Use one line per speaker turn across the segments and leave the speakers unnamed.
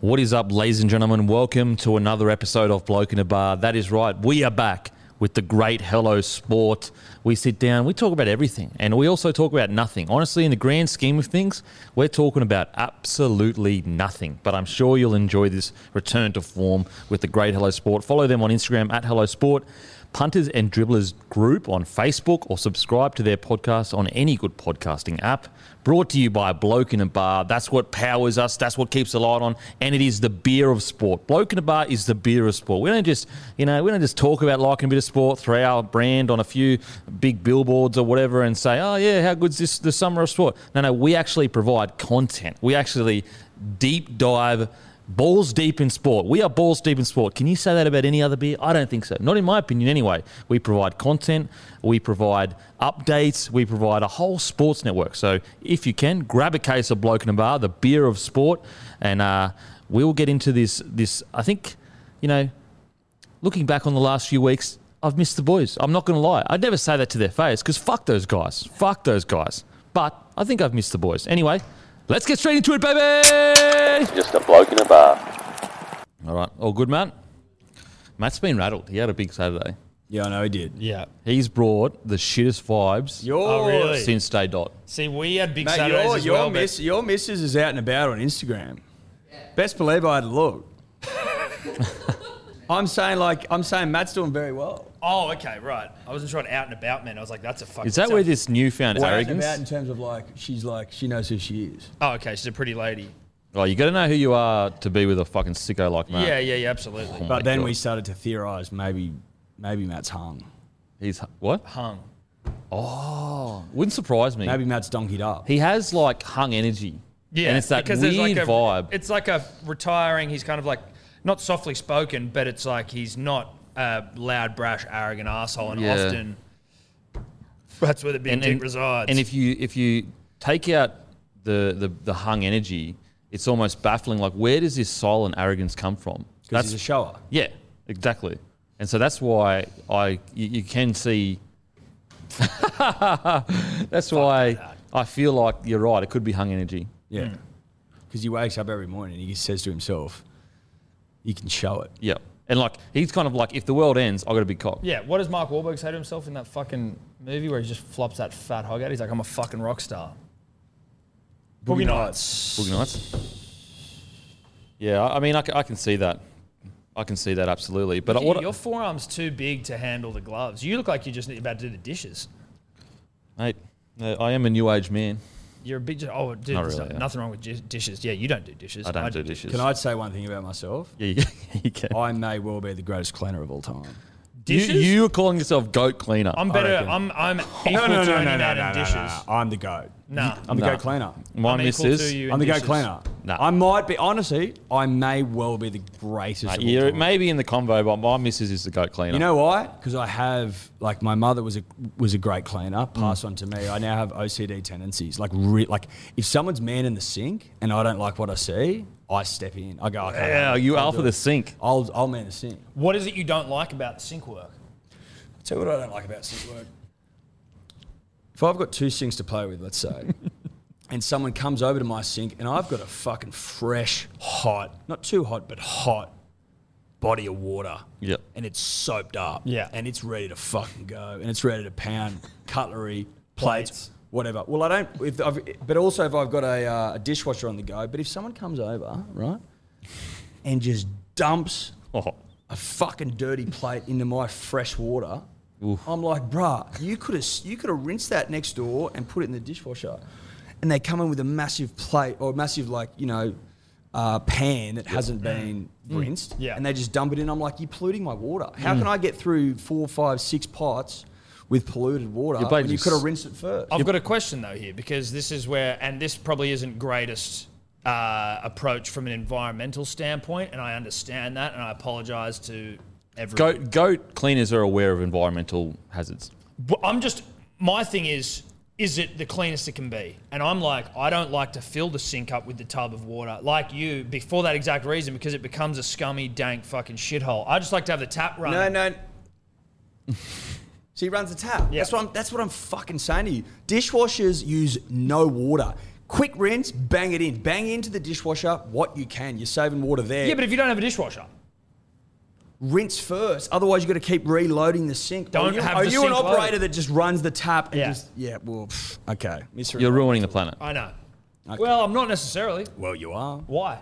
What is up, ladies and gentlemen? Welcome to another episode of Bloke in a Bar. That is right, we are back with the great Hello Sport. We sit down, we talk about everything, and we also talk about nothing. Honestly, in the grand scheme of things, we're talking about absolutely nothing. But I'm sure you'll enjoy this return to form with the great Hello Sport. Follow them on Instagram at Hello Sport. Punters and Dribblers group on Facebook or subscribe to their podcast on any good podcasting app. Brought to you by a Bloke in a Bar. That's what powers us. That's what keeps the light on. And it is the beer of sport. Bloke in a Bar is the beer of sport. We don't just, you know, we don't just talk about liking a bit of sport, throw our brand on a few big billboards or whatever and say, oh, yeah, how good's this the summer of sport? No, no, we actually provide content. We actually deep dive Balls deep in sport. We are balls deep in sport. Can you say that about any other beer? I don't think so. Not in my opinion, anyway. We provide content, we provide updates, we provide a whole sports network. So if you can, grab a case of Bloke in a Bar, the beer of sport, and uh, we'll get into this. This I think, you know, looking back on the last few weeks, I've missed the boys. I'm not going to lie. I'd never say that to their face because fuck those guys. Fuck those guys. But I think I've missed the boys. Anyway, let's get straight into it, baby.
Just a bloke in a bar.
All right. All good, Matt? Matt's been rattled. He had a big Saturday.
Yeah, I know he did.
Yeah.
He's brought the shittest vibes
Yours.
Oh, really?
since day dot.
See, we had big
Mate,
Saturdays
your,
as
your,
well. but-
miss, your missus is out and about on Instagram. Best believe I had a look. I'm saying like I'm saying Matt's doing very well.
oh, okay, right. I wasn't trying out and about, man. I was like, that's a fucking.
Is that
so-
where this newfound
Well, out and about in
arrogance?
terms of like she's like she knows who she is.
Oh, okay. She's a pretty lady.
Oh, you got to know who you are to be with a fucking sicko like Matt.
Yeah, yeah, yeah. Absolutely.
But then
God.
we started to theorize maybe maybe Matt's hung.
He's what?
Hung.
Wouldn't surprise me.
Maybe Matt's donkeyed up.
He has like hung energy.
Yeah.
And it's that
because
weird
there's like a,
vibe.
It's like a retiring. He's kind of like not softly spoken, but it's like he's not a loud, brash, arrogant asshole, and
Yeah.
often that's where the big
And-
dick
and-
resides.
And if you if you take out the, the the hung energy, it's almost baffling. Like, where does this silent arrogance come from?
Because he's a shower.
Yeah, exactly. And so that's why I you, you can see. that's why I feel like you're right. It could be hung energy.
Yeah.
Hmm.
Because he wakes up every morning and he says to himself, You can show it.
Yeah, and like he's kind of like if the world ends, I got a big cock.
yeah, what does Mark Wahlberg say to himself in that fucking movie where he just flops that fat hog out? He's like, I'm a fucking rock star. Boogie, Nights.
Boogie nights. Yeah, I I mean, I, ca- I can see that. I can see that absolutely. But
Gee,
what?
your forearm's too big to handle the gloves. You look like you're just about to do the dishes.
mate, no, I am a new age man.
You're a big. Oh, dude,
Not
there's
really,
no-
yeah.
nothing wrong with dis- dishes. Yeah, you don't do dishes.
I don't do dishes.
Can I say one thing about myself?
Yeah, you, you can.
I may well be the greatest cleaner of all time.
You,
Oh, Dishes?
you are calling yourself goat cleaner.
I'm better.
reckon.
I'm. I'm equal to any man in dishes.
I'm the goat.
Nah.
I'm the
Nah.
goat cleaner.
My
I'm equal
missus.
to you in
I'm the goat
dishes.
cleaner.
Nah.
I might be honestly, I may well be the greatest.
Uh,
of all
yeah,
time.
maybe in the convo, but my missus is the goat cleaner.
You know why? Because I have like my mother was a was a great cleaner,
Mm.
passed on to me. I now have OCD tendencies. Like re- like if someone's man in the sink and I don't like what I see, I step in. I go, okay,
yeah, you are for the sink.
I'll I'll man the sink.
What is it you don't like about the sink work?
Tell you what I don't like about sync work. If I've got two sinks to play with, let's say, and someone comes over to my sink and I've got a fucking fresh, hot, not too hot, but hot body of water.
Yeah.
And it's soaped up.
Yeah.
And it's ready to fucking go. And it's ready to pound cutlery, plates, whatever. Well, I don't, if I've, but also if I've got a, uh, a dishwasher on the go, but if someone comes over, right, and just dumps
Oh,
a fucking dirty plate into my fresh water. I'm like, bruh, you could have you could have rinsed that next door and put it in the dishwasher. And they come in with a massive plate or a massive like you know uh, pan that hasn't been
Mm.
rinsed.
Yeah.
And they just dump it in. I'm like, you're polluting my water. How can I get through four, five, six pots with polluted water
Your plate
when you
is-
could have rinsed it first?
I've got a question though here because this is where, and this probably isn't greatest uh, approach from an environmental standpoint, and I understand that, and I apologise to everyone.
goat goat cleaners are aware of environmental hazards.
But I'm just my thing is is it the cleanest it can be? And I'm like I don't like to fill the sink up with the tub of water like you be- for that exact reason because it becomes a scummy dank fucking shithole. I just like to have the tap run.
No, no. so he runs the tap.
Yeah.
That's what I'm. That's what I'm fucking saying to you. Dishwashers use no water. Quick rinse, bang it in. Bang into the dishwasher what you can. You're saving water there.
Yeah, but if you don't have a dishwasher,
rinse first. Otherwise, you've got to keep reloading the sink.
Don't
are you,
have
are
the
you an
sink
operator
loaded.
that just runs the tap and
Yeah.
just yeah? Well, pff, okay, Mr.
You're ruining the planet
I know.
Okay.
Well, I'm not necessarily.
well, you are.
Why?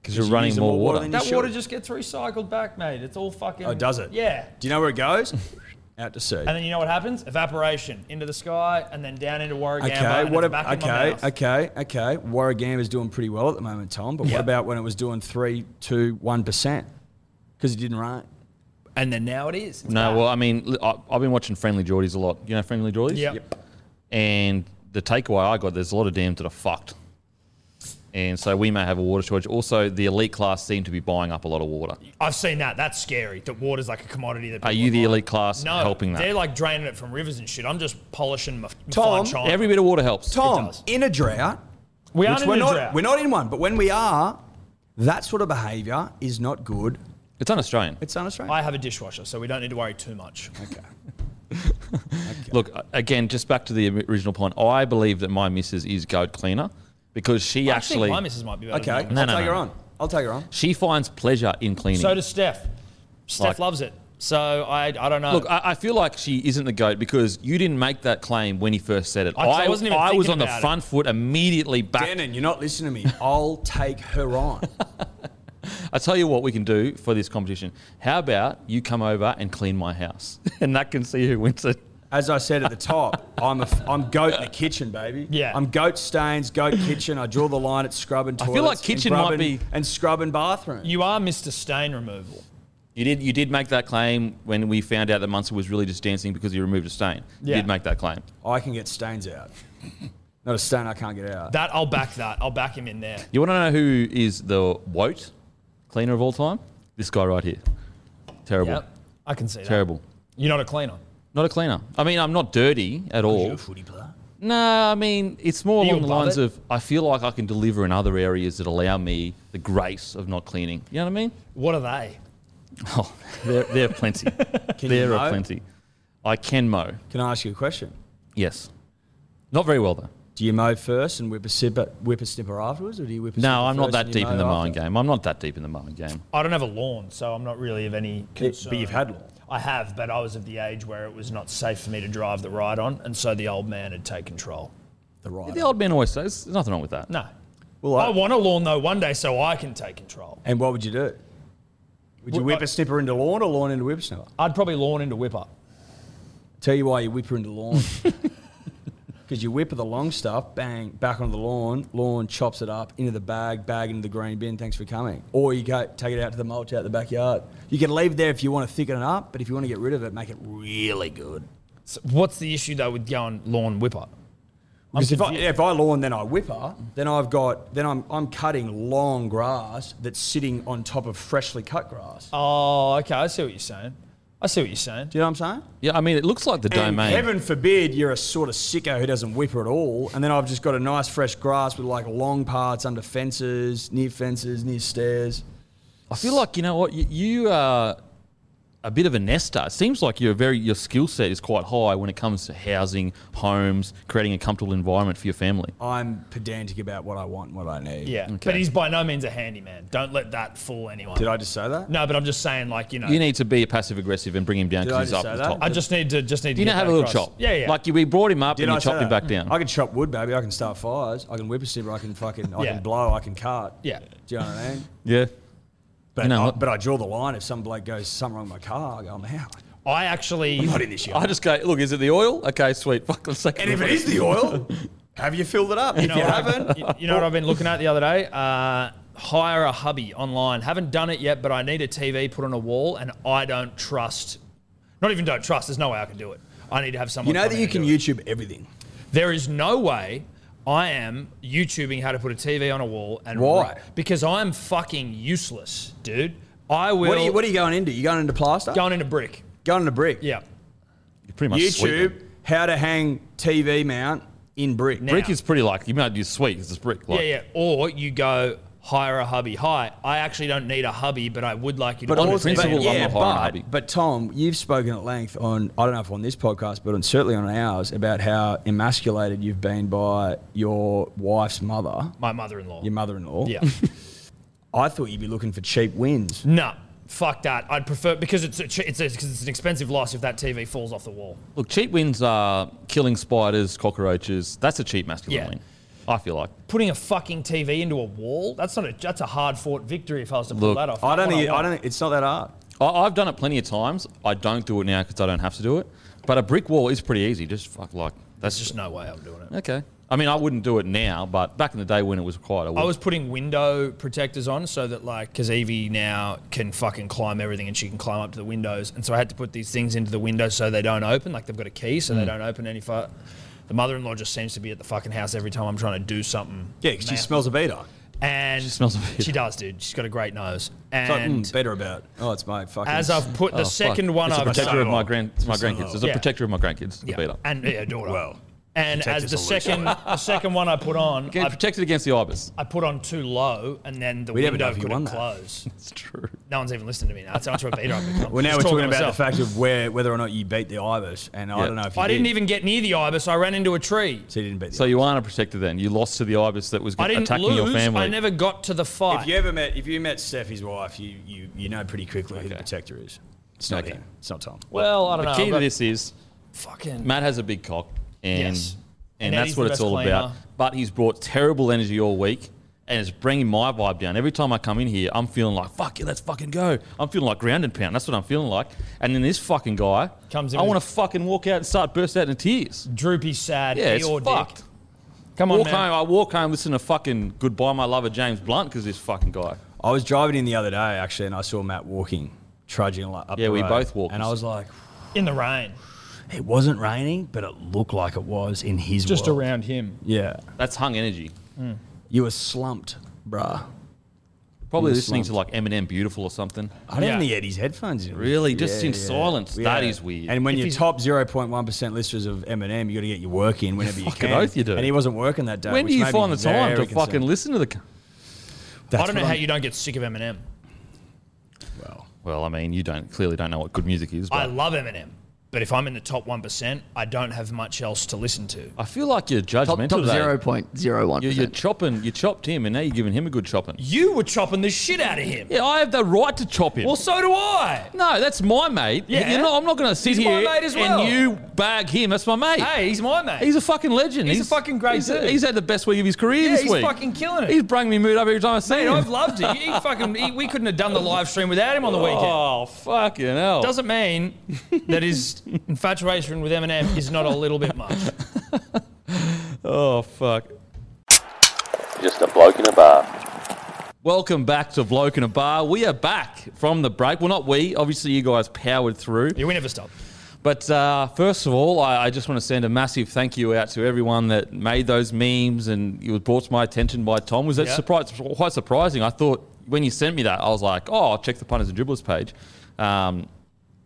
because you're
you're
running
using
more
more
water.
water than
That
should.
water just gets recycled back, mate. It's all fucking.
Oh, does it?
Yeah.
Do you know where it goes? Out to sea.
And then you know what happens? Evaporation into the sky and then down into Warragamba.
Okay,
and
what?
it's
ab-
back in my
okay,
mouth.
okay, okay. Warragamba's doing pretty well at the moment, Tom. But
Yeah.
what about when it was doing three, two, one percent? Because it didn't rain.
And then now it is. It's
no,
back.
well, I mean, li- I- I've been watching Friendly Geordies a lot. You know Friendly Geordies?
Yep.
And the takeaway I got, there's a lot of dams that are fucked. And so we may have a water shortage. Also, the elite class seem to be buying up a lot of water.
I've seen that. That's scary. That water's like a commodity that.
Are
people
you the
buy.
elite class
No,
helping that?
they're like draining it from rivers and shit. I'm just polishing my, my
Tom,
fine china.
Every bit of water helps.
Tom,
does.
in a drought.
we
which
aren't in
we're
a
not,
drought.
We're not in one, but when we are, that sort of behaviour is not good.
It's un-Australian.
It's un-Australian.
I have a dishwasher, so we don't need to worry too much.
Look, again, just back to the original point. I believe that my missus is goat cleaner because she
I
actually
think my missus might be better.
okay,
than
I'll
mine.
No, no,
take
no.
her on. I'll take her on.
she finds pleasure in cleaning.
So does Steph. Steph
Like-
loves it. So I, I don't know.
Look, I, I feel like she isn't the goat because you didn't make that claim when he first said it.
I- 'cause I wasn't even
I was
thinking
on the
about it.
front foot immediately back.
Denon, you're not listening to me. I'll take her on.
I tell you what we can do for this competition. How about you come over and clean my house, and that can see who wins it.
As I said at the top, I'm a f- I'm goat in the kitchen, baby.
Yeah.
I'm goat stains, goat kitchen. I draw the line at scrubbing
I
toilets.
feel like kitchen
and
might
grubbing-
be-
and scrubbing bathroom.
you are Mr. Stain removal.
You did. You did make that claim when we found out that Munster was really just dancing because he removed a stain. You
Yeah.
did make that claim.
I can get stains out. Not a stain I can't get out.
That I'll back that. I'll back him in there.
You want to know who is the woat cleaner of all time? This guy right here. Terrible.
Yep. I can see that.
Terrible.
You're not a cleaner.
Not a cleaner. I mean, I'm not dirty at all.
footy player.
No, I mean, it's more
You
along the
above
lines
it?
of I feel like I can deliver in other areas that allow me the grace of not cleaning. You know what I mean?
What are they?
Oh, there, there are plenty.
Can
there
you
are
mow?
plenty. I can mow.
Can I ask you a question?
Yes. Not very well though.
Do you mow first and whip a snipper, whip a snipper afterwards, or do you whip a snipper
No, I'm not
first
that
and you
deep in
mow
the mowing
after?
game. I'm not that deep in the mowing game.
I don't have a lawn, so I'm not really of any concern.
but you've had lawn.
I have, but I was of the age where it was not safe for me to drive the ride on, and so the old man had taken control.
The right.
The old man always says there's nothing wrong with that.
No.
Well,
I
I-
want a lawn though one day so I can take control.
and what would you do? Would you
Would-
whip a snipper into lawn or lawn into whip snipper?
I'd probably lawn into whipper.
Tell you why you whip her into lawn. Because you whip her the long stuff, bang, back onto the lawn, lawn chops it up into the bag, bag into the green bin, thanks for coming. Or you go take it out to the mulch out the backyard. You can leave it there if you want to thicken it up, but if you want to get rid of it, make it really good.
So what's the issue though with going lawn whipper? I'm
Because if I,
confused.
if I lawn, then I whip her, then I've got, then I'm, I'm cutting long grass that's sitting on top of freshly cut grass.
Oh, okay. I see what you're saying. I see what you're saying.
Do you know what I'm saying?
Yeah, I mean it looks like the
And
domain.
heaven forbid you're a sort of sicko who doesn't whip her at all. And then I've just got a nice fresh grass with like long parts under fences, near fences, near stairs.
I feel like you know what you, you are a bit of a nester. It seems like you're very your skill set is quite high when it comes to housing, homes, creating a comfortable environment for your family.
I'm pedantic about what I want and what I need.
Yeah. But he's by no means a handyman. Don't let that fool anyone.
Did I just say that?
No, but I'm just saying, like, you know,
You need to be passive aggressive and bring him down
Did I
because he's
just
up
say
at the
that?
top.
I just need to just need to
you know,
get
have
that
a little
across.
chop.
Yeah, yeah.
Like you, we brought him up
Did
and
I
you
say
chopped him
that?
back down.
I can chop wood, baby. I can start fires. I can whip a snipper. I can fucking. I
Yeah.
can blow. I can cut.
Yeah.
Do you know what I mean?
yeah.
But
You know
I,
what?
but I draw the line. If some bloke goes something wrong with my car, I go, I'm out.
I actually
I'm not in this shit.
I just go, look, is it the oil? Okay, sweet. Fuck, let's take
And if it is the oil, have you filled it up?
You
If
know,
you
what
haven't,
I've- you, you know what I've been looking at the other day? Uh, hire a hubby online. Haven't done it yet, but I need a TV put on a wall, and I don't trust. Not even don't trust. There's no way I can do it. I need to have someone.
you know
come
that
in
you
and
can
do it.
YouTube everything.
There is no way. I am YouTubing how to put a TV on a wall and
Why?
Because I'm fucking useless, dude. I will.
What are you What are you going into? You going into plaster?
going into brick?
Going into brick.
Yeah.
You're pretty much sweet,
YouTube,
mate.
how to hang TV mount in brick.
Now-
brick is pretty like you might do sweet because it's brick. Like,
Yeah, yeah. Or you go hire a hubby. Hi, I actually don't need a hubby, but I would like you to.
But
on
also,
principle,
but,
I'm
yeah,
not hiring
but,
Harvey.
but Tom, you've spoken at length on I don't know if on this podcast, but on, certainly on ours about how emasculated you've been by your wife's mother,
my mother-in-law.
your mother-in-law.
yeah.
I thought you'd be looking for cheap wins.
no, fuck that. I'd prefer because it's a, ch- it's a, cause it's an expensive loss if that TV falls off the wall.
Look, cheap wins are killing spiders, cockroaches. That's a cheap masculine
Yeah.
win. I feel like.
Putting a fucking TV into a wall. That's not a. That's a hard-fought victory if I was to pull
Look,
that off.
I don't
That's
think
what
I don't. e-, Think, it's not that hard.
I, I've done it plenty of times. I don't do it now because I don't have to do it. But a brick wall is pretty easy. Just fuck like that's
There's
just
just no way I'm doing it.
okay. I mean, I wouldn't do it now, but back in the day when it was quite, I would.
I was putting window protectors on so that like because Evie now can fucking climb everything and she can climb up to the windows, and so I had to put these things into the windows so they don't open. Like they've got a key, so they
Mm.
don't open any. Fu- the mother-in-law just seems to be at the fucking house every time I'm trying to do something.
Yeah, 'cause she
Man.
smells a beater.
and she
smells a bit.
She does, dude. She's got a great nose.
It's like,
And
mm, better about. Oh, it's my fucking.
as I've put
Oh,
the
fuck.
second one,
it's a
I've
protector of
done-
my grand, my grandkids. It's a
Yeah.
protector of my grandkids. The
yeah,
beater.
and yeah, daughter.
Well,
and as
protectors
the
are loose.
second, the second one I put on,
Get
I,
protected against the ibis.
I put on too low, and then the
We never know
window
if you
couldn't
won that.
close.
It's true.
No one's even listening to me now. That's how much of a beater I've become.
well, now
Just
we're talking
to
about
myself.
the fact of where whether or not you beat the Ibis, and
Yeah.
I don't know if you
I didn't
did.
even get near the ibis. I ran into a tree.
So you didn't beat. The
So you aren't a protector then. You lost to the ibis that was
I didn't
attacking
lose.
your family.
I never got to the fight.
If you ever met, if you met Steph, his wife, you you, you know pretty quickly who the
Okay.
protector is. It's not
Okay.
him. It's not Tom.
well, I don't
the
know.
key
but
to this is
fucking
Matt has a big cock, and
Yes.
and,
And
that's
Eddie's
what
the
it's
best
all about.
cleaner.
But he's brought terrible energy all week, and it's bringing my vibe down. Every time I come in here, I'm feeling like fuck it, let's fucking go. I'm feeling like ground and pound. That's what I'm feeling like. And then this fucking guy
Comes in
I
with-
want to fucking walk out and start burst out in tears.
droopy, sad,
Yeah, it's
Eeyore
fucked.
dick. Come on,
walk
man.
home. I walk home, listen to fucking "Goodbye, My Lover" James Blunt because this fucking guy.
I was driving in the other day actually, and I saw Matt walking, trudging like up.
Yeah,
the
we
road.
both walked.
And I was like,
in the rain,
it wasn't raining, but it looked like it was in his
just
world.
around him.
Yeah,
That's hung energy.
you were slumped, bruh.
Probably
He was
listening to like Eminem "Beautiful" or something.
I didn't
Yeah.
think he had his headphones in.
Really? Just in silence? That is weird.
And when
If
you're
he's-
top 0.1% listeners of Eminem, you got to get your work in whenever you
Fucking
can.
oath you do.
And he wasn't working that day.
when do
which
you
made
find
me
the time to
very
fucking
concerned.
listen to the? c-
That's
I don't know
what
how
I'm-
you don't get sick of Eminem.
Well,
Well, I mean, you don't clearly don't know what good music is. But
I love Eminem, but if I'm in the top one percent, I don't have much else to listen to.
I feel like you're
Top,
judgmental.
top
though.
0.01.
You're, you're chopping. You chopped him, and now you're giving him a good chopping.
You were chopping the shit out of him.
Yeah, I have the right to chop him.
Well, so do I.
no, that's my mate.
Yeah.
You're not- I'm not going to sit
He's my
here
mate as well.
and you bag him. That's my mate.
Hey, he's my mate.
He's a fucking legend.
He's a fucking great
he's,
dude.
He's had the best week of his career
Yeah,
this
he's
week.
fucking killing it.
He's bringing me mood up every time I see
Mate,
him.
I've loved it. He fucking, he, we couldn't have done the live stream without him on the weekend.
oh fucking hell!
doesn't mean that his infatuation with Eminem is not a little bit much.
oh fuck!
Just a bloke in a bar.
Welcome back to Bloke in a Bar. We are back from the break. Well, not we. Obviously, you guys powered through.
Yeah, we never stop.
But uh, first of all, I, I just want to send a massive thank you out to everyone that made those memes and it was brought to my attention by Tom. Was that
Yeah.
surprise, quite surprising? I thought when you sent me that, I was like, oh, I'll check the punters and dribblers page. Um,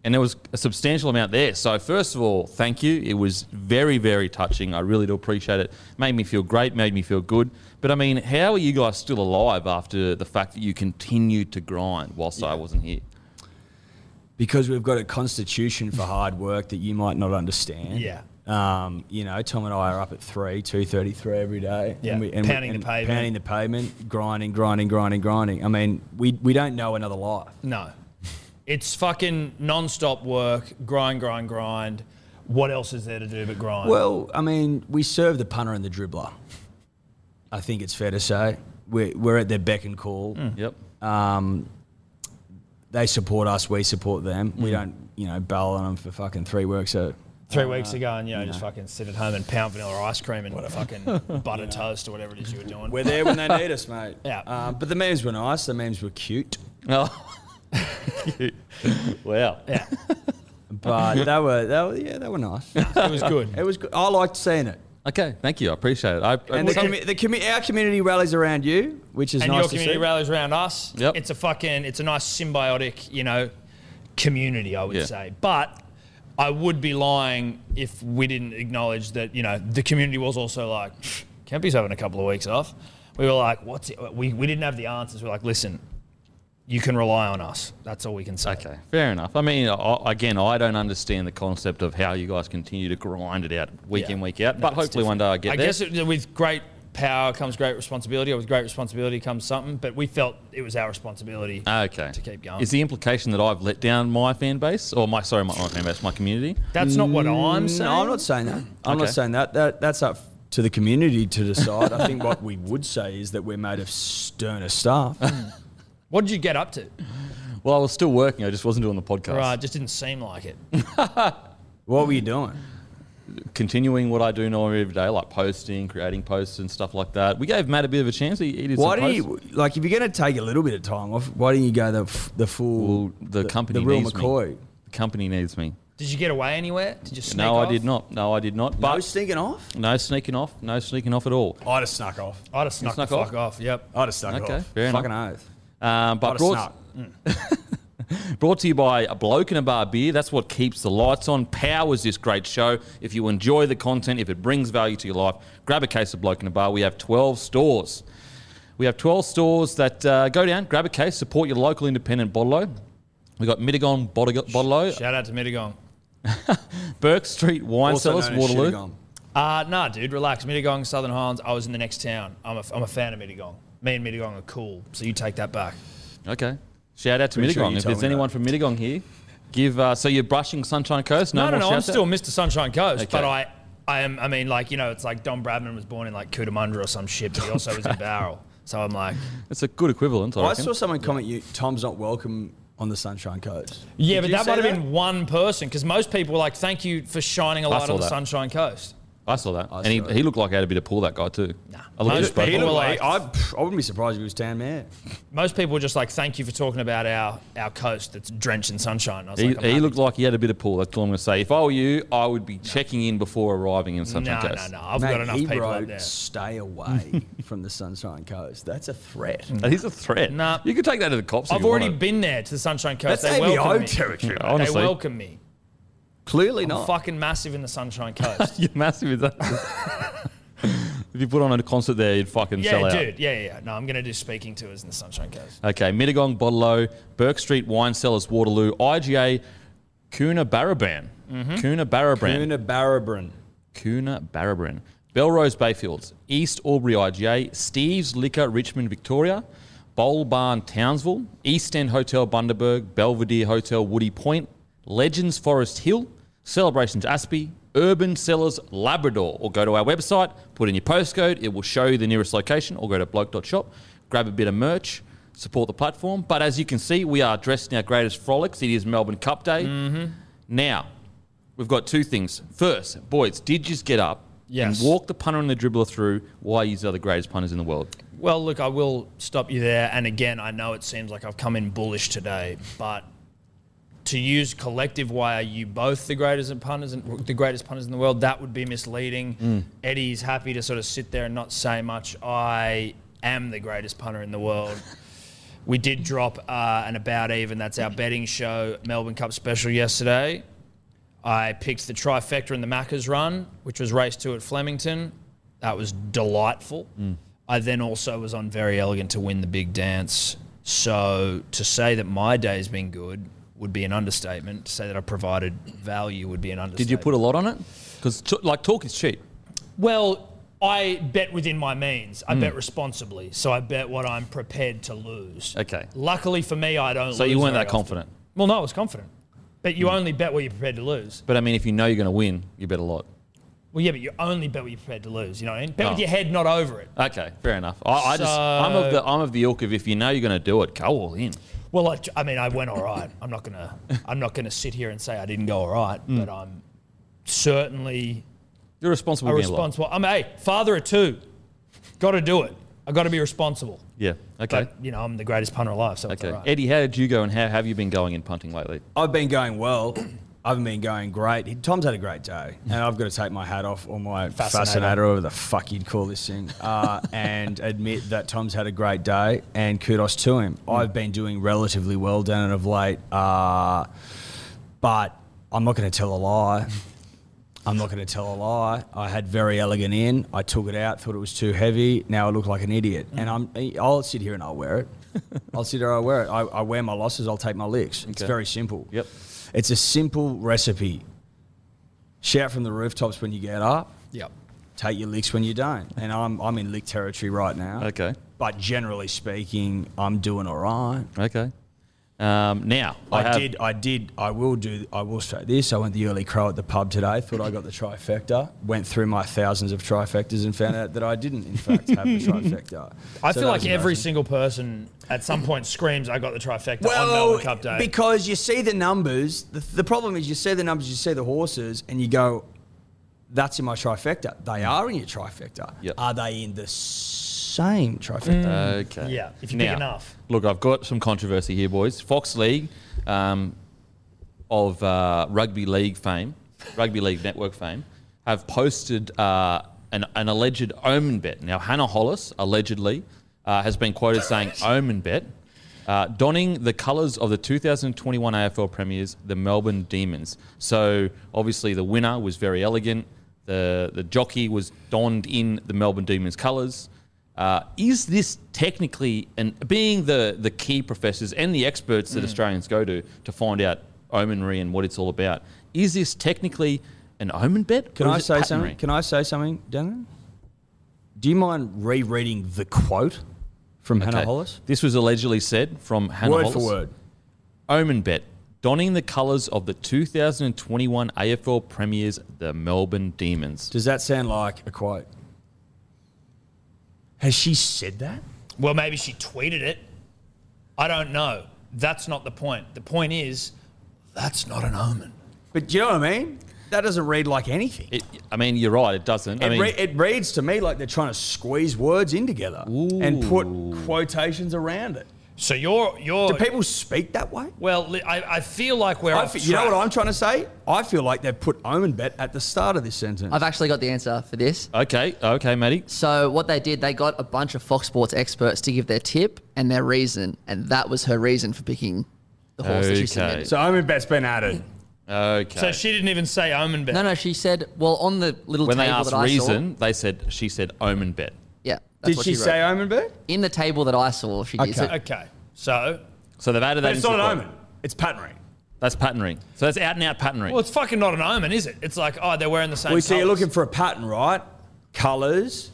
and there was a substantial amount there. So, first of all, thank you. It was very, very touching. I really do appreciate it. Made me feel great, made me feel good. But I mean, how are you guys still alive after the fact that you continued to grind whilst I wasn't here?
because we've got a constitution for hard work that you might not understand.
Yeah.
Um, you know, Tom and I are up at three, two thirty-three every day.
Yeah,
And and
pounding the
and
pavement.
Pounding the pavement, grinding, grinding, grinding, grinding. I mean, we we don't know another life.
No. It's fucking non-stop work, grind, grind, grind. What else is there to do but grind?
Well, I mean, we serve the punter and the dribbler. I think it's fair to say we're we're at their beck and call.
Hmm.
Yep.
Um, they support us, we support them.
Hmm.
We don't, you know, bail on them for fucking three works. So
Three weeks ago, and you know, just fucking sit at home and pound vanilla ice cream and fucking butter toast or whatever it is you were doing.
we're there when they need us, mate.
Yeah.
Um, but the memes were nice. The memes were cute.
Oh. Cute. wow.
yeah,
But they were, they were, yeah, they were nice.
it was good.
It was good. I liked seeing it.
Okay, thank you. I appreciate it. I,
And the, commu- the commu- our community rallies around you, which is
and
nice
your
to
community
see.
rallies around us.
Yep.
It's a fucking, it's a nice symbiotic, you know, community, I would
Yeah.
say. But I would be lying if we didn't acknowledge that, you know, the community was also like, Kempy's having a couple of weeks off. we were like, what's it? We, we didn't have the answers. We're like, listen, you can rely on us. That's all we can say.
Okay, fair enough. I mean, I, again, I don't understand the concept of how you guys continue to grind it out week
Yeah.
in, week out. But
it's
hopefully one day I get
I
there.
guess it, with great power comes great responsibility, or with great responsibility comes something. But we felt it was our responsibility.
okay. To
keep going.
Is the implication that I've let down my fan base, or my sorry, my, my fan base, my community?
That's not what I'm
mm,
saying.
Mm, No, I'm not saying that. I'm
Okay.
not saying that. that. That's up to the community to decide. I think what we would say is that we're made of sterner staff.
What did you get up to?
Well, I was still working. I just wasn't doing the podcast.
Right, just didn't seem like it.
what were you doing?
Continuing what I do normally every day, like posting, creating posts, and stuff like that. We gave Matt a bit of a chance. He, he did
Why
some
do you like if you're going to take a little bit of time off? Why don't you go the f- the full
Well, the company
the real
needs me.
McCoy?
The company needs me.
Did you get away anywhere? Did you sneak
no,
off?
I did not. No, I did not.
But I
But
was sneaking off.
no sneaking off. No sneaking off at all.
I'd have snuck off.
I'd have snuck,
snuck
the
off? Oh.
fuck off. Yep.
I'd have snuck
Okay,
off.
fair enough.
Fucking oath.
Um, but
I'd have
brought,
snuck.
Brought to you by a bloke and a bar beer. That's what keeps the lights on, powers this great show. If you enjoy the content, if it brings value to your life, grab a case of bloke and a bar. We have 12 stores. We have 12 stores that uh, go down, grab a case, support your local independent bottler. We've got Mittagon Bottle- Bottler,
Shout out to Mittagong.
Burke Street Wine
Also
Cellars,
known as
Waterloo.
Shitagong.
Uh, nah, dude, relax. Mittagong, Southern Highlands. I was in the next town. I'm a, I'm a fan of Mittagong. Me and Mittagong are cool, so you take that back.
Okay. Shout out to
Pretty sure
Mittagong.
you
if
told
there's
me
anyone
that.
from Mittagong here, give. Uh, so you're brushing Sunshine Coast? No,
No, no,
more
no. I'm
shout-out?
still Mr. Sunshine Coast, but
Okay.
I, I am. I mean, like you know, it's like Don Bradman was born in like Cootamundra or some shit, but he also was in Barrel. So I'm like,
It's a good equivalent. I,
I
reckon.
saw someone comment you Tom's not welcome on the Sunshine Coast. Did
yeah, but
you
that
see
might have been one person because most people were like, thank you for shining a light
saw
on the
that.
Sunshine Coast.
I saw that.
I
and he,
saw it.
he looked like he had a bit of pull, that guy, too.
Nah.
I looked at
Most
his profile.
people-
He looked
like-
like- I, I wouldn't be surprised if he was town mayor.
Most people were just like, thank you for talking about our our coast that's drenched in sunshine. I was
He,
like, I'm
he
happy
looked
to-
like he had a bit of pull. That's all I'm going to say. If I were you, I would be checking in before arriving in Sunshine
no, no,
Coast.
no. I've
Mate,
got enough
he
people
wrote,
up there.
"Stay away from the Sunshine Coast." That's a threat.
Mm.
That is a threat.
Nah.
You could take that to the cops. if
I've
you
already
wanted.
been there to the Sunshine Coast.
That's
They
ABO
welcome me.
territory.
Yeah,
mate.
They
Honestly,
welcome me.
Clearly not.
Fucking massive in the Sunshine Coast.
you're massive. Is that? if you put on a concert there, you'd fucking sell
yeah,
out.
dude. Yeah, yeah, yeah. No, I'm gonna do speaking tours in the Sunshine Coast.
Okay, Mittagong, Bottle, Burke Street Wine Cellars, Waterloo, IGA, Kuna Barabran,
Mm-hmm.
Kuna Barabran,
Una Barabran.
Kuna Barabran. Belrose Bayfields, East Albury IGA, Steve's Liquor Richmond Victoria, Bowl Barn Townsville, East End Hotel Bundaberg, Belvedere Hotel Woody Point, Legends Forest Hill, Celebrations Aspie, Urban Cellars Labrador. Or go to our website, put in your postcode, it will show you the nearest location, or go to bloke.shop, grab a bit of merch. Support the platform. But as you can see, we are dressed in our greatest frolics. It is Melbourne Cup Day. Now, we've got two things. First, boys, did you just get up
Yes.
and walk the punter and the dribbler through why you are the greatest punters in the world?
Well, look, I will stop you there. And again, I know it seems like I've come in bullish today, but to use collective, why are you both the greatest punters and the greatest punters in the world? That would be misleading. Eddie's happy to sort of sit there and not say much. I am the greatest punter in the world. we did drop uh, an about even. That's our betting show Melbourne Cup special yesterday. I picked the trifecta in the Macca's run, which was race two at Flemington. That was delightful.
Mm.
I then also was on Very Elegant to win the big dance. So to say that my day's been good would be an understatement. To say that I provided value would be an understatement.
Did you put a lot on it? Because like talk is cheap.
Well, I bet within my means.
Mm.
I bet responsibly. So I bet what I'm prepared to lose.
Okay.
Luckily for me, I don't
So
lose
you weren't
very
that
often.
confident.
Well, no, I was confident. But
Hmm.
you only bet what you're prepared to lose.
But I mean, if you know you're going to win, you bet a lot.
Well, yeah, but you only bet what you're prepared to lose. You know, what I mean? bet
Oh.
with your head, not over it.
Okay, fair enough. I, I just I'm of the I'm of the ilk of if you know you're going to do it, go all in.
Well, I, I mean, I went all right. I'm not gonna, I'm not gonna sit here and say I didn't go all right,
Hmm.
but I'm certainly
You're responsible.
a
for being a lot.
responsible. I'm hey, father of two, got to do it. I got to be responsible.
Yeah. Okay.
But you know, I'm the greatest punter alive, so it's
okay.
all right.
Eddie, how did you go and how have you been going in punting lately?
I've been going well. I haven't been going great. He- Tom's had a great day, and I've got to take my hat off or my
Fascinator.
fascinator, or whatever the fuck you'd call this thing, uh, and admit that Tom's had a great day, and kudos to him. I've been doing relatively well down and of late, uh, but I'm not going to tell a lie. I'm not going to tell a lie. I had very elegant in. I took it out, thought it was too heavy. Now I look like an idiot. And I'm, I'll sit here and I'll wear it. I'll sit here, I'll wear it. I, I wear my losses, I'll take my licks. It's
Okay.
very simple.
Yep.
It's a simple recipe. Shout from the rooftops when you get up.
Yep.
Take your licks when you don't. And I'm, I'm in lick territory right now.
Okay.
But generally speaking, I'm doing all right.
Okay. Um, now I,
I,
have-
did. I did. I will do. I will say this. I went the early crow at the pub today. Thought I got the trifecta. Went through my thousands of trifectas and found out that I didn't, in fact, have the trifecta.
I
So that
feel like
was
every
amazing.
single person at some point screams, "I got the trifecta on
well,
Melbourne Cup Day."
because you see the numbers. The, the problem is you see the numbers, you see the horses, and you go, "That's in my trifecta." They are in your trifecta.
Mm. Yep. Mm.
Are they in the same trifecta?
Okay.
Yeah, if you pick enough.
Look, I've got some controversy here, boys. Fox League um, of uh, rugby league fame, rugby league network fame, have posted uh, an, an alleged omen bet. Now, Hannah Hollis allegedly uh, has been quoted saying omen bet. Uh, donning the colours of the 2021 AFL Premiers, the Melbourne Demons. So obviously the winner was very elegant. The the jockey was donned in the Melbourne Demons colours. Uh, is this technically, and being the, the key professors and the experts that
Mm.
Australians go to to find out omenry and what it's all about, is this technically an omen bet?
Can
or
I
is it
say
patternry?
something? Can I say something, Daniel? Do you mind rereading the quote from Hannah
Okay.
Hollis?
This was allegedly said from Hannah
Word
Hollis.
for word.
Omen bet, donning the colours of the 2021 AFL Premiers, the Melbourne Demons.
Does that sound like a quote? Has she said that?
Well, maybe she tweeted it. I don't know. That's not the point. The point is, that's not an omen.
But do you know what I mean? That doesn't read like anything. It,
It, I mean, you're right. It doesn't. I mean,
re- it reads to me like they're trying to squeeze words in together and put quotations around it.
So you're you're
Do people speak that way?
well. li- I, I feel like we're
I
off
fe- you know
track.
what I'm trying to say? I feel like they've put omen bet at the start of this sentence.
I've actually got the answer for this.
okay, okay, Matty.
So what they did, they got a bunch of Fox Sports experts to give their tip and their reason, and that was her reason for picking the horse that
Okay.
she submitted.
so omen bet's been added.
Okay.
So she didn't even say omen bet.
No, no, she said, well, on the little
when they
table
asked
that I
reason, they said she said omen bet.
saw, yeah, that's
Did
what
she,
wrote.
say omen bet?
in the table that I saw? She did. So
Okay.
Okay. So
So they've added that.
But it's
into
not an
the
omen. It's patternry.
That's patternry. So that's out and out patternry.
well, it's fucking not an omen, is it? It's like oh, they're wearing the same.
We see you're
colours.
looking for a pattern, right? Colors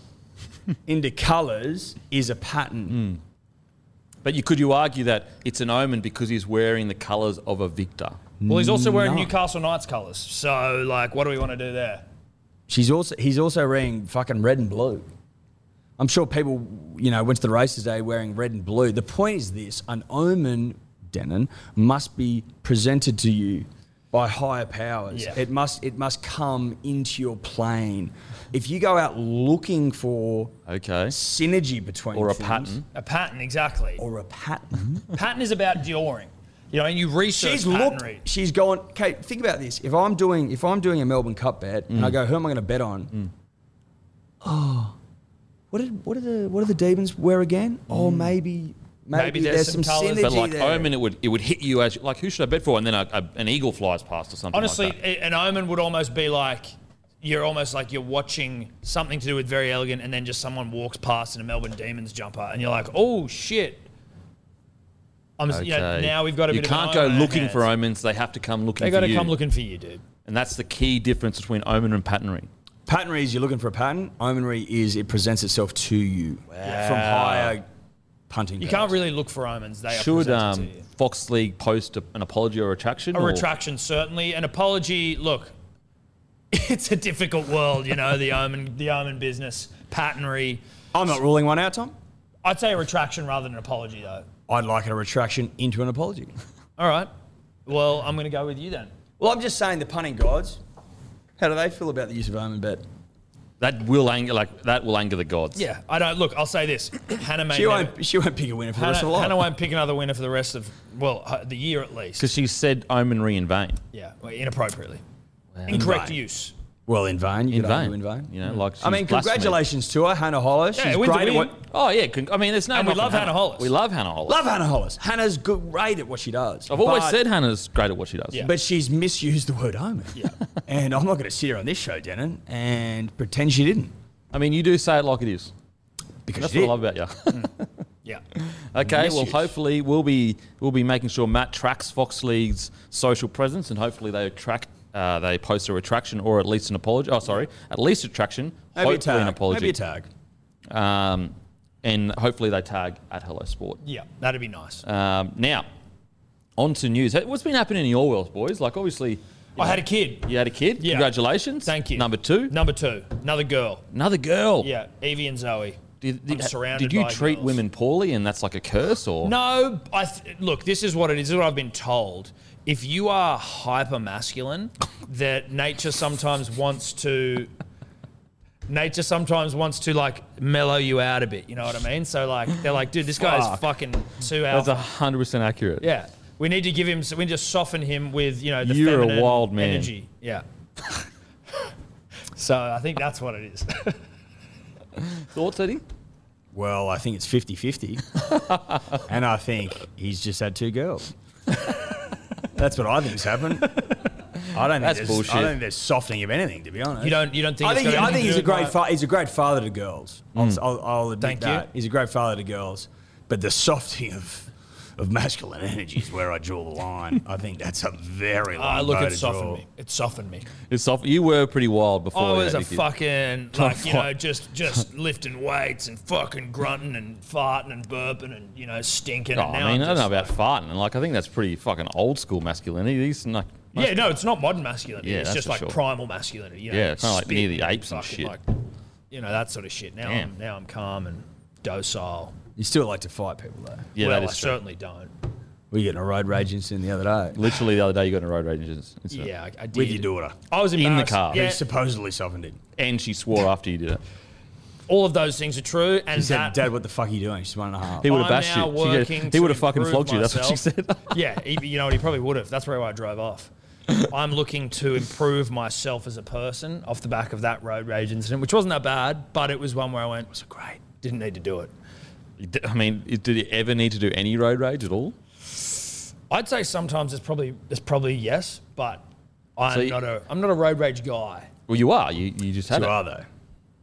into colors is a pattern.
but you could you argue that it's an omen because he's wearing the colours of a victor?
Well, he's also wearing
No.
Newcastle Knights colours. So like, what do we want to do there?
She's also he's also wearing fucking red and blue. I'm sure people, you know, went to the races today wearing red and blue. The point is this: an omen, Denon, must be presented to you by higher powers.
Yeah.
It must it must come into your plane. If you go out looking for
Okay.
synergy between
Or a
things,
pattern.
A pattern, exactly.
or a pattern.
pattern is about Dioring. You know, and you research
She's looked.
patternry.
She's gone. Okay, think about this. If I'm doing, if I'm doing a Melbourne Cup bet,
Mm.
and I go, who am I going to bet on? Oh, what did what are the what do the demons wear again? Oh, maybe maybe, there's, some,
colours.
synergy
Mm. But like
there.
omen, it would it would hit you as like who should I bet for? And then a, a, an eagle flies past or something. like
Honestly,
that.
a- an omen would almost be like you're almost like you're watching something to do with very elegant, and then just someone walks past in a Melbourne Demons jumper, and you're like, oh shit. I'm, okay.
Okay.
now we've got a
You
bit of an
can't
omen
go
in our
looking for
hands.
omens. They have to come looking.
They got
for
to
you.
come looking for you, dude.
and that's the key difference between omen and patternry.
Patternry is you're looking for a pattern. Omenry is it presents itself to you from higher punting.
You
powers.
can't really look for omens. They are
Should
presented to
um,
you.
Fox League post a, an apology or retraction?
A
or-
retraction, certainly. An apology. Look, it's a difficult world, you know. the omen, the omen business, patternry.
I'm not ruling one out, Tom.
I'd say a retraction rather than an apology, though.
I'd like a retraction into an apology.
All right. Well, I'm going to go with you then.
Well, I'm just saying the punting gods. How do they feel about the use of omen bet?
That will anger like that will anger the gods.
Yeah, I don't look. I'll say this: Hannah may
She
never-
won't. She won't pick a winner for the
Hannah,
rest of her life.
Hannah won't pick another winner for the rest of well uh, the year at least.
because she said omenry in vain.
Yeah, well, inappropriately, incorrect
Right.
use.
Well, in vain. You
in
could
vain.
argue in vain.
You know,
Hmm.
like
I
she's
mean,
blasphemed.
congratulations to her, Hannah Hollis.
Yeah,
She's
it wins a
great at
win.
what.
Oh yeah, con- I mean, there's no.
And we
knocking
love Hannah Hollis.
We love Hannah Hollis.
Love Hannah Hollis. Hannah's good, great at what she does.
I've always
but-
said Hannah's great at what she does.
Yeah.
But she's misused the word omen. Yeah. and I'm not going to sit here on this show, Denon, and pretend she didn't.
I mean, you do say it like it is.
Because
That's
she
what I
did.
love about you.
Yeah.
okay, well,
Misuse.
hopefully we'll be we'll be making sure Matt tracks Fox League's social presence, and hopefully they track. Uh, they post a retraction or at least an apology. Oh, sorry, at least a retraction.
Maybe a
hopefully
tag.
an apology.
Maybe a tag.
Um, and hopefully they tag at Hello Sport.
Yeah. That'd be nice.
Uh,
Um, now, on to news. Hey, What's been happening in your world, boys? Like, obviously,
I had a kid.
you had a kid.
Yeah.
Congratulations.
Thank you.
Number two.
Number two. Another girl.
Another girl.
Yeah. Evie and Zoe.
Did,
I'm
did,
surrounded
did you
by
treat
girls.
women poorly and that's like a curse or?
No, I th- look. This is what it is. This is what I've been told. If you are hyper masculine, that nature sometimes wants to. Nature sometimes wants to like mellow you out a bit. You know what I mean? So like they're like, dude, this guy's
Fuck.
fucking two hours.
That's 100% accurate.
yeah, we need to give him. We just soften him with you know the
You're a
feminine
wild man.
energy. Yeah. so I think that's what it is.
Thoughts, Eddie?
Well, I think it's 50 50. and I think he's just had two girls. That's what I think's happened. I don't
That's
think there's,
bullshit.
I don't think there's softening of anything, to be honest.
you don't. You don't think.
I
it's
think,
got
I think
anything to
he's
do
a
with
great
my-
fa- he's a great father to girls. I'll, I'll, I'll admit
Mm. Thank you.
that. He's a great father to girls, but the softening of of masculine energy is where I draw the line. I think that's a very long
Ah, look,
bow
it
to
softened
draw.
me. It softened me.
It's off. You were pretty wild before.
I
you
was
had
a
your kid.
fucking like you
fuck.
know just just lifting weights and fucking grunting and farting and burping and you know stinking.
Oh,
and now
I mean, I
am
don't know about farting. Like, I think that's pretty fucking old school masculinity. These, like,
yeah, no, it's not modern masculinity.
Yeah,
it's
that's
just
for
like
sure.
primal masculinity. You know,
Yeah, it's kinda like
spit
near the apes and
fucking,
shit.
Like, you know that sort of shit. Now
Damn.
I'm now I'm calm and docile.
You still like to fight people though.
yeah,
well,
that
I
is true.
certainly don't.
We get in a road rage incident the other day
Literally, the other day you got in a road rage incident.
Yeah, I, I did.
with your daughter.
I was
the
embarrassed.
car.
Yeah,
Who supposedly softened it.
And she swore after you did it.
all of those things are true. And
He said,
that
"Dad, what the fuck are you doing?" She's one and a half.
He would have
I'm
bashed
now
you. She goes-
working
he
to
would have fucking
improve
flogged you. That's what she
myself.
said.
yeah, he, you know what? He probably would have. That's probably why I drove off. I'm looking to improve myself as a person off the back of that road rage incident, which wasn't that bad, but it was one where I went, was great. Didn't need to do it.
I mean, it- did you ever need to do any road rage at all?
I'd say sometimes it's probably it's probably yes, but I'm
So you-
not a I'm not a road rage guy.
Well, you are. Ah. You, you just had
You
it.
are though.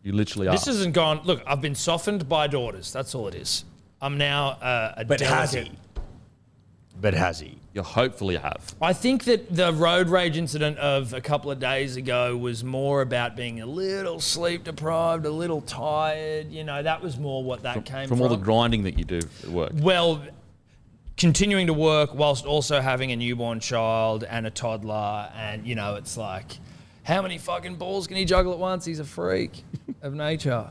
You literally
This
are.
isn't gone. Look, I've been softened by daughters. That's all it is. I'm now uh, a
But has
delicate-
he? But has he?
You hopefully have.
I think that the road rage incident of a couple of days ago was more about being a little sleep deprived, a little tired. You know, that was more what that came
From
from.
all the grinding that you do at work.
well, continuing to work whilst also having a newborn child and a toddler, and you know, it's like, how many fucking balls can he juggle at once? He's a freak of nature.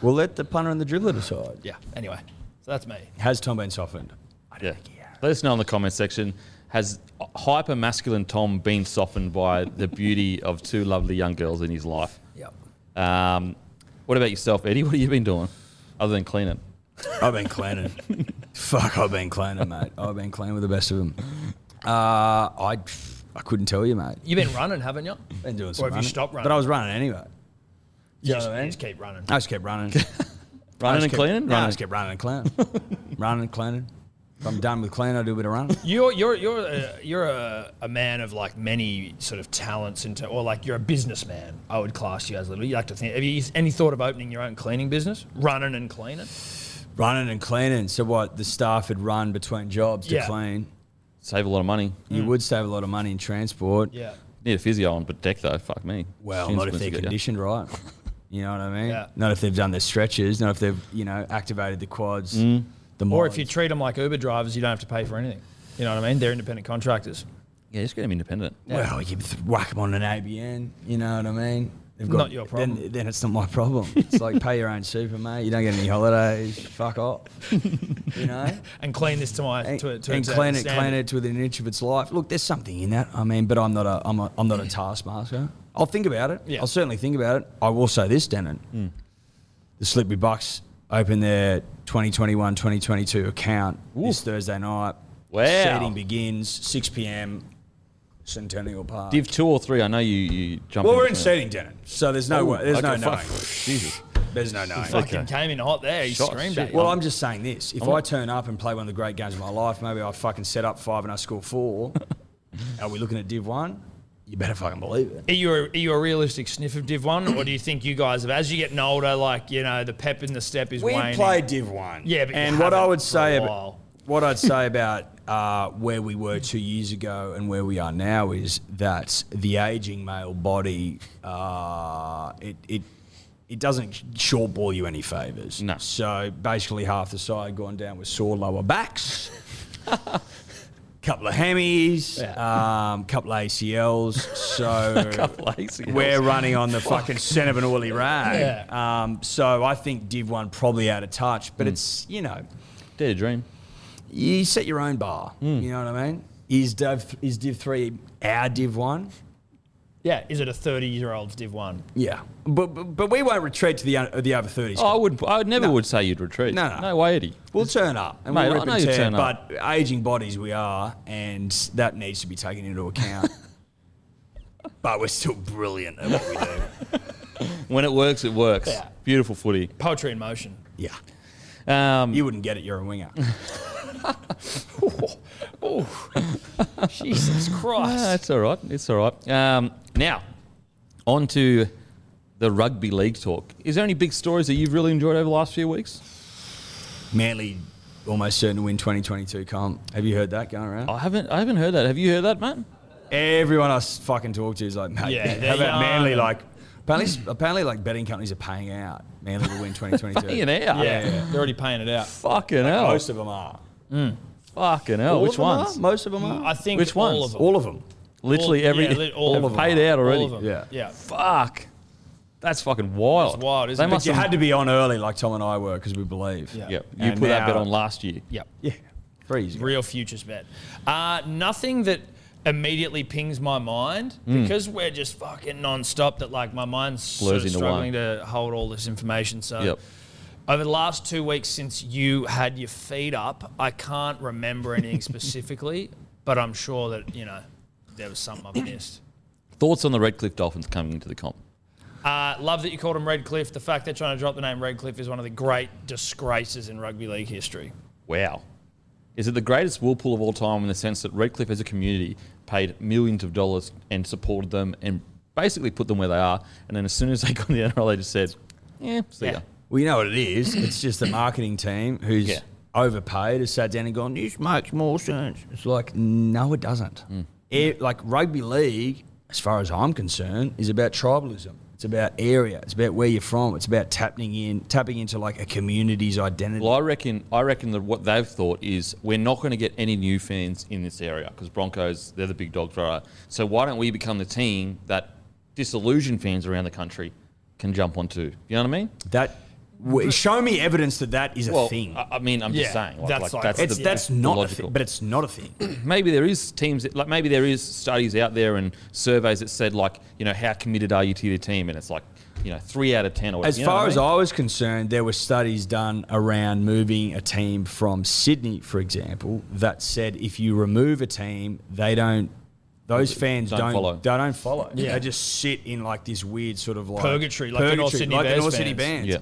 We'll let the punter and the dribbler decide.
Yeah. Anyway, so that's me.
Has Tom been softened?
Yeah. Let us know in the comment section. Has hyper masculine Tom been softened by the beauty of two lovely young girls in his life?
Yep.
Um, what about yourself, Eddie? What have you been doing other than cleaning?
I've been cleaning. Fuck, I've been cleaning, mate. I've been cleaning with the best of them. Uh, I, I couldn't tell you, mate.
You've been running, haven't you?
Been doing some
Or have you
running.
stopped running?
But I was running anyway.
You
You know
just,
what
you
I mean?
just keep running.
I just kept running.
Running and cleaning?
Running. I just kept running and cleaning. running and cleaning. If I'm done with cleaning, I do a bit of running.
You're you're you're a, you're a, a man of like many sort of talents into, or like you're a businessman. I would class you as a little. You like to think. Have you any thought of opening your own cleaning business, running and cleaning?
running and cleaning. So what? The staff had run between jobs
Yeah. Mm.
to clean.
Save a lot of money.
You would save a lot of money in transport.
Yeah,
Need a physio on but deck though. Fuck me.
Well,
Shin's
not if
supposed to
they're
go down.
conditioned right. You know what I mean?
Yeah.
Not if they've done their stretches. Not if they've you know activated the quads. The
or if you
mods.
treat them like Uber drivers, you don't have to pay for anything. You know what I mean? They're independent contractors.
Yeah, just get him independent.
Well, you th- whack them on an ABN. You know what I mean? They've
Not your problem.
Then, then it's not my problem. It's like pay your own super, mate. You don't get any holidays. Fuck off. you know.
And clean this to my
And,
to, to
and
its
clean it,
standard.
clean it within an inch of its life. Look, there's something in that. I mean, but I'm not a, I'm, a, I'm not a taskmaster. I'll think about it.
Yeah.
I'll certainly think about it. I will say this, Denon.
Mm.
The Slippery Bucks open their 2021-2022 account this Thursday night.
Wow.
Seating begins 6 p.m. Centennial Park.
Div two or three. I know you you jump.
well, we're in
between.
seating tenant, so there's no
Ooh,
way, there's
okay,
no
fuck.
knowing.
Jesus.
There's no knowing.
Fucking
Okay.
came in hot there. He
Shot,
screamed
shit.
at you.
Well, I'm just saying this. If I turn up and play one of the great games of my life, maybe I fucking set up five and I score four. Are we looking at Div One? You better fucking believe it.
Are you, a, are you a realistic sniff of Div 1, or do you think you guys, have, as you getting older, like, you know, the pep in the step is
We
waning?
played Div One.
Yeah, but you
and what I
haven't
would
for a
say about
while.
what I'd say about uh, where we were two years ago and where we are now is that the aging male body uh, it it it doesn't short ball you any favours.
No.
So basically, half the side gone down with sore lower backs. Couple of hammies, um, couple of ACLs. So
ACLs.
we're running on the fucking sentiment oily rag. Um, so I think Div One probably out of touch,
Hmm.
but it's you know
Dead dream.
you set your own bar.
Hmm.
You know what I mean? Is Div is Div Three our Div One?
Yeah, is it a 30 year old's Div 1?
Yeah, but, but but we won't retreat to the un- the over thirties.
Oh, I would. I would never
No.
would say you'd retreat.
No, no.
no way, Eddie.
We'll turn up and
Mate,
we'll
I
rip
know
and
you'll
tear,
turn up.
but aging bodies we are, and that needs to be taken into account. but we're still brilliant at what we do.
When it works, it works.
Yeah.
Beautiful footy.
Poetry in motion.
Yeah,
Um,
you wouldn't get it. You're a winger.
Jesus Christ.
Ah, it's all right. It's all right. Um, now, on to the rugby league talk. Is there any big stories that you've really enjoyed over the last few weeks?
Manly almost certain to win 2022 comp. Have you heard that going around?
I haven't. I haven't heard that. Have you heard that, man?
Everyone I s- fucking talk to is like, mate,
Yeah,
how
they're
about Manly?
young.
Like, apparently, apparently, like betting companies are paying out. Manly will win 2022.
Fucking hell.
yeah, they're already paying it out.
Fucking hell.
Most of them are.
Fucking hell.
All
Which
of them are?
ones?
Most of them are.
Oh, I think
Which
all
ones?
of them.
All of them.
Literally
All-
every.
yeah, lit- all
they've
of them.
paid out already.
All of them. Yeah.
Fuck. That's fucking wild.
That's wild, isn't
they
it?
Must
You
have,
had to be on early, like Tom and I were, because we believe.
Yeah.
Yep. You
And
put that bet
now-
on last year.
Yep.
Yeah. Very easy.
Real futures bet. Uh, nothing that immediately pings my mind because we're just fucking non-stop that like my mind's
Hmm.
sort
Blurs
of
into
struggling to hold all this information. So
Yep.
over the last two weeks since you had your feet up, I can't remember anything specifically, but I'm sure that, you know, there was something I've missed.
Thoughts on the Redcliffe Dolphins coming into the comp?
Uh, love that you called him Redcliffe. The fact they're trying to drop the name Redcliffe is one of the great disgraces in rugby league history.
Wow. Is it the greatest wool pool of all time in the sense that Redcliffe as a community paid millions of dollars and supported them and basically put them where they are? And then as soon as they got in the NRL, they just said, yeah, see ya.
Yeah.
We know what it is. It's just the marketing team who's
Yeah.
overpaid has sat down and gone, this makes more sense. It's like, no, it doesn't.
Hmm.
It, like rugby league, as far as I'm concerned, is about tribalism. It's about area. It's about where you're from. It's about tapping in, tapping into like a community's identity.
Well, I reckon, I reckon that what they've thought is we're not going to get any new fans in this area because Broncos, they're the big dogs, right? So why don't we become the team that disillusioned fans around the country can jump onto? You know what I mean?
that w- show me evidence that that is a thing.
I, I mean, I'm just
Yeah,
saying. Like,
that's
like,
like-
that's,
it's
uh, the,
that's
the
not a
logical.
thing, but it's not a thing.
maybe there is teams that, like maybe there is studies out there and surveys that said like you know how committed are you to your team and it's like you know three out of ten or
As
you know
far
what
as I was concerned, there were studies done around moving a team from Sydney, for example, that said if you remove a team, they don't. Those fans
Don't
don't,
follow.
They don't follow.
Yeah.
They just sit in like this weird sort of like
Purgatory, like the North Sydney
like the
Bears
North Sydney
fans.
Bands.
Yeah.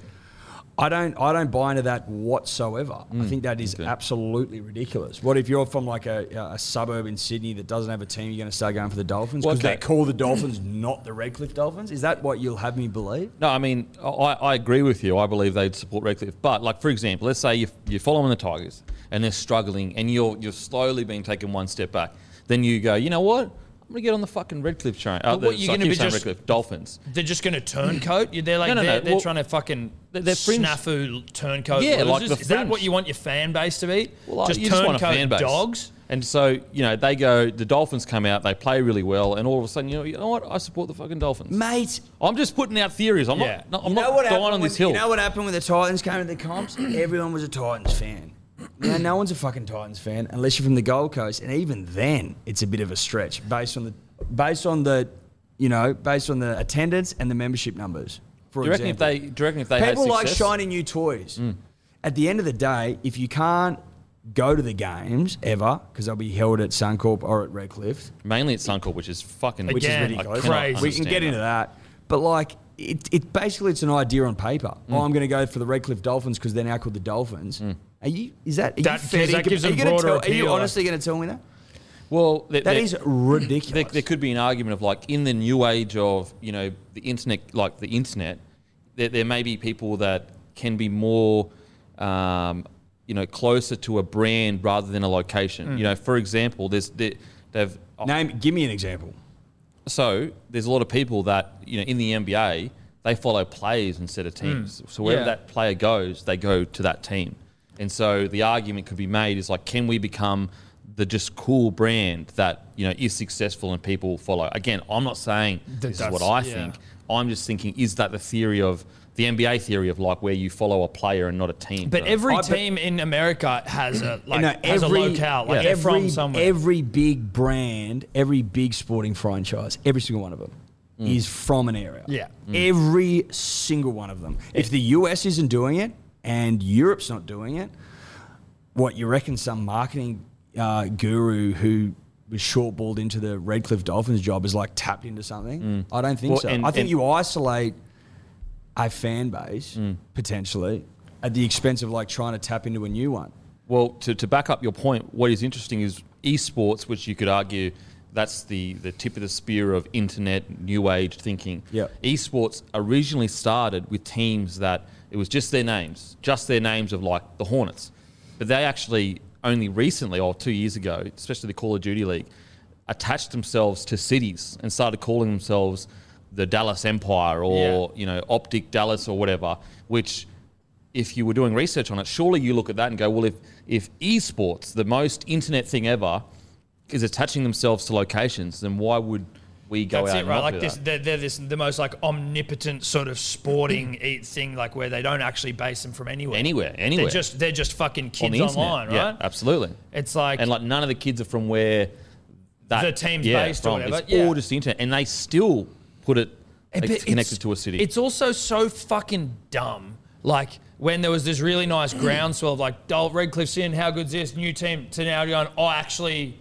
I don't. I don't buy into that whatsoever.
Mm.
I think that is absolutely ridiculous. What if you're from like a, a suburb in Sydney that doesn't have a team? You're going to start going for the Dolphins because
Okay.
they call the Dolphins not the Redcliffe Dolphins. Is that what you'll have me believe?
No, I mean, I, I agree with you. I believe they'd support Redcliffe. But, like, for example, let's say you, you're following the Tigers and they're struggling and you're, you're slowly being taken one step back. Then you go, you know what? I'm going to get on the fucking Redcliffe train. Uh,
But what,
the-
you're
so I
gonna
keep
be
saying
just-
Redcliffe, Dolphins.
They're just going to turncoat. You- They're like
No, no, no.
they're, they're
Well,
trying to fucking
they're- they're fringe-
snafu turncoat.
Yeah, like
losers.
the
is that
fringe.
what you want your fan base to be?
Well, like,
just
you
turncoat
want a fan base.
dogs.
And so, you know, they go, the Dolphins come out, they play really well, and all of a sudden, you know, you know what? I support the fucking Dolphins.
Mate,
I'm just putting out theories. I'm
Yeah.
not, no, I'm
You know
not
what
dying
happened
on
when-
this hill.
You know what happened when the Titans came to the comps? Everyone was a Titans fan. Now, no one's a fucking Titans fan unless you're from the Gold Coast, and even then, it's a bit of a stretch based on the based on the you know based on the attendance and the membership numbers. For
do you reckon if
example,
they? Do you reckon if they had Mm.
people like
success-
shiny new toys. At the end of the day, if you can't go to the games ever because they'll be held at Suncorp or at Redcliffe.
Mainly at Suncorp, which is fucking
Which is
I
ridiculous.
cannot
We
Crazy.
can
understand
get into that, but like it, it basically it's an idea on paper.
Mm.
Oh, I'm going to go for the Redcliffe Dolphins because they're now called the Dolphins. Are you? Is that? Are
That-
you fair?
'cause that
Are you
gives them
gonna
broader
tell, Are
appeal,
you
like-
honestly going to tell me that?
Well, there,
That
there-
is
there,
ridiculous.
there could be an argument of like in the new age of you know the internet, like the internet, there, there may be people that can be more, um, you know, closer to a brand rather than a location. You know, for example, there's there, they've
Name. Give me an example.
so there's a lot of people that you know in the NBA they follow players instead of teams. So wherever
Hmm. Yeah.
that player goes, they go to that team. And so the argument could be made is like, can we become the just cool brand that you know is successful and people follow? Again, I'm not saying this is what I
that's- yeah.
think. I'm just thinking, is that the theory of the NBA theory of like where you follow a player and not a team?
But every
I bet-
team in America has a like
No,
has a locale. Like they're
every,
from somewhere.
Every big brand, every big sporting franchise, every single one of them is from an area.
Mm. Yeah. Mm.
Every single one of them. If the US isn't doing it and Europe's not doing it, what you reckon some marketing uh, guru who was shortballed into the Redcliffe Dolphins job is like tapped into something?
Mm.
I don't think
Well,
so.
and-
I think
and-
you isolate a fan base
Mm.
potentially at the expense of like trying to tap into a new one.
Well, to, to back up your point, what is interesting is esports, which you could argue that's the, the tip of the spear of internet new age thinking.
Yeah.
Esports originally started with teams that it was just their names, just their names of like the Hornets. But they actually only recently, or two years ago, especially the Call of Duty League, attached themselves to cities and started calling themselves the Dallas Empire or, you know, Optic Dallas or whatever, which if you were doing research on it, surely you look at that and go, well, if, if esports, the most internet thing ever, is attaching themselves to locations, then why would we go
That's
out
it,
and
right?
not
Like
do
this,
that?
they're, they're this the most like omnipotent sort of sporting eat thing, like where they don't actually base them from anywhere.
Anywhere, anywhere.
They're just they're just fucking
On
kids
the internet.
online,
Yeah,
right?
absolutely.
It's like,
and like none of the kids are from where that
The team's based or
from.
whatever,
It's
yeah.
all just the internet, and they still put it
Eh, but
it's connected
it's-
to a city.
It's also so fucking dumb. Like when there was this really nice groundswell of like, Dol Redcliffe's in, how good's this? New team to now going, oh, actually,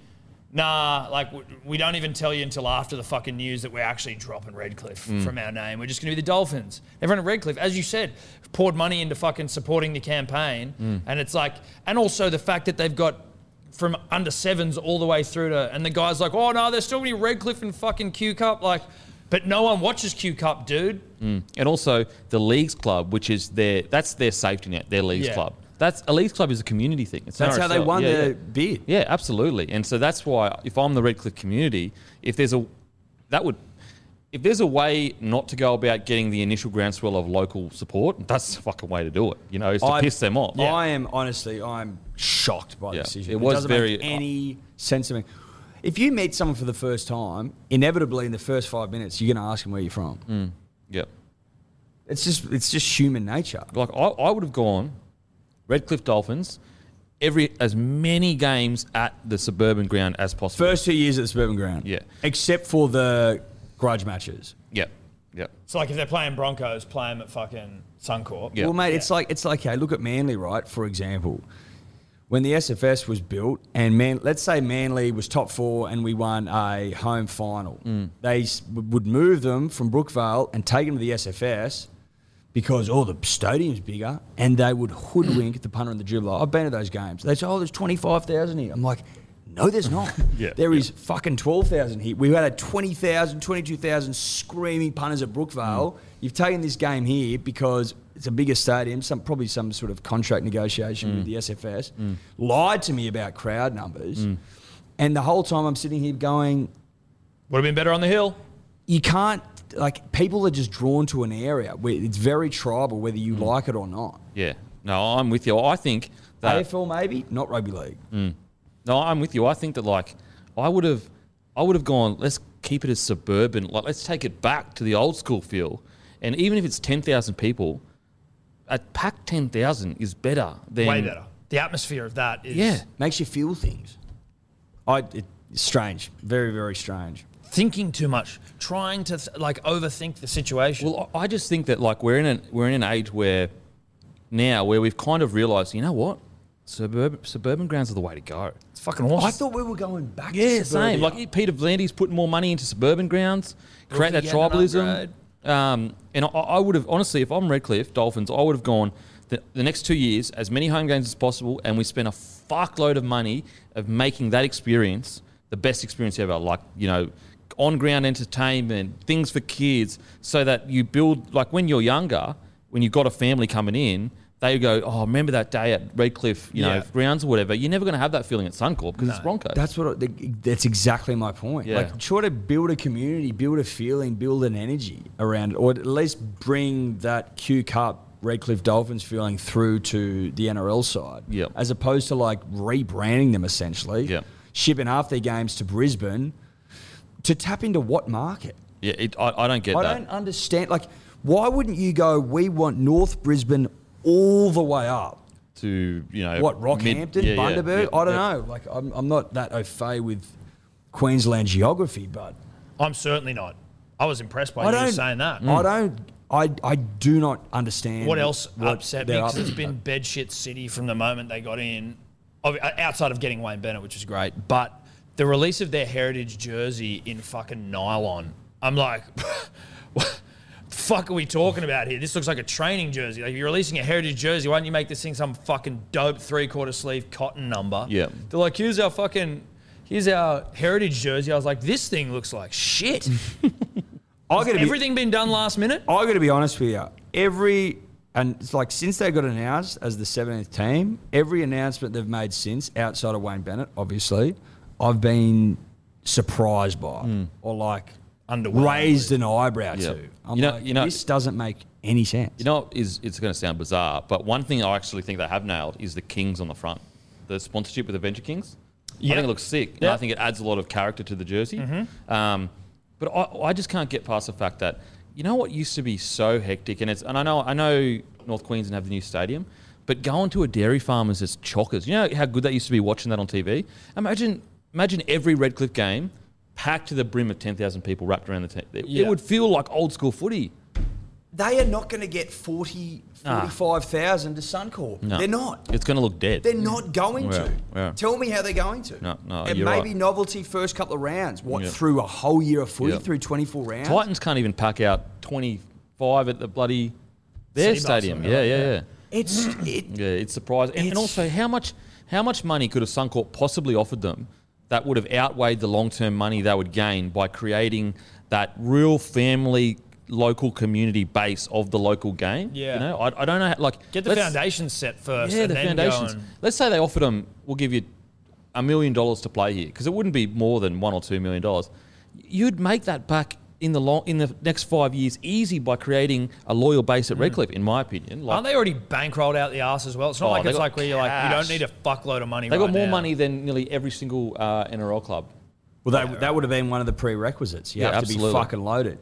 nah, like w- we don't even tell you until after the fucking news that we're actually dropping Redcliffe from our name. We're just going to be the Dolphins. Everyone at Redcliffe, as you said, poured money into fucking supporting the campaign. And it's like, and also the fact that they've got from under sevens all the way through to, and the guy's like, oh no, there's still gonna be Redcliffe and fucking Q Cup, like, but no one watches Q Cup, dude.
and also the leagues club, which is their that's their safety net, their leagues
Yeah.
club. That's a leagues club is a community thing. It's
That's how they
RSL.
won
Yeah,
their
yeah.
bid.
Yeah, absolutely. And so that's why if I'm the Redcliffe community, if there's a that would if there's a way not to go about getting the initial groundswell of local support, that's the fucking way to do it. You know, is to
I-
piss them off.
I am honestly, I'm shocked by
Yeah.
the decision.
It was
doesn't
very- uh,
make any sense to me. If you meet someone for the first time, inevitably in the first five minutes, you're going to ask them where you're from.
Mm. Yeah.
It's just, it's just human nature.
Like I, I would have gone Redcliffe Dolphins, every as many games at the suburban ground as possible.
First two years at the suburban ground,
Yeah.
except for the grudge matches.
Yeah. Yeah.
So like if they're playing Broncos, play them at fucking Suncorp.
Yeah.
Well, mate, it's like it's like, hey, look at Manly, right? For example, when the SFS was built, and man, let's say Manly was top four, and we won a home final,
Mm.
they s- w- would move them from Brookvale and take them to the SFS because oh, the stadium's bigger, and they would hoodwink the punter and the dribbler. I've been to those games. They say, oh, there's twenty five thousand here. I'm like. No, there's not.
Yeah,
there
yeah.
is fucking 12,000 here. We've had a 20,000, 22,000 screaming punters at Brookvale.
Mm.
You've taken this game here because it's a bigger stadium, some probably some sort of contract negotiation
Mm.
with the SFS. Lied to me about crowd numbers.
Mm.
And the whole time I'm sitting here going,
Would have been better on the hill.
you can't, like, people are just drawn to an area where it's very tribal, whether you
Mm.
like it or not.
Yeah. No, I'm with you. I think that Mm.
AFL maybe, not rugby league.
No, I'm with you. I think that like I would have, I would have gone. Let's keep it as suburban. Like let's take it back to the old school feel. And even if it's ten thousand people, a packed ten thousand is better than
Way better. The atmosphere of that is
Yeah,
Makes you feel things. I, it, it's strange, very, very strange.
thinking too much, trying to th- like overthink the situation.
Well, I I just think that like we're in an we're in an age where now where we've kind of realised, you know what, Suburban, suburban grounds are the way to go.
It's fucking awesome.
I thought we were going back.
Yeah,
to
same.
suburbia.
Like Peter Vlandy's putting more money into suburban grounds, create that
getting an
tribalism.
upgrade.
Um, and I, I would have honestly, if I'm Redcliffe Dolphins, I would have gone the, the next two years as many home games as possible, and we spent a fuckload of money of making that experience the best experience ever. Like you know, on ground entertainment, things for kids, so that you build like when you're younger, when you've got a family coming in. They go, oh, remember that day at Redcliffe, you
Yeah.
know, grounds or whatever. You're never going to have that feeling at Suncorp because it's Broncos.
That's what. I, that's exactly my point.
Yeah.
Like, try to build a community, build a feeling, build an energy around it, or at least bring that Q Cup Redcliffe Dolphins feeling through to the NRL side.
Yep.
As opposed to like rebranding them essentially.
Yep.
Shipping half their games to Brisbane to tap into what market?
Yeah, it, I, I don't get
I
that.
don't understand. Like, why wouldn't you go? We want North Brisbane all the way up.
to you know
what
mid-
Rockhampton,
yeah, yeah,
Bundaberg?
yeah,
I don't
yeah.
know. Like I'm, I'm not that au fait with Queensland geography, but
I'm certainly not. I was impressed by
I
you
don't
saying that.
I don't. I, I do not understand
What else upset me?
they're
Because
up
it's
to.
been bed shit city from the moment they got in, Ob- outside of getting Wayne Bennett, which is great. But the release of their heritage jersey in fucking nylon, I'm like, what the fuck are we talking about here? This looks like a training jersey. Like, if you're releasing a heritage jersey, why don't you make this thing some fucking dope three quarter sleeve cotton number?
Yeah.
They're like, here's our fucking. Here's our heritage jersey. I was like, this thing looks like shit.
I gotta be.
Everything been done last minute?
I got to be honest with you. Every and it's like since they got announced as the 17th team, every announcement they've made since, outside of Wayne Bennett, obviously, I've been surprised by or like
Underwhelmed.
raised an eyebrow
Hmm. Yeah.
to. I'm
You know-
like,
you know-
this doesn't make any sense.
You know, is it's going to sound bizarre, but one thing I actually think they have nailed is the Kings on the front, the sponsorship with the Venture Kings. I
Yeah.
think it looks sick. And
Yeah. Mm-hmm.
I think it adds a lot of character to the jersey. Um, but I, I just can't get past the fact that you know what used to be so hectic, and it's and I know I know North Queensland have the new stadium, but going to a dairy farm is just chockers. You know how good that used to be watching that on TV. Imagine imagine every Redcliffe game packed to the brim of ten thousand people wrapped around the tent. It, it
Yeah.
would feel like old school footy.
They are not going to get 40,
Nah.
45,000 to Suncorp.
No.
They're not.
It's going to look dead.
They're not going
Yeah,
to.
yeah.
Tell me how they're going to.
No, no,
It
you're
may
right.
be novelty first couple of rounds. What,
Yeah.
through a whole year of footy,
Yeah.
through 24 rounds?
Titans can't even pack out 25 at the bloody their
Seabus or
stadium.
something
Yeah,
like
yeah, yeah,
It's, it,
yeah. It's surprising. And, and
It's-
also, how much how much money could have Suncorp possibly offered them that would have outweighed the long term money they would gain by creating that real family local community base of the local game?
Yeah.
you know, I, I don't know. How, like,
Get the
let's-
foundations set first.
Yeah,
and
the
then
foundations.
Go and,
Let's say they offered them, we'll give you a million dollars to play here, because it wouldn't be more than one or two million dollars. You'd make that back in the long, in the next five years easy by creating a loyal base at Redcliffe, in my opinion. Like,
Aren't Hmm. they already bankrolled out the ass as well? It's not
Oh,
like
they
it's
got
like where you're like, you
cash.
don't need a fuckload of money.
they
right
got more
now.
money than nearly every single uh, NRL club.
Well, that, that would have been one of the prerequisites. You
Yeah,
have to be
absolutely.
fucking loaded.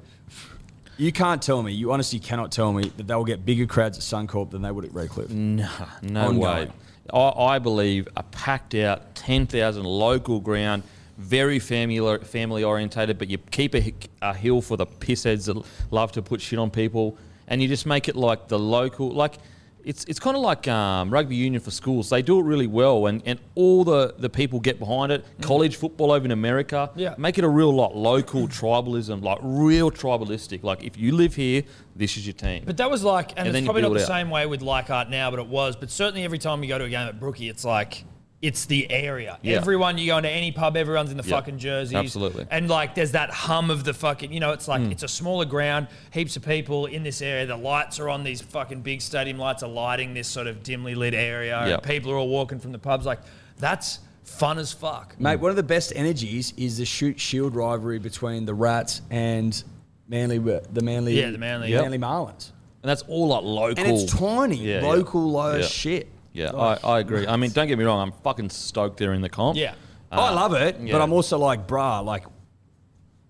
You can't tell me, you honestly cannot tell me that they'll get bigger crowds at Suncorp than they would at Redcliffe.
Mm. No
Ongoing.
way. I, I believe a packed out 10,000 local ground, very family family orientated, but you keep a, hi- a hill for the pissheads that love to put shit on people, and you just make it like the local, like. It's, it's kind of like um, rugby union for schools. They do it really well, and, and all the, the people get behind it.
Mm-hmm.
College football over in America.
Yeah.
Make it a real like, local tribalism, like real tribalistic. Like, if you live here, this is your team.
But that was like, and,
And then
it's
you
probably not
build
the
out.
same way with Leichhardt now, but it was. But certainly every time you go to a game at Brookie, it's like, it's the area.
Yeah.
Everyone, you go into any pub, everyone's in the
Yeah.
fucking jerseys.
Absolutely. Mm.
And like, there's that hum of the fucking, you know, it's like, it's a smaller ground, heaps of people in this area. The lights are on these fucking big stadium lights are lighting this sort of dimly lit area.
Yeah.
And people are all walking from the pubs. Like, that's fun as fuck.
Mate, one of the best energies is the shoot shield rivalry between the Rats and Manly, uh, the Manly,
Yeah, the Manly.
Manly Marlins.
and that's all like local.
And it's tiny,
Yeah, yeah.
local, low
Yeah.
shit.
Yeah,
Like,
I, I agree. I mean, don't get me wrong. I'm fucking stoked they're in the comp. Uh,
Yeah.
I love it,
yeah.
but I'm also like, brah, like,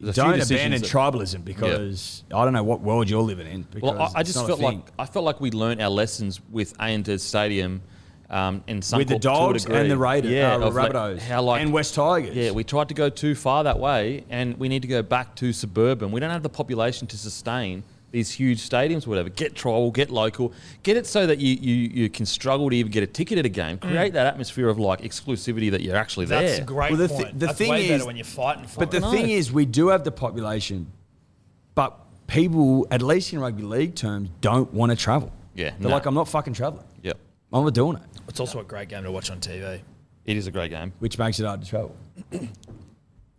There's a few
don't
decisions
abandon
that-
tribalism because I don't know what world you're living in. Because
Well, I, I
it's
just
not a
felt like
thing.
I felt like we learned our lessons with A and Z Stadium, um, and Suncorp
with the
to a
dogs
degree.
and the Raiders,
yeah,
uh,
of like
Rabbitohs,
how like
and West Tigers.
Yeah, we tried to go too far that way, and we need to go back to suburban. We don't have the population to sustain these huge stadiums, whatever. Get tribal, get local, get it so that you, you, you can struggle to even get a ticket at a game. Create that atmosphere of like exclusivity that you're actually there.
Mm. That's a great
Well, the thi-
point.
the
That's
thing
way
is-
better when you're fighting for
But the
it.
thing is, we do have the population, but people, at least in rugby league terms, don't want to travel.
Yeah,
they're
no.
like, I'm not fucking traveling.
Yep.
I'm not doing it,
it's also a great game to watch on TV.
It is a great game.
which makes it hard to travel.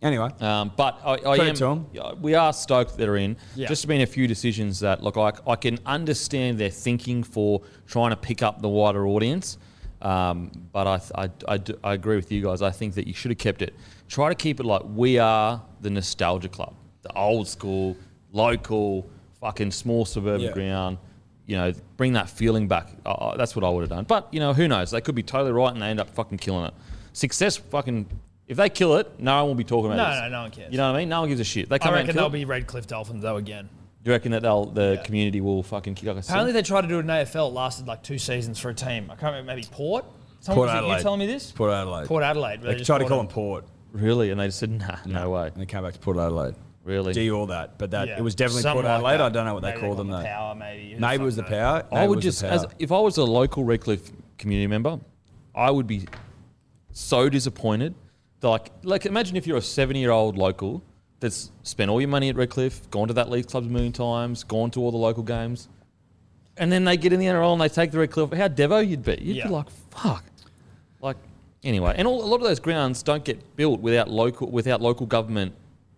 anyway,
Um, but I, I
Credit
am.
to 'em.
yeah, We are stoked they're in.
Yeah.
Just been a few decisions that look like I can understand their thinking for trying to pick up the wider audience. Um, but I, th- I, I, do- I agree with you guys. I think that you should have kept it. Try to keep it like we are the nostalgia club, the old school, local, fucking small suburban
Yeah.
ground. You know, bring that feeling back. Uh, Uh, that's what I would have done. But you know, who knows? They could be totally right and they end up fucking killing it. Success, fucking. If they kill it, no one will be talking about
No,
this.
no, no one cares.
You know what I mean? No one gives a shit. They come
I
out
reckon
and
they'll
kill
be Redcliffe Dolphins though again.
it. Do you reckon that they'll the
Yeah.
community will fucking kick like a
Apparently,
sin?
they tried to do it in AFL. It lasted like two seasons for a team. I can't remember. Maybe Port.
Port
Someone was it
Adelaide.
You telling me this?
Port Adelaide.
Port Adelaide. where
They
just
tried to
bought
call
him.
them Port,
Really? And they just said, nah, no way.
and they came back to Port Adelaide.
Really?
Do all that, but that
Yeah.
it was definitely
Something
Port
like
Adelaide.
that.
I don't know what they
Maybe
called them
the
though.
Power, maybe. Who
Maybe
the
it was the
fuck knows?
power.
I
Maybe
would
it was the
just, as
power.
if I was a local Redcliffe community member, I would be so disappointed. That like, like imagine if you're a 70 year old local that's spent all your money at Redcliffe, gone to that league club a million times, gone to all the local games, and then they get in the NRL and they take the Redcliffe. How devo you'd be? You'd
Yeah.
be like, fuck. Like anyway, and all, a lot of those grounds don't get built without local without local government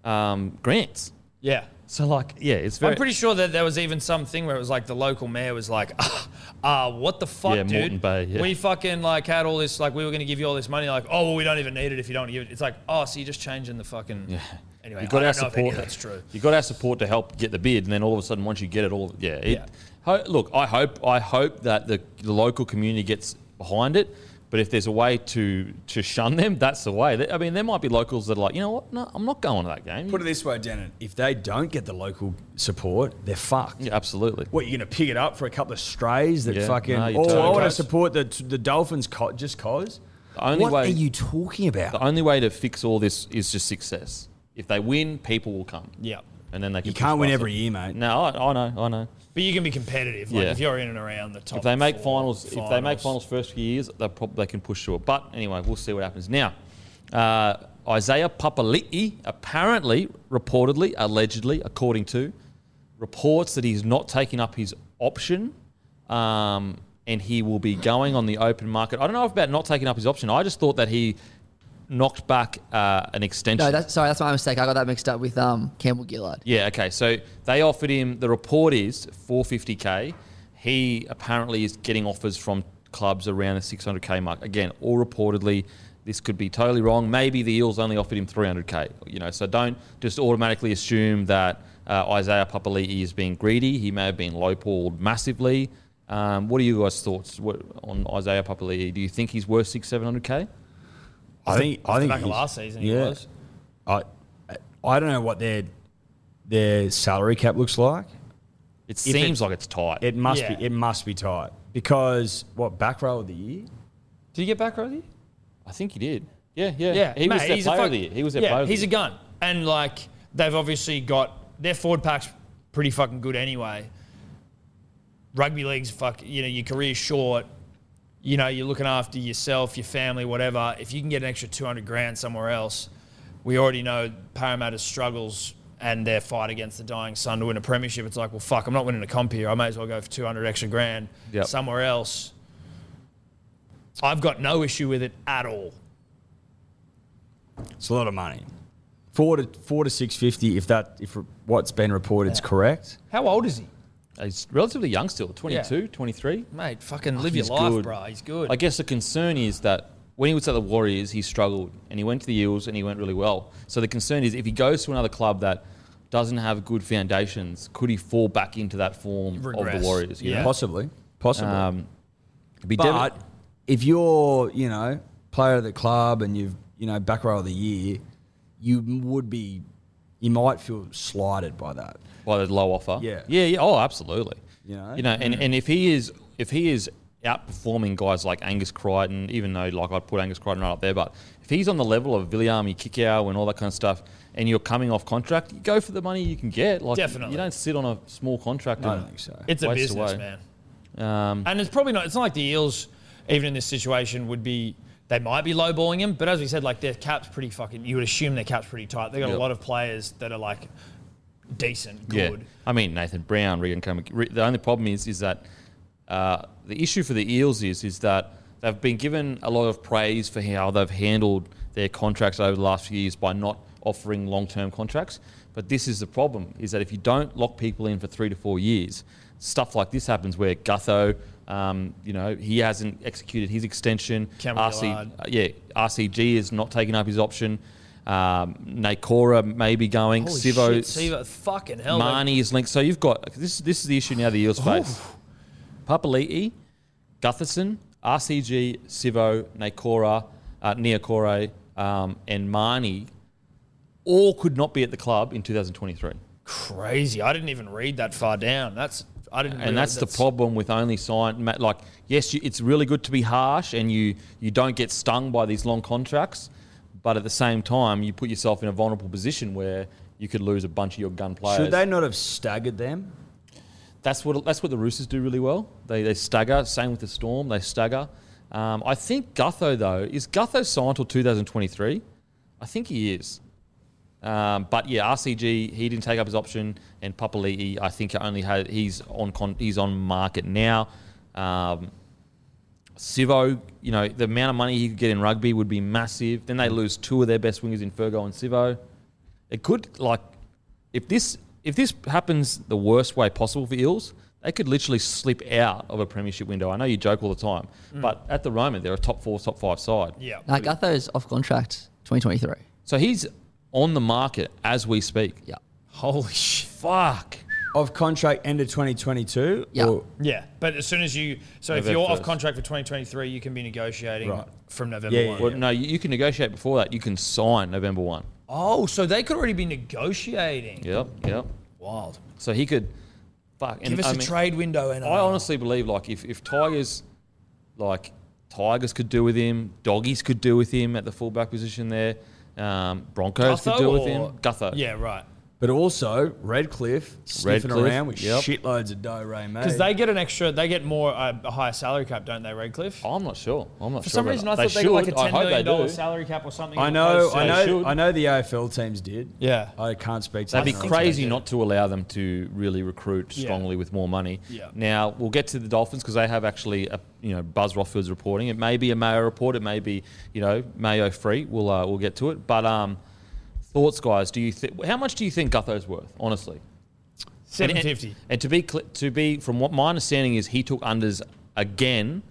um, grants.
Yeah.
So like, yeah, it's very.
I'm pretty sure that there was even something where it was like the local mayor was like, ah, ah, what the fuck,
Yeah,
dude?
Moreton Bay, yeah.
We fucking like had all this, like we were going to give you all this money. Like, oh, well, we don't even need it if you don't give it. It's like, oh, so you're just changing the fucking. Yeah. Anyway,
You got
I
our
don't know if any
support.
of that's true.
You got our support to help get the bid, and then all of a sudden, once you get it, all yeah. It,
Yeah.
Ho- look, I hope I hope that the, the local community gets behind it. But if there's a way to to shun them, that's the way. They- I mean, there might be locals that are like, you know what? No, I'm not going to that game.
Put it this way, Denon. If they don't get the local support, they're fucked.
yeah, absolutely.
What you're gonna pick it up for a couple of strays that
Yeah,
fucking?
no, you're
oh,
totally
I want to
right.
support the the Dolphins co- just cause.
The only
what
way-
are you talking about?
The only way to fix all this is just success. If they win, people will come.
Yeah.
and then they can
you
push
can't win
past
every
it.
year, mate.
No, I, I know, I know.
But you can be competitive. Like
Yeah.
if you're in and around the top.
If they make
four,
finals, if they make finals first few years, they prob- they can push through it. But anyway, we'll see what happens. Now, uh, Isaiah Papali'i apparently, reportedly, allegedly, according to reports that he's not taking up his option, um, and he will be going on the open market. I don't know about not taking up his option. I just thought that he knocked back uh, an extension.
No, that's sorry, that's my mistake. I got that mixed up with um Campbell Gillard.
Yeah, okay. So they offered him the report is 450k. He apparently is getting offers from clubs around the 600k mark. Again, all reportedly, this could be totally wrong. Maybe the Eels only offered him 300k. You know, so don't just automatically assume that uh, Isaiah Papali'i is being greedy. He may have been lowballed massively. Um, what are you guys' thoughts what, on Isaiah Papali'i? Do you think he's worth six, seven hundred k?
I think I think
back of
he's-
last season he was.
I I don't know what their their salary cap looks like.
It
it-
seems like it's tight.
It must
Yeah.
be it must be tight because what back row of the year?
Did you get back, Rosie?
I think he did. Yeah, yeah,
Yeah,
He was
mate,
their
he's a
player
fuck-
of the year. He was their
yeah,
player. of the
he's
year.
a gun, and like they've obviously got their forward pack's pretty fucking good anyway. Rugby league's fuck. You know your career's short. You know you're looking after yourself, your family, whatever. If you can get an extra two hundred grand somewhere else, we already know Parramatta's struggles and their fight against the dying sun to win a premiership. It's like, well, fuck, I'm not winning a comp here. I may as well go for two hundred extra grand
Yep.
somewhere else. I've got no issue with it at all.
It's a lot of money. Four to four to six fifty. If that if what's been reported is correct.
How old is he?
He's relatively young still, 22, 23.
Mate, fucking live
He's
your life,
good.
bro. Oh, He's good.
I guess the concern is that when he was at the Warriors, he struggled and he went to the Eels and he went really well. So the concern is if he goes to another club that doesn't have good foundations, could he fall back into that form of
Regress.
the Warriors? you
Yeah.
know?
Possibly, possibly.
Um, it'd be
But
devi-
if you're, you know, player of the club and you've, you know, back row of the year, you would be, you might feel slighted by that.
by the low offer.
Yeah.
Yeah, yeah. Oh, absolutely.
You know?
You know, and, and if he is if he is outperforming guys like Angus Crichton, even though like I'd put Angus Crichton right up there, but if he's on the level of Villiamy, Kikau and all that kind of stuff, and you're coming off contract, you go for the money you can get. Like
Definitely.
you don't sit on a small contract.
I
and-
don't think so.
It's a
Waste
business,
away.
man. and it's probably not. It's not like the Eels, even in this situation, would be. They might be lowballing him, but as we said, like their cap's pretty fucking. You would assume their cap's pretty tight. They got
Yep.
a lot of players that are like decent, good.
Yeah. I mean, Nathan Brown, Regan Cummings. Re- The only problem is, is that uh, the issue for the Eels is, is that they've been given a lot of praise for how they've handled their contracts over the last few years by not offering long-term contracts. But this is the problem: is that if you don't lock people in for three to four years, stuff like this happens where Gutho. Um, you know, he hasn't executed his extension.
Cameron
RC
Millard.
uh, yeah, RCG is not taking up his option. Um, Nakora may be going.
Holy
Sivo,
shit, Sivo, fucking
Oh,
hell. they-
Marnie is linked. So you've got this. This is the issue now. The Eels face Papali'i, Gutherson, RCG, Sivo, Nakora, uh, Neokore, um, and Marnie. All could not be at the club in 2023,
crazy. I didn't even read that far down. That's I didn't.
and
realise
that's, the problem with only sign. ma- Like, yes, you, it's really good to be harsh, and you you don't get stung by these long contracts, but at the same time, you put yourself in a vulnerable position where you could lose a bunch of your gun players.
Should they not have staggered them?
That's what that's what the Roosters do really well. They they stagger. Same with the Storm. They stagger. Um, I think Gutho though is Gutho signed till 2023. I think he is. Um, but yeah, RCG he didn't take up his option, and Papali'i I think only had he's on con, he's on market now. Um, Sivo, you know the amount of money he could get in rugby would be massive. Then they lose two of their best wingers in Fergo and Sivo. It could like if this if this happens the worst way possible for Eels, they could literally slip out of a premiership window. I know you joke all the time, but at the moment they're a top four, top five side.
Yeah.
Now, Gutho's off contract 2023.
So he's on the market as we speak.
Yeah.
Holy shit.
Fuck.
Of contract end of 2022?
Yeah.
Or-
Yeah, but as soon as you, so if
November
you're off
first.
contract for 2023, you can be negotiating
Right.
from November
Yeah, yeah,
one.
Well, no, you, you can negotiate before that. You can sign November one.
Oh, so they could already be negotiating.
Yep, yep.
Wild.
So he could. Fuck. and
Give us
I
a
mean-
trade window, and
I honestly believe like if, if Tigers like Tigers could do with him, doggies could do with him at the fullback position there. Um, Broncos could do with him. Gutho.
Yeah, right.
But also, Redcliffe sniffing
Redcliffe,
around with
yep.
shitloads of dough, Ray, mate.
Because they get an extra, they get more uh, a higher salary cap, don't they, Redcliffe?
I'm not sure. I'm not Oh,
For
sure.
some
about
reason,
that.
I thought they, got like a
should.
ten
I hope
million
they
dollar
do.
salary cap or something.
I know, I
They
know,
should.
I know the AFL teams did.
Yeah.
I can't speak to
That'd be
them.
crazy not to allow them to really recruit strongly with more money.
Yeah.
Now we'll get to the Dolphins because they have actually, a, you know, Buzz Rothfield's reporting. It may be a Mayo report. It may be, you know, Mayo free. We'll uh, we'll get to it. But um, thoughts, guys? Do you think how much do you think Gutho's worth? Honestly, And-
Seven fifty.
And, and to be cl- to be from what my understanding is, he took unders again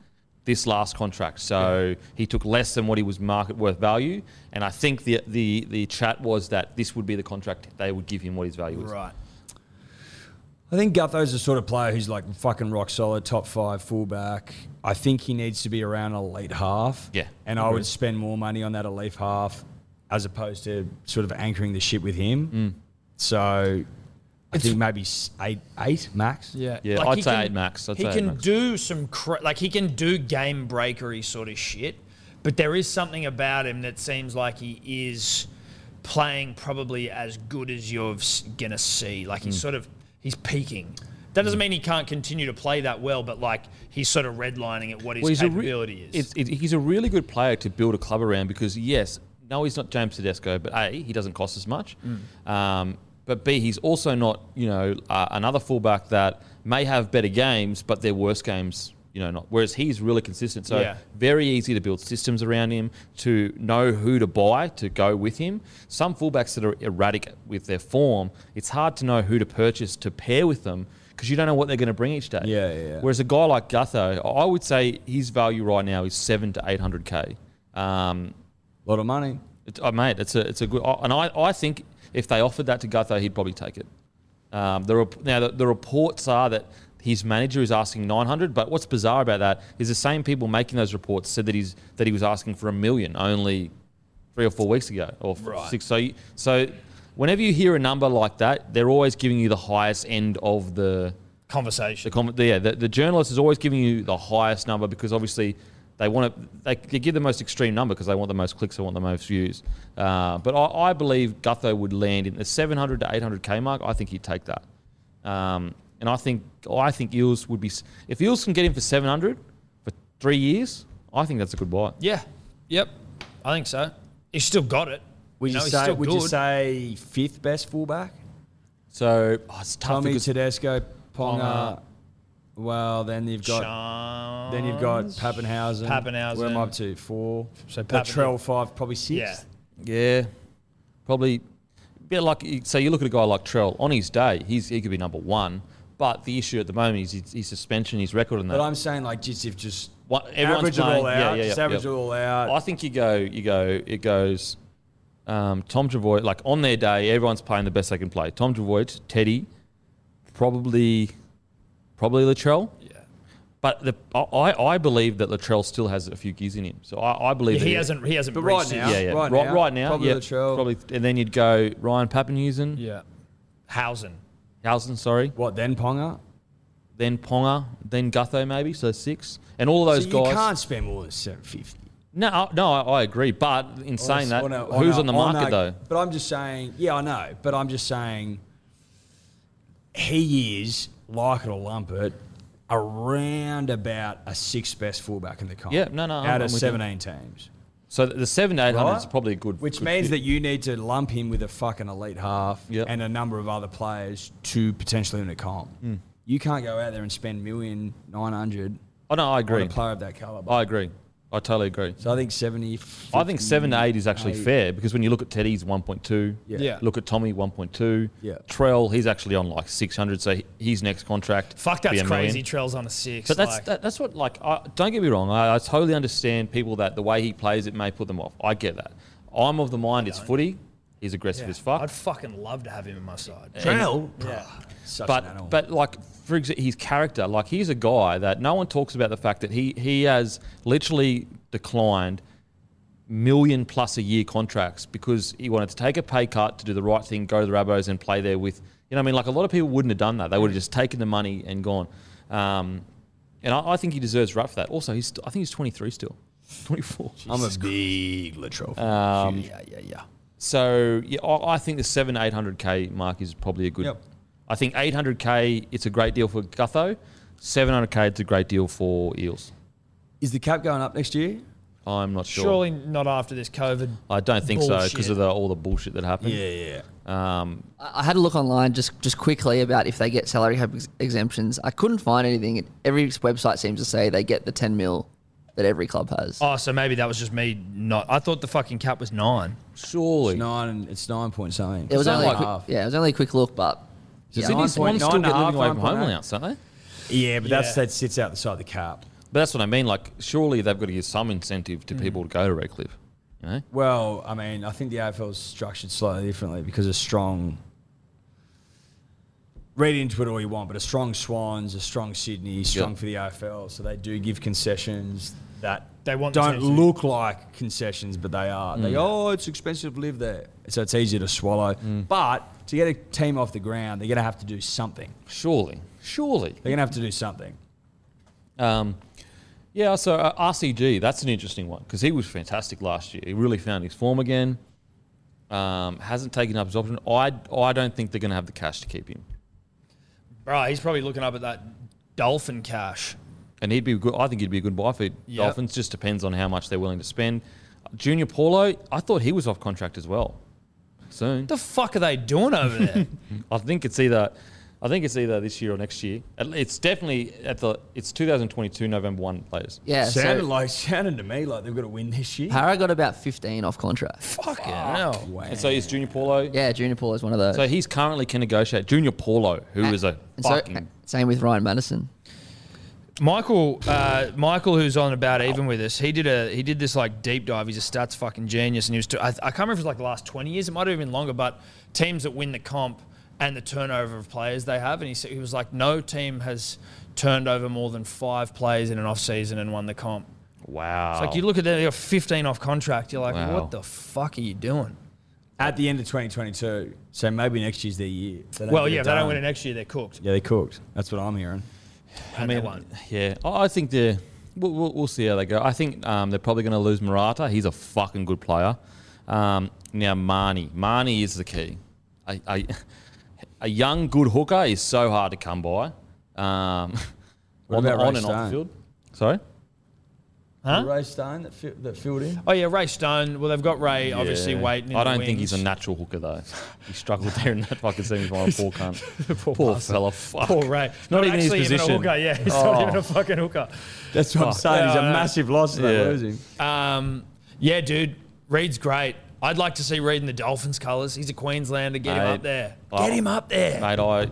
this last contract. So he took less than what he was market worth value. And I think the the the chat was that this would be the contract they would give him what his value is.
Right.
I think Gutho's the sort of player who's like fucking rock solid, top five fullback. I think he needs to be around an elite half.
Yeah.
And I would spend more money on that elite half as opposed to sort of anchoring the ship with him. So I think maybe s- eight, eight max.
Yeah,
Yeah, I'd
he
say eight max. I'd
he
say eight
can
max.
do some cra- like he can do game breakery sort of shit, but there is something about him that seems like he is playing probably as good as you're s- gonna see. Like
Hmm.
he's sort of he's peaking. That doesn't mean he can't continue to play that well, but like he's sort of redlining at what his
he's a re-
capability is.
it's- it- he's a really good player to build a club around because yes, no, he's not James Tedesco, but a he doesn't cost as much.
Mm.
Um, but b he's also not you know uh, another fullback that may have better games, but their worst games. You know, not whereas he's really consistent. So
Yeah.
very easy to build systems around him, to know who to buy to go with him. Some fullbacks that are erratic with their form, it's hard to know who to purchase to pair with them because you don't know what they're going to bring each day.
Yeah, yeah, yeah.
Whereas a guy like Gutho, I would say his value right now is seven to eight hundred k. Um,
A lot of money.
it's, oh, mate, it's a it's a good, oh, and I, I think if they offered that to Gutho, he'd probably take it. Um, the rep- now the, the reports are that his manager is asking nine hundred, but what's bizarre about that is the same people making those reports said that he's that he was asking for a million only three or four weeks ago or f-
Right.
six. So you, so whenever you hear a number like that, they're always giving you the highest end of the
conversation.
The com- the- yeah, the, the journalist is always giving you the highest number because obviously they want to they, they give the most extreme number because they want the most clicks, they want the most views. Uh, but I, I believe Gutho would land in the 700 to 800k mark. I think he'd take that, um, and I think I think Eels would be s- if Eels can get in for 700 for three years. I think that's a good buy.
Yeah. Yep. I think so. He's still got it.
Would
you
you,
know, he's
say,
still
would you
good.
say fifth best fullback?
So oh, it's tough
Tommy
because
Tedesco, Ponga. Well, then you've got
Sean-
then you've got Pappenhausen.
Pappenhausen.
Where am I up to? Four. So
Pappen-
Latrell five, probably six.
Yeah.
yeah, probably a bit like so you look at a guy like Trell on his day, he's he could be number one. But the issue at the moment is his, his suspension, his record, and that.
But I'm saying like just if just
What- everyone's
average it
playing-
all out.
yeah, yeah,
just
yeah,
average
yeah.
it all out.
I think you go, you go, it goes. Um, Tom Travoy, like on their day, everyone's playing the best they can play. Tom Travoy, Teddy, probably, probably Latrell. Yeah. But the, I, I I believe that Latrell still has a few gears in him. So I, I believe that
He hasn't. He hasn't.
But right
reached his-
now-
Yeah, yeah.
Right
Right, right
now,
now,
probably
yeah,
Latrell.
Probably, and then you'd go Ryan Pappenhuisen,
Yeah. Housen.
Housen, sorry,
what then Ponga?
then Ponga, then Gutho maybe. So six, and all of
So
those
you
guys.
can't spend more than seven fifty.
No, I- no, I, I agree. But in saying that, who's on the market though?
But I'm just saying, yeah, I know. But I'm just saying, he is like it or lump it, around about a sixth best fullback in the comp.
Yeah, no, no, I'm-
out
I'm with
of
you.
17 teams,
So the seven to eight hundred
Right?
is probably a good.
which
good
means
fit.
that you need to lump him with a fucking elite half
Yep.
and a number of other players to potentially in a comp.
Hmm.
You can't go out there and spend million nine hundred
Oh no, I
on a
agree.
player of that caliber.
I agree. I totally agree.
so I think 70.
I think seven to eight is actually
eight.
fair because when you look at Teddy's one point two,
Yeah. Yeah.
Look at Tommy one point two,
Yeah.
Trell he's actually on like six hundred, so he- his next contract
Fuck,
be
that's
a million.
crazy. Trell's on a six.
But that's
like,
that, that's what like I, don't get me wrong. I, I totally understand people that the way he plays it may put them off. I get that. I'm of the mind it's footy. He's aggressive
yeah.
as fuck.
I'd fucking love to have him on my side.
Trell, such an animal.
but but like for example, his character, like he's a guy that no one talks about the fact that he he has literally declined million plus a year contracts because he wanted to take a pay cut to do the right thing, go to the Rabos and play there with you know what I mean like a lot of people wouldn't have done that. They would have just taken the money and gone. Um, and I, I think he deserves right for that. Also, he's I think he's 23 still, 24.
I'm a big Latrell. fan.
Um,
yeah, yeah, yeah.
So yeah, I, I think the seven eight hundred k mark is probably a good.
Yep.
I think eight hundred k it's a great deal for Gutho. Seven hundred k it's a great deal for Eels.
Is the cap going up next year?
I'm not sure.
Surely not after this COVID.
I don't think so because
Bullshit.
of the, all the bullshit that happened.
yeah.
I I had a look online just, just quickly about if they get salary cap ex- exemptions. I couldn't find anything. Every website seems to say they get the 10 mil that every club has.
Oh, so maybe that was just me. Not. I thought the fucking cap was nine.
Surely.
It's nine and it's nine point something.
it was
that
only a
like
quick,
half?
yeah, it was only a quick look, but
So
Yeah,
Sydney Swans
9.9,
still get living
9.5,
away from home
9.8.
allowance, don't they?
Yeah, but that's
Yeah.
that sits out the side of the cap.
But that's what I mean. Like, surely they've got to give some incentive
Mm.
to people to go to Redcliffe. You know?
Well, I mean, I think the AFL is structured slightly differently because a strong. Read into it all you want, but a strong Swans, a strong Sydney, strong for the AFL, so they do give concessions that
They want the
don't
teams to-
look like concessions, but they are.
Mm.
They go, oh, it's expensive to live there, so it's easy to swallow.
Mm.
But to get a team off the ground, they're going to have to do something.
Surely. Surely.
They're going to have to do something.
Um, yeah, so uh, RCG, that's an interesting one because he was fantastic last year. He really found his form again. Um, hasn't taken up his option. I, I don't think they're going to have the cash to keep him.
Bro, he's probably looking up at that dolphin cash.
And he'd be good. I think he'd be a good buy for Dolphins. Just depends on how much they're willing to spend. Junior Paulo, I thought he was off contract as well. Soon,
What the fuck are they doing over there?
I think it's either, I think it's either this year or next year. At- It's definitely at the. It's 2022 November one players.
yeah.
sounded
So
like sounded to me like they've got to win this year. Oh,
Para got about 15 off contract.
Fucking hell.
Wow.
And so is Junior Paulo.
Yeah, Junior Paul is one of those.
So he's currently can negotiate. Junior Paulo, who is a
And so-
fucking
same with Ryan Madison.
Michael, uh, Michael, who's on about even with us, he did a he did this like deep dive. He's a stats fucking genius, and he was. T- I, I can't remember if it was like the last twenty years. It might have been longer, but teams that win the comp and the turnover of players they have, and he said he was like, no team has turned over more than five players in an off season and won the comp.
wow.
Like you look at that, you're fifteen off contract. You're like,
Wow.
what the fuck are you doing?
at the end of 2022. So maybe next year's their year. If they don't
Well,
get it
yeah, if they don't
done-
win it next year, they're cooked.
Yeah, they're cooked. That's what I'm hearing.
I mean, they won't.
yeah, I I think they're. We'll, we'll, we'll see how they go. I think um, they're probably going to lose Murata. He's a fucking good player. Um, now Marnie, Marnie is the key. I, I, a young good hooker is so hard to come by. Um, on the,
about Ray
on and off
Stone?
the field. Sorry.
Huh?
Ray Stone that, fi- that filled in.
Oh yeah, Ray Stone. Well, they've got Ray obviously
Yeah.
waiting. In
I
the
don't think he's a
wings.
natural hooker though. He struggled there in that fucking semi-final. Poor cunt. poor fella. Fuck.
Poor Ray.
Not even his
actually
position. Oh.
Even a hooker. Yeah, he's not even a fucking hooker.
That's what I'm saying. He's
Yeah,
a
I know.
massive loss if they
Yeah.
lose him.
Um, yeah, dude, Reed's great. I'd like to see Reed in the Dolphins colours. He's a Queenslander. Get him
Mate.
up there.
Oh.
Get him up there.
Mate, I,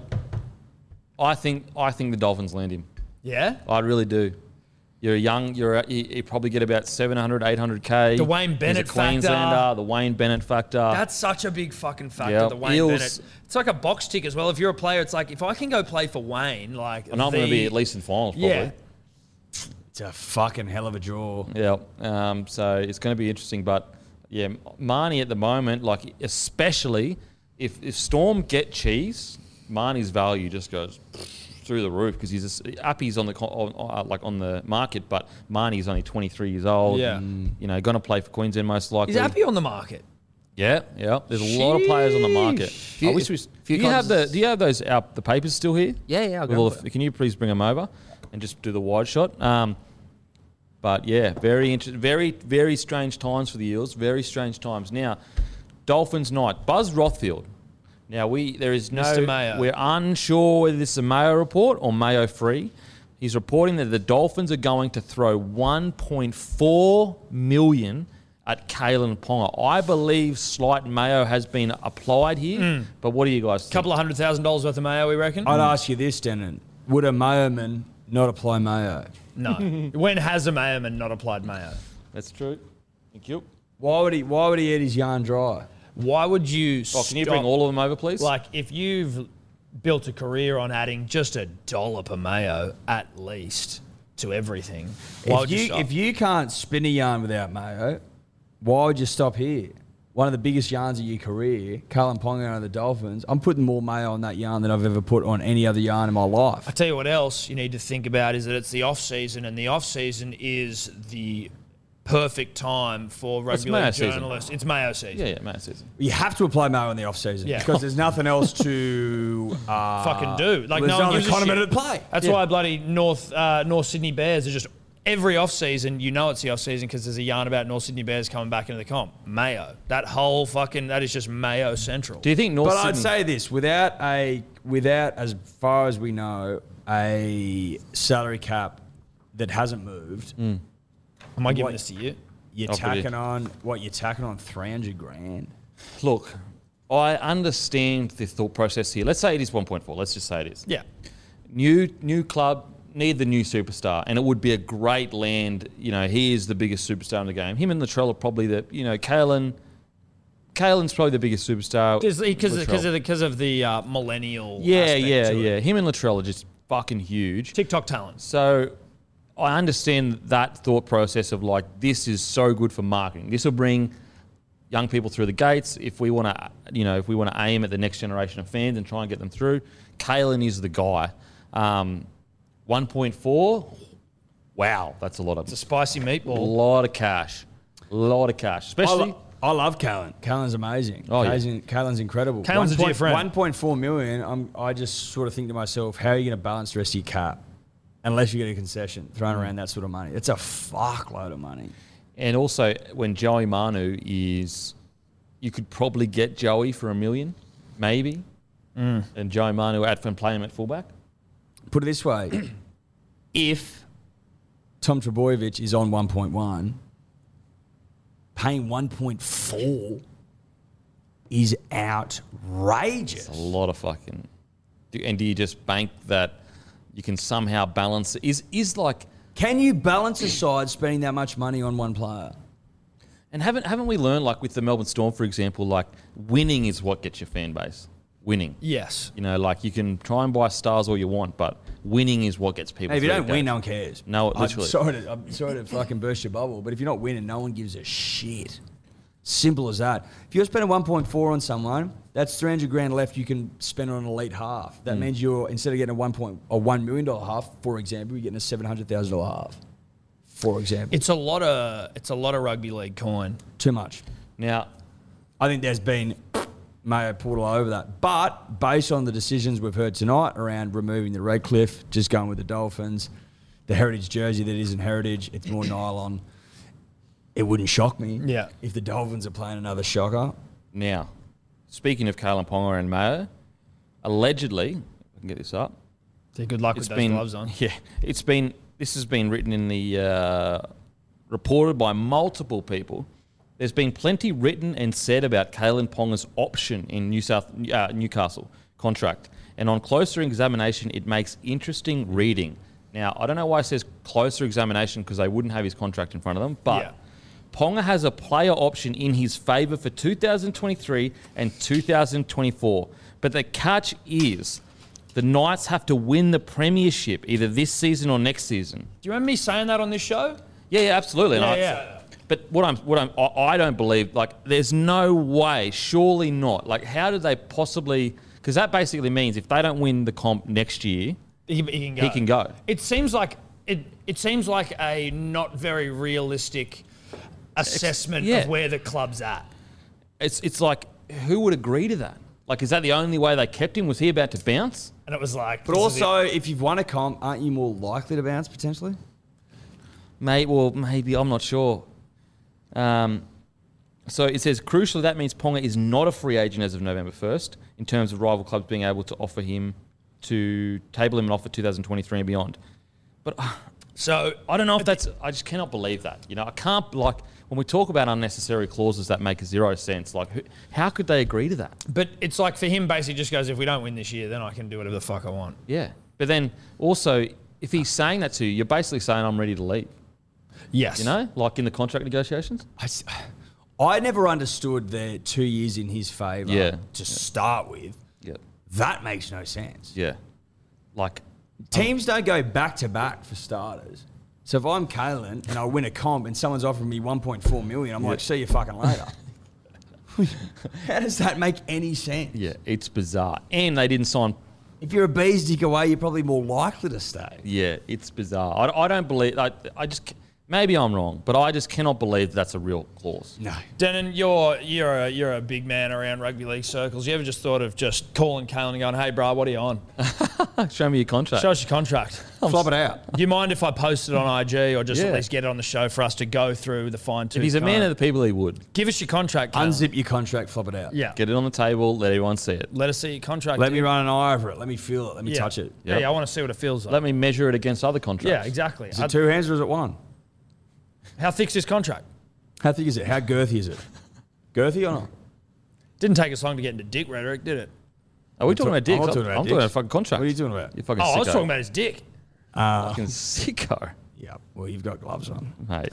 I think I think the Dolphins land him.
Yeah.
I really do. You're young. You're you, you probably get about 700, 800 k.
The Wayne Bennett
He's a
factor.
Queenslander. The Wayne Bennett factor.
That's such a big fucking factor,
Yeah.
the Wayne
Eels-
Bennett. It's like a box tick as well. If you're a player, it's like if I can go play for Wayne, like
and I'm
the-
going to be at least in finals. Probably.
yeah,
It's a fucking hell of a draw.
Yeah. Um, so it's going to be interesting. But yeah, Marnie at the moment, like especially if, if Storm get cheese, Marnie's value just goes through the roof because he's just, Appy's on the co- on, on, like on the market, but Marnie's only 23 years old.
Yeah.
You know, going to play for Queensland most likely.
he's happy on the market.
Yeah, yeah. There's a lot of players on the market.
Few-
I wish we. s-
few
do you have the
contests.
Do you have those our, the papers still here?
Yeah, yeah, I'll
With
go
all
for
the- Can you please bring them over and just do the wide shot? Um, but yeah, very interesting. Very very strange times for the Eels. Very strange times. Now, Dolphins night. Buzz Rothfield. Now we there is no
Mr. Mayo.
we're unsure whether this is a Mayo report or Mayo free. He's reporting that the Dolphins are going to throw 1.4 million at Kalen Ponga. I believe slight Mayo has been applied here, but what do you guys think?
A Mm. couple of hundred thousand dollars worth of mayo, we reckon.
I'd ask you this, Denon. Would a Mayoman not apply Mayo?
no, when has a mayo and not applied mayo?
That's true. Thank you.
Why would he? Why would he eat his yarn dry?
Why would you?
Oh, can you bring all of them over, please?
Like, if you've built a career on adding just a dollar per mayo at least to everything, why
If
would you,
you,
stop?
if you can't spin a yarn without Mayo, why would you stop here? One of the biggest yarns of your career, Carlin Ponga and the Dolphins. I'm putting more Mayo on that yarn than I've ever put on any other yarn in my life.
I tell you what else you need to think about is that it's the off season, and the off season is the perfect time for rugby
Mayo
league
season.
journalists. It's Mayo season.
yeah, yeah, Matt says. it.
You have to apply Mayo in the off season
Yeah.
because there's nothing else to uh,
Fucking do. Like,
there's
no one
other
gives a shit.
condiment at play.
That's why bloody North uh, North Sydney Bears are just every off season. You know it's the off season because there's a yarn about North Sydney Bears coming back into the comp. Mayo. That whole fucking that is just Mayo Central.
Do you think North
But I'd
Sydney-
say this without a without as far as we know a salary cap that hasn't
Mm.
moved.
Am I giving
What?
this to you?
You're
I'll predict.
tacking on what you're tacking on three hundred grand.
Look, I understand the thought process here. Let's say it is 1.4. Let's just say it is.
Yeah.
New new club need the new superstar, and it would be a great land. You know, he is the biggest superstar in the game. Him and Latrell are probably the you know Kalen. Kalen's probably the biggest superstar
Because eh, because
Latrell.
of because of the uh, millennial.
yeah
aspect
yeah
to it.
yeah. Him and Latrell are just fucking huge.
TikTok talents.
So I understand that thought process of like, this is so good for marketing. This will bring young people through the gates. If we want to, you know, if we want to aim at the next generation of fans and try and get them through, Kalen is the guy. Um, 1.4. Wow, that's a lot
It's a
of
spicy
a
meatball.
lot of cash, a lot of cash,
I,
especially.
lo- I love Callan. Callan's amazing.
Oh,
Oh,
yeah.
Callan's, Callan's incredible.
Callan's a dear friend.
One point four million. I'm, I just sort of think to myself, how are you going to balance the rest of your cap? Unless you get a concession thrown around that sort of money, it's a fuckload of money.
And also, when Joey Manu is, you could probably get Joey for a million, maybe. And Joey Manu at and play him at fullback.
Put it this way: if Tom Trebojevic is on 1.1, paying 1.4 is outrageous.
A lot of fucking. Do, and do you just bank that you can somehow balance? Is is like
Can you balance aside spending that much money on one player?
and haven't haven't we learned like with the Melbourne Storm for example, like winning is what gets your fan base winning.
Yes.
You know, like you can try and buy stars all you want, but winning is what gets people.
Hey, if you
through
don't
the
win,
gate.
no one cares.
No,
I'm
literally.
sorry, to, I'm sorry to fucking burst your bubble, but if you're not winning, no one gives a shit. Simple as that. If you're spending 1.4 on someone, that's 300 grand left you can spend on an elite half.
Hmm.
That means you're instead of getting a one point a one million dollar half, for example, you're getting a seven hundred thousand dollar half. For example,
It's a lot of it's a lot of rugby league coin.
too much.
Now,
I think there's been Mayo Portal over that. But based on the decisions we've heard tonight around removing the Redcliffe, just going with the Dolphins, the heritage jersey that isn't heritage, it's more nylon. It wouldn't shock me
Yeah.
if the Dolphins are playing another shocker.
now, speaking of Kalen Ponga and Mayo, allegedly, I can get this up.
So good luck
It's
with those
been
gloves on.
yeah, it's been this has been written in the uh, reported by multiple people. There's been plenty written and said about Kalen Ponga's option in New South uh, Newcastle contract, and on closer examination, it makes interesting reading. Now, I don't know why it says closer examination because they wouldn't have his contract in front of them, but.
Yeah.
Ponga has a player option in his favour for 2023 and 2024. But the catch is the Knights have to win the Premiership either this season or next season.
Do you remember me saying that on this show?
Yeah, yeah, absolutely. And
Yeah,
I-
yeah.
But what I'm, what I'm, I I don't believe. Like, there's no way. Surely not. Like, how do they possibly? Because that basically means if they don't win the comp next year,
He, he can go.
he can go.
It seems like it. It seems like a not very realistic assessment
yeah.
of where the club's at.
It's, it's like who would agree to that? Like, is that the only way they kept him? Was he about to bounce?
And it was like,
But
this is
also, if you've won a comp, aren't you more likely to bounce potentially?
May well, maybe I'm not sure. Um, so it says crucially that means Ponga is not a free agent as of November 1st in terms of rival clubs being able to offer him to table him an offer 2023 and beyond. But uh,
it. so
I don't know if that's. I just cannot believe that. You know, I can't like when we talk about unnecessary clauses that make zero sense. Like, who, how could they agree to that?
But it's like for him, basically, just goes, if we don't win this year, then I can do whatever the fuck I want.
Yeah. But then also, if he's saying that to you, you're basically saying I'm ready to leave.
Yes.
You know, like in the contract negotiations.
I, s- I never understood the two years in his favour
Yeah.
to start with.
Yeah.
That makes no sense.
Yeah. Like
Teams don't go back to back for starters. So if I'm Kalen and I win a comp and someone's offering me 1.4 million, I'm like, see you fucking later. How does that make any sense?
Yeah, it's bizarre. And they didn't sign.
If you're a bee's dick away, you're probably more likely to stay.
Yeah, it's bizarre. I, I don't believe. I, I just ca- maybe I'm wrong, but I just cannot believe that's a real clause.
No.
Denon, you're you're a, you're a big man around rugby league circles. You ever just thought of just calling Kalen and going, "Hey, bro, what are you on?
Show me your contract.
Show us your contract.
Flop it out.
Do you mind if I post it on IG or just
Yeah.
at least get it on the show for us to go through the fine tooth?
if he's a man
comb?
of the people, he would
give us your contract. Kalen.
Unzip your contract, flop it out.
yeah.
get it on the table. Let everyone see it.
Let us see your contract.
Let
dude.
me run an eye over it. Let me feel it. Let me
Yeah.
touch it.
Yep.
Yeah, I want to see what it feels like.
Let me measure it against other
yeah,
contracts.
exactly.
Is it two hands or is it one?
How thick's this contract?
How thick is it? How girthy is it? Girthy or not?
Didn't take us long to get into dick rhetoric, did it?
Are we talking
I'm
about dicks?
not talking about
I'm talking about
dicks.
fucking contracts.
What are you talking about?
You fucking
Oh,
sicko.
I was talking about his dick.
fucking sicko,
Yeah. Well, you've got gloves on.
mate.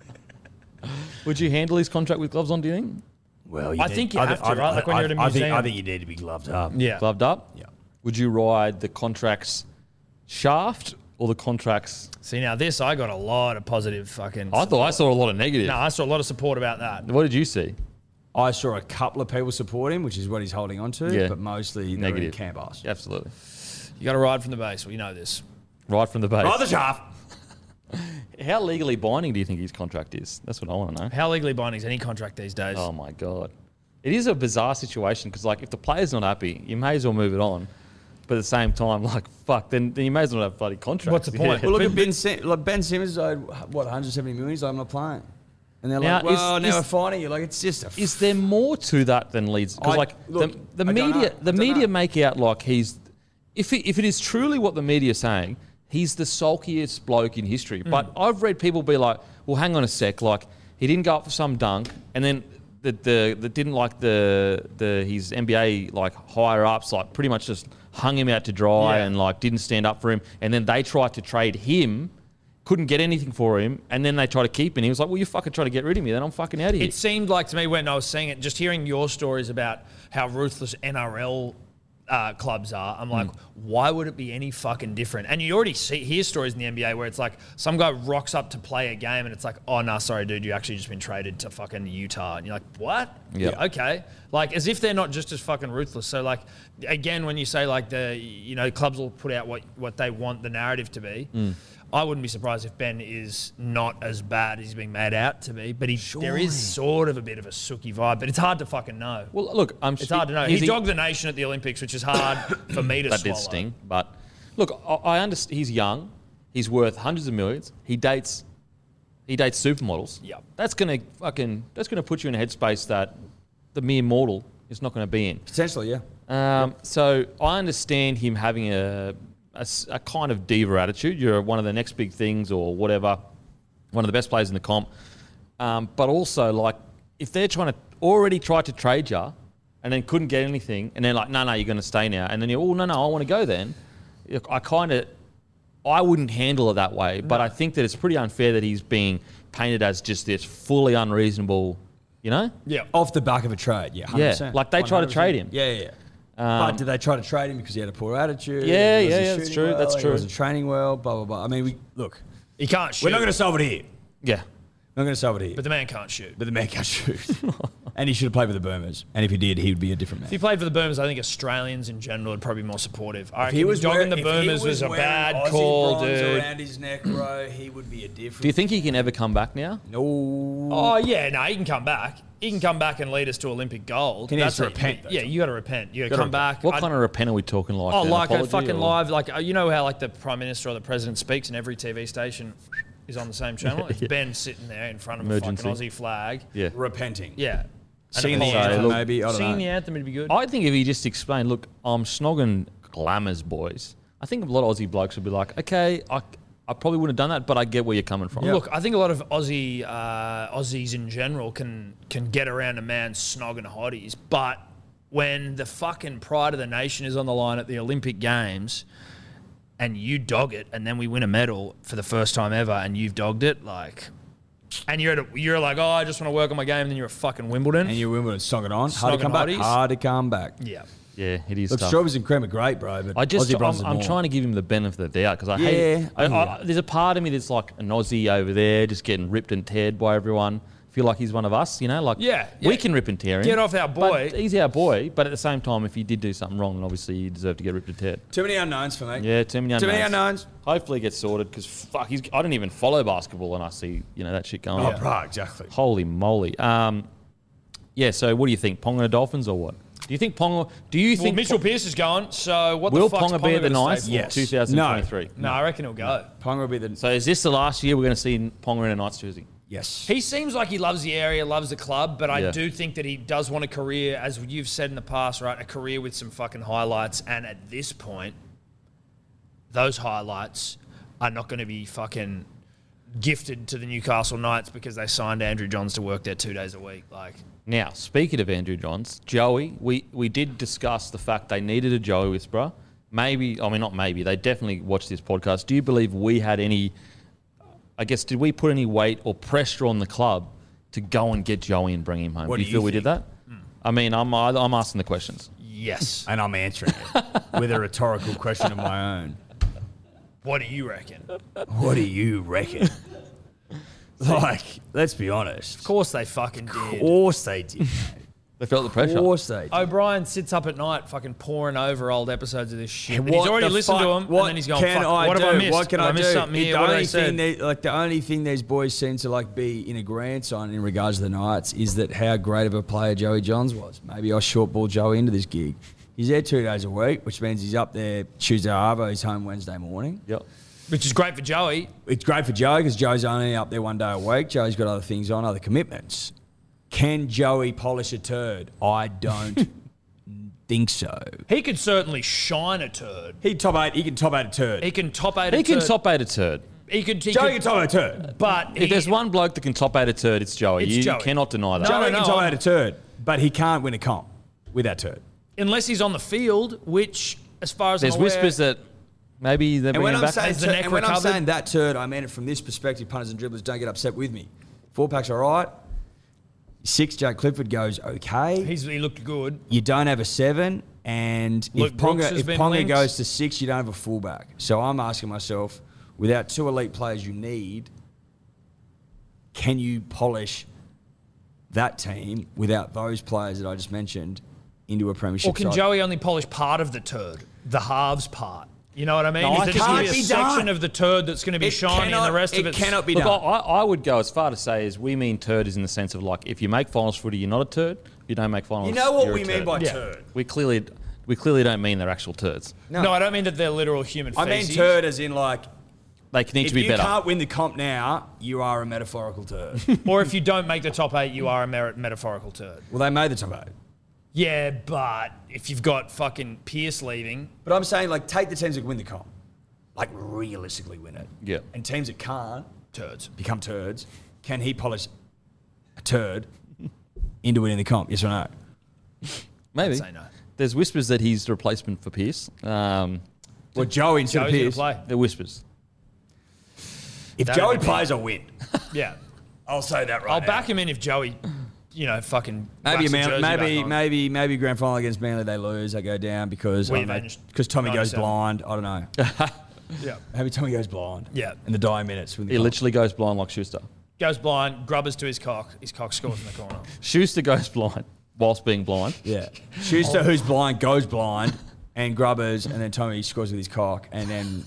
would you handle his contract with gloves on? Do you think
Well,
I think you have to, right? Like when you're at a
I think,
museum.
I think you need to be gloved up.
Yeah.
gloved up?
Yeah.
Would you ride the contract's shaft or the contract's?
See now this, I got a lot of positive fucking.
I thought I saw a lot of negative.
No, I saw a lot of support about that.
What did you see?
I saw a couple of people support him, which is what he's holding on to,
Yeah.
but mostly negative
Negative.
camp us.
Absolutely.
You got to ride from the base. We know this.
Right from the base.
Rather shaft.
How legally binding do you think his contract is? That's what I want to know.
How legally binding is any contract these days?
Oh my god, it is a bizarre situation because like if the player's not happy, you may as well move it on. But at the same time, like fuck, then, then you may as well have bloody contract.
What's the point?
Well, look at Ben. Sim- like ben Simmons owed what 170 million. He's like, I'm not playing, and they're
Now,
like, well,
is-
now
is-
we're fining you. Like, it's just a. F-
Is there more to that than Leeds? Because
I-
like
look,
the, the
I don't know.
media,
I
the
don't
media
know.
make out like he's, if it, if it is truly what the media is saying, he's the sulkiest bloke in
Hmm.
history. But I've read people be like, well, hang on a sec, like he didn't go up for some dunk, and then the the, the didn't like the the his NBA like higher ups like pretty much just hung him out to dry
Yeah.
and like didn't stand up for him, and then they tried to trade him. Couldn't get anything for him, and then they tried to keep him. He was like, "Well, you fucking try to get rid of me, then I'm fucking out of here."
It seemed like to me when I was seeing it, just hearing your stories about how ruthless NRL uh, clubs are, I'm like, why would it be any fucking different? And you already see hear stories in the NBA where it's like some guy rocks up to play a game and it's like, oh no, sorry, dude, you actually just been traded to fucking Utah, and you're like, what?
Yeah.
okay. Like as if they're not just as fucking ruthless. So like again, when you say like the you know clubs will put out what what they want the narrative to be. I wouldn't be surprised if Ben is not as bad as he's being made out to be, but he, there is sort of a bit of a sookie vibe, but it's hard to fucking know.
Well, look, I'm.
It's hard to know. He, dogged the nation at the Olympics, which is hard for me to
that
swallow.
did sting. But look, I, I understand. He's young. He's worth hundreds of millions. He dates. He dates supermodels.
Yep.
That's gonna fucking. That's gonna put you in a headspace that the mere mortal is not gonna be in.
Potentially, yeah.
Um, so I understand him having a, a s- a kind of diva attitude. You're one of the next big things or whatever, one of the best players in the comp. Um, but also, like, if they're trying to already try to trade you and then couldn't get anything, and they're like, no, no, you're going to stay now. And then you're, oh, no, no, I want to go then. Look, I kind of, I wouldn't handle it that way. But I think that it's pretty unfair that he's being painted as just this fully unreasonable, you know?
Yeah.
Off the back of a trade, yeah. 100%.
Yeah, like they try to trade him.
Yeah, yeah. yeah. but did they try to trade him because he had a poor attitude?
Yeah,
He wasn't
yeah, yeah, that's
shooting
true, that's
well,
true.
He wasn't training well. Blah blah blah. I mean, we look.
He can't shoot.
We're not going to solve it here.
Yeah.
We're not going to solve it here.
but the man can't shoot.
But the man can't shoot. and he should have played with the Boomers. And if he did, he would be a different man.
If he played for the Boomers, I think Australians in general would probably be more supportive. I reckon
he was wearing-
dogging the
if he
Boomers was, a
wearing
bad
Aussie
call,
bronze
dude.
Around his neck, bro, he would be a different.
Do you think he can ever come back now?
No.
Oh yeah, no, he can come back. He can come back and lead us to Olympic gold.
He needs to
what-
repent, though,
yeah, you got to repent. You got to come back.
What
I'd-
kind of repent are we talking like?
Oh,
then?
like a
Apology
fucking
or-
live, like uh, you know how like the prime minister or the president speaks, and every TV station is on the same channel. It's Ben sitting there in front of a
Emergency.
fucking Aussie flag.
Yeah.
Repenting.
yeah. And
Singing the
apologising.
anthem, maybe. I don't
Singing
know.
the anthem would be good.
I think if he just explained, look, I'm snogging glamours, boys. I think a lot of Aussie blokes would be like, okay, I, I probably wouldn't have done that, but I get where you're coming from.
Look, I think a lot of Aussie uh, Aussies in general can can get around a man snogging hotties, but when the fucking pride of the nation is on the line at the Olympic Games, and you dog it, and then we win a medal for the first time ever, and you've dogged it, like, and you're at a, you're like, oh, I just want to work on my game, and then you're a fucking Wimbledon.
And you Wimbledon song it on. Hard
Snogging
to come back.
hotties.
Hard to come back.
yeah,
yeah, it is
Look,
tough.
strawberries and cream are great, bro. But
I just,
Aussie
I'm,
bronze
I'm trying to give him the benefit of the doubt because I
Yeah,
hate. I,
yeah.
I, there's a part of me that's like an Aussie over there, just getting ripped and teared by everyone. Feel like he's one of us, you know? Like,
Yeah, yeah.
we can rip and tear him.
Get off our boy.
But he's our boy, but at the same time, if he did do something wrong, then obviously you deserve to get ripped and teared.
Too many unknowns for me.
Yeah, too many unknowns.
Too many unknowns.
Hopefully, it gets sorted because fuck, he's, I don't even follow basketball, and I see you know that shit going
Oh,
on.
bro, exactly.
Holy moly! Um, yeah. So, what do you think, Ponga Dolphins or what? Do you think Ponga? Do you
well,
think
Mitchell Pearce is going, so what
will
the fuck's
Ponga be at the
gonna
Knights?
stay for?
Yes.
Two thousand twenty-three.
No, I reckon he'll go.
Ponga Uh, will be the
So, is this the last year we're going to see Ponga in a Knights jersey?
yes.
He seems like he loves the area, loves the club, but I
Yeah.
do think that he does want a career, as you've said in the past, right? A career with some fucking highlights. And at this point, those highlights are not going to be fucking gifted to the Newcastle Knights because they signed Andrew Johns to work there two days a week. Like,
Now, speaking of Andrew Johns, Joey, we, we did discuss the fact they needed a Joey Whisperer. Maybe, I mean, not maybe, they definitely watched this podcast. Do you believe we had any, I guess, did we put any weight or pressure on the club to go and get Joey and bring him home?
What
do you
do
feel
you
we did that? I mean, I'm, I'm asking the questions.
yes.
And I'm answering it with a rhetorical question of my own.
What do you reckon? Of
What do you reckon? like, let's be honest. Of
course they fucking did.
course they did.
They felt the
Of
pressure.
course they
Oh,
did.
O'Brien sits up at night fucking pouring over old episodes of this shit. And
What
he's already
the
listened to
fuck-
him, and then he's going,
can
fuck,
I
what
do?
have I missed?
What can
Did
I,
I
do?
missed something
It-
here.
The
What did I
only
say?
thing they, like the only thing these boys seem to like be in agreement on in regards to the Knights is that how great of a player Joey Johns was. Maybe I short ball Joey into this gig. He's there two days a week, which means he's up there Tuesday, Arvo. He's home Wednesday morning.
Yep.
Which is great for Joey.
It's great for Joey because Joe's only up there one day a week. Joe's got other things on, other commitments. Can Joey polish a turd? I don't think so.
He could certainly shine a turd.
He top eight. He can top eight a turd.
He can top eight.
He
a
can
turd.
top eight a turd.
He could. He
Joey can
could
top eight a turd.
but he,
If there's one bloke that can top eight a turd, it's Joey.
It's
you
Joey.
cannot deny that.
No,
Joey
no,
can top
I'm-
eight a turd, but he can't win a comp with that turd.
unless he's on the field, which, as far as
There's
I'm aware,
whispers that maybe they're bringing him back.
Has the neck
and when I'm
recovered?
saying that turd, I mean it from this perspective. Punters and dribblers, don't get upset with me. Four packs, all right. Six, Jake Clifford goes okay.
He's, he looked good.
you don't have a seven, and
Luke
if
Brooks
Ponga,
has
if
been
Ponga
linked.
goes to six, you don't have a fullback. So I'm asking myself, without two elite players you need, can you polish that team without those players that I just mentioned into a premiership
Or can
side?
Joey only polish part of the turd, the halves part? You know what I mean?
No,
Is
it
there just
can't
gonna be a
be
section
done.
of the turd that's going to be
It
shiny,
cannot-
and the rest of
it
it's
cannot be
Look, I,
done.
I I would go as far to say is we mean turd is in the sense of like if you make finals footy, you're not a turd. If you don't make finals,
You know what
you're a
we mean
turd.
by
Yeah.
turd.
we clearly we clearly don't mean they're actual turds.
No. I don't mean that they're literal human.
I mean
feces.
turd as in like
They need
if
to be
you
better.
can't win the comp now, you are a metaphorical turd.
Or if you don't make the top eight, you are a merit metaphorical turd.
well, they made the top eight.
Yeah, but if you've got fucking Pierce leaving,
But I'm saying, like, take the teams that win the comp, like, realistically win it.
Yeah.
And teams that can't
turds.
become turds. Can he polish a turd into winning the comp? Yes or no?
Maybe.
say no.
There's whispers that he's the replacement for Pierce. Um,
Well, Joey instead of
Joey's going to
Pierce.
play.
they're whispers.
If
That
Joey
would be-
plays, I'll win.
Yeah,
I'll say that right.
I'll
now.
back him in if Joey, you know, fucking
uh, Maybe,
whacks the
Man-
jersey
maybe,
back on.
maybe, maybe grand final against Manly they lose, they go down because
We
I don't know,
avenged
'cause Tommy goes
97.
blind. I don't know.
Yeah.
Maybe Tommy goes blind.
Yeah.
In the dying minutes. When the
He
comp-
literally goes blind like Schuster.
goes blind, grubbers to his cock. His cock scores in the corner.
Schuster goes blind whilst being blind.
Yeah. Schuster, who's blind, goes blind, and Grubbers, and then Tommy scores with his cock, and then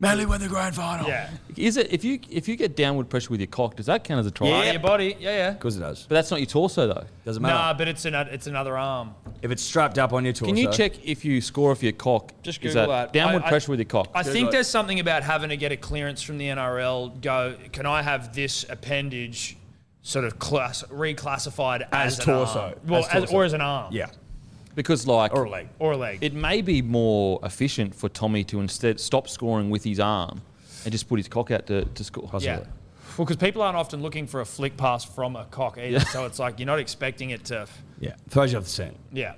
Manly win the grand final.
Yeah,
Is it if you if you get downward pressure with your cock, does that count as a try?
Part of your body. Yeah, yeah.
Because it does.
But that's not your torso though.
Doesn't matter.
Nah, but it's an, it's another arm.
if it's strapped up on your torso.
Can you check if you score off your cock?
Just
is
Google that.
Downward
I- I-
pressure with your cock.
I think there's something about having to get a clearance from the NRL. Go, can I have this appendage sort of class, reclassified
As
as, an
torso.
arm? Well,
As
as
torso.
or as an arm,
Yeah.
because like
Or a leg.
or a leg.
it may be more efficient for Tommy to instead stop scoring with his arm and just put his cock out to, to score.
yeah. Well, because people aren't often looking for a flick pass from a cock either, so it's like you're not expecting it to.
Yeah. Throws you off the scent.
Yeah,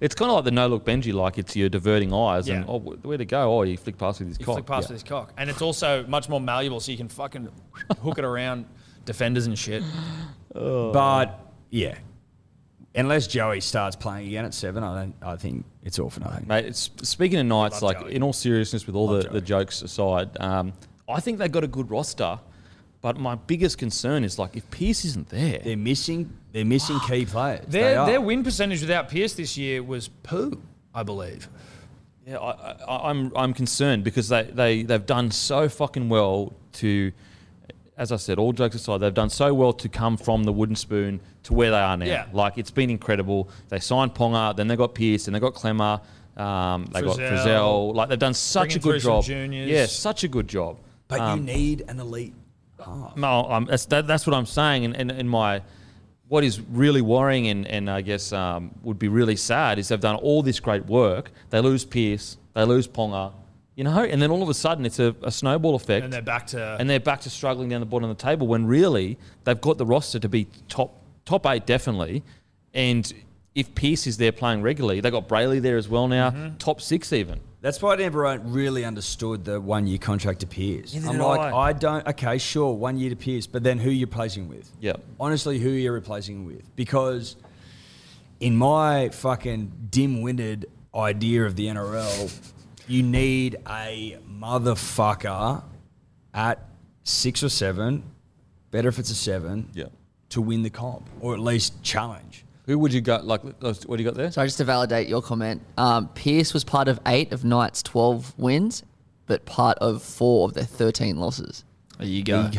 It's kind of like the no look Benji, like it's your diverting eyes and
Yeah.
oh, wh- where to go? Oh, you flick past with his
you
cock.
flick pass with his cock, and it's also much more malleable, so you can fucking hook it around defenders and shit.
But yeah. Unless Joey starts playing again at seven, I don't I think it's all for nothing.
Mate, it's, speaking of Knights,
Love
like
Joey.
in all seriousness, with all
Love
the, the jokes aside, um, I think they've got a good roster. But my biggest concern is like if Pierce isn't there,
They're missing they're missing key players. They
Their
are.
their win percentage without Pierce this year was poo, I believe.
yeah, I, I, I'm I'm concerned because they they they've done so fucking well to, as I said, all jokes aside, they've done so well to come from the wooden spoon to where they are now.
Yeah.
like it's been incredible. They signed Ponga, then they got Pierce, and they got Clemmer. Um, they got
Frizzell.
Frizzell. Like they've done such
Bringing
a good
through some
job.
juniors.
Yeah, such a good job.
But you need an elite.
No, um, that's, that, that's what I'm saying. And, and, and my, what is really worrying and, and I guess um, would be really sad is they've done all this great work. They lose Pierce, they lose Ponga, you know, and then all of a sudden it's a, a snowball effect.
And they're back to
and they're back to struggling down the bottom of the table when really they've got the roster to be top top eight definitely. And if Pierce is there playing regularly, they got Brayley there as well now,
Mm-hmm.
top six even.
That's why I never really understood the one year contract to Pierce.
Neither
I'm
did
like,
I.
I. don't. Okay, sure, one year to Pierce, but then who you're placing with?
Yep.
Honestly, who you're replacing him with? Because in my fucking dim-witted idea of the NRL, you need a motherfucker at six or seven. Better if it's a seven.
Yeah.
To win the comp or at least challenge.
Who would you go like? What do you got there?
So just to validate your comment, um, Pierce was part of eight of Knights' twelve wins, but part of four of their thirteen losses.
There you go.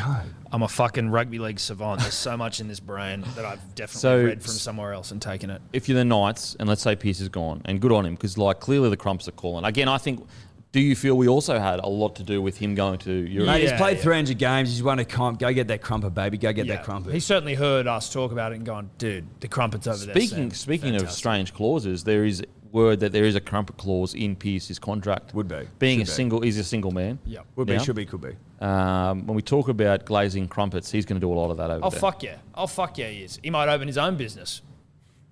I'm a fucking rugby league savant. There's so much in this brain that I've definitely
So-
read from somewhere else and taken it.
if you're the Knights, and let's say Pierce is gone, and good on him, because like clearly the crumps are calling. Again, I think. Do you feel we also had a lot to do with him going to Europe?
Mate, he's
Yeah,
played
yeah.
300 games. He's won a comp. Go get that crumper, baby. Go get that crumper.
He certainly heard us talk about it and gone, dude, the crumpet's over there.
Speaking
Sam."
speaking of
Fantastic.
strange clauses, there is word that there is a crumpet clause in Pierce's contract.
Would be.
being
Should
a
be.
single, he's a single man.
Yep.
Would be,
Yeah.
should be, could be.
Um, when we talk about glazing crumpets, he's going to do a lot of that over
Oh,
there.
fuck yeah. Oh, fuck yeah, he is. He might open his own business.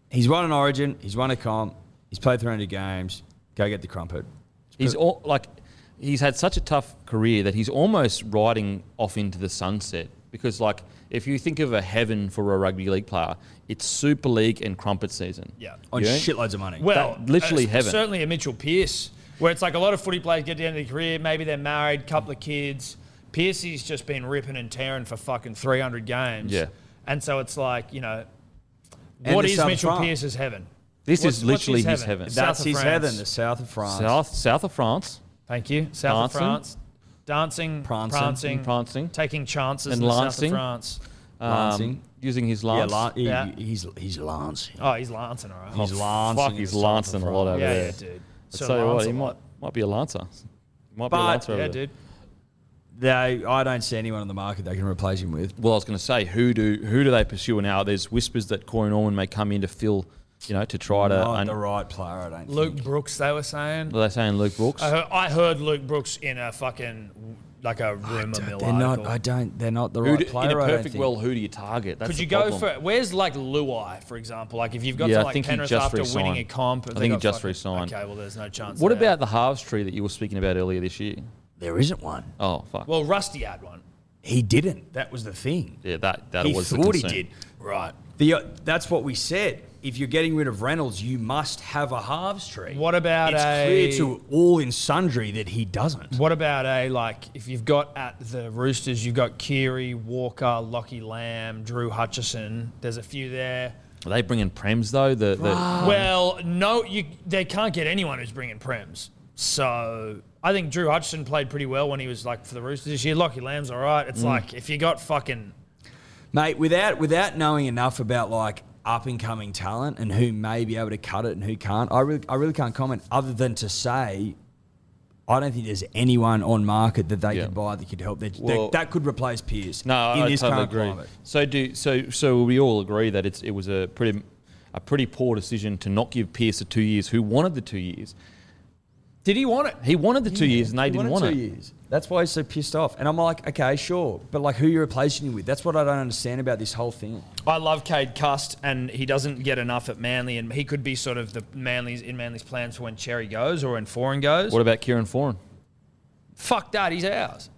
He's won an Origin. He's won a comp. He's played 300 games. Go get the crumpet.
He's all like, he's had such a tough career that he's almost riding off into the sunset Because like if you think of a heaven for a rugby league player, it's Super League and crumpet season.
Yeah.
on
Yeah.
shitloads of money.
Well,
That- literally
uh,
heaven.
Certainly a Mitchell Pearce, where it's like a lot of footy players get to the end of their career, maybe they're married, couple of kids. Pearcey's just been ripping and tearing for fucking 300 games.
Yeah.
And so it's like, you know,
And
what
the
is
South of
Mitchell
France.
Pearce's heaven?
This
What's-
is
what's
literally his heaven.
It's
that's
south of
his
France.
heaven, the south of France.
South south of France
Thank you. South
Dancing.
of France. Dancing, prancing,
Prancing.
prancing,
Prancing.
taking chances
And
in the south of
lancing.
France.
um,
Lancing.
using his
Yeah,
lance.
Lan- he-
Yeah.
he's he's Lancing.
Oh, he's lancing, all right.
He's
Oh,
Lancing
Fuck,
in
he's
the south of
lancing a lot
France.
over
yeah,
there.
yeah, dude.
I'll
So
tell you what, he
Lancelot.
might might be a lancer. Might be a
But-
lancer. over
Yeah,
there.
dude.
They, I don't see anyone on the market they can replace him with.
Well, I was going to say, who do who do they pursue now? There's whispers that Corey Norman may come in to fill, you know, to try to.
Not
un-
the right player, I don't
Luke
think.
Brooks, they were saying.
Well, they're saying Luke Brooks.
I heard, I heard Luke Brooks in a fucking like a rumor mill
They're not.
article.
I don't. They're not the
Who
right
do-
player.
in a
I don't
perfect
think.
world, who do you target? That's
Could
the
you go
problem.
for where's like Luai, for example? Like if you've got
Yeah, I
to like
think he
Penrith
just
after winning
re-signed.
a comp, if
I
they
think he
got
just
fucking-
re-signed.
Okay, well there's no chance.
What
there.
about the halves tree that you were speaking about earlier this year?
There isn't one.
Oh fuck!
Well, Rusty had one.
He didn't. That was the thing.
yeah, that that
He
was the
thought he
concern.
did.
Right.
The, uh, that's what we said. If you're getting rid of Reynolds, you must have a halves tree.
What about
it's
a-
clear to all in sundry that he doesn't.
What about a like if you've got at the Roosters, you've got Keary, Walker, Lockie Lamb, Drew Hutchison. There's a few there.
Are they bringing prems though? The, the
Well, no, you they can't get anyone who's bringing prems. So I think Drew Hutchison played pretty well when he was like for the Roosters this year. Lockie Lamb's all right. It's like if you got fucking
Mate, without without knowing enough about like up and coming talent and who may be able to cut it and who can't, I really I really can't comment other than to say I don't think there's anyone on market that they
Yeah.
could buy that could help. That, that-
Well-
that, could replace Pierce.
no,
in
I
this
totally
current
agree.
climate.
So do so so we all agree that it's it was a pretty a pretty poor decision to not give Pierce the two years. Who wanted the two years?
did he want it?
He wanted the two years, and they
He
didn't
wanted
want
two
it.
years. That's why he's so pissed off. And I'm like, okay, sure, but like, who you replacing him with? That's what I don't understand about this whole thing.
I love Cade Cust, and he doesn't get enough at Manly, and he could be sort of the Manly's in Manly's plans for when Cherry goes or when Foreign goes.
What about Kieran Foran?
Fuck that, he's ours.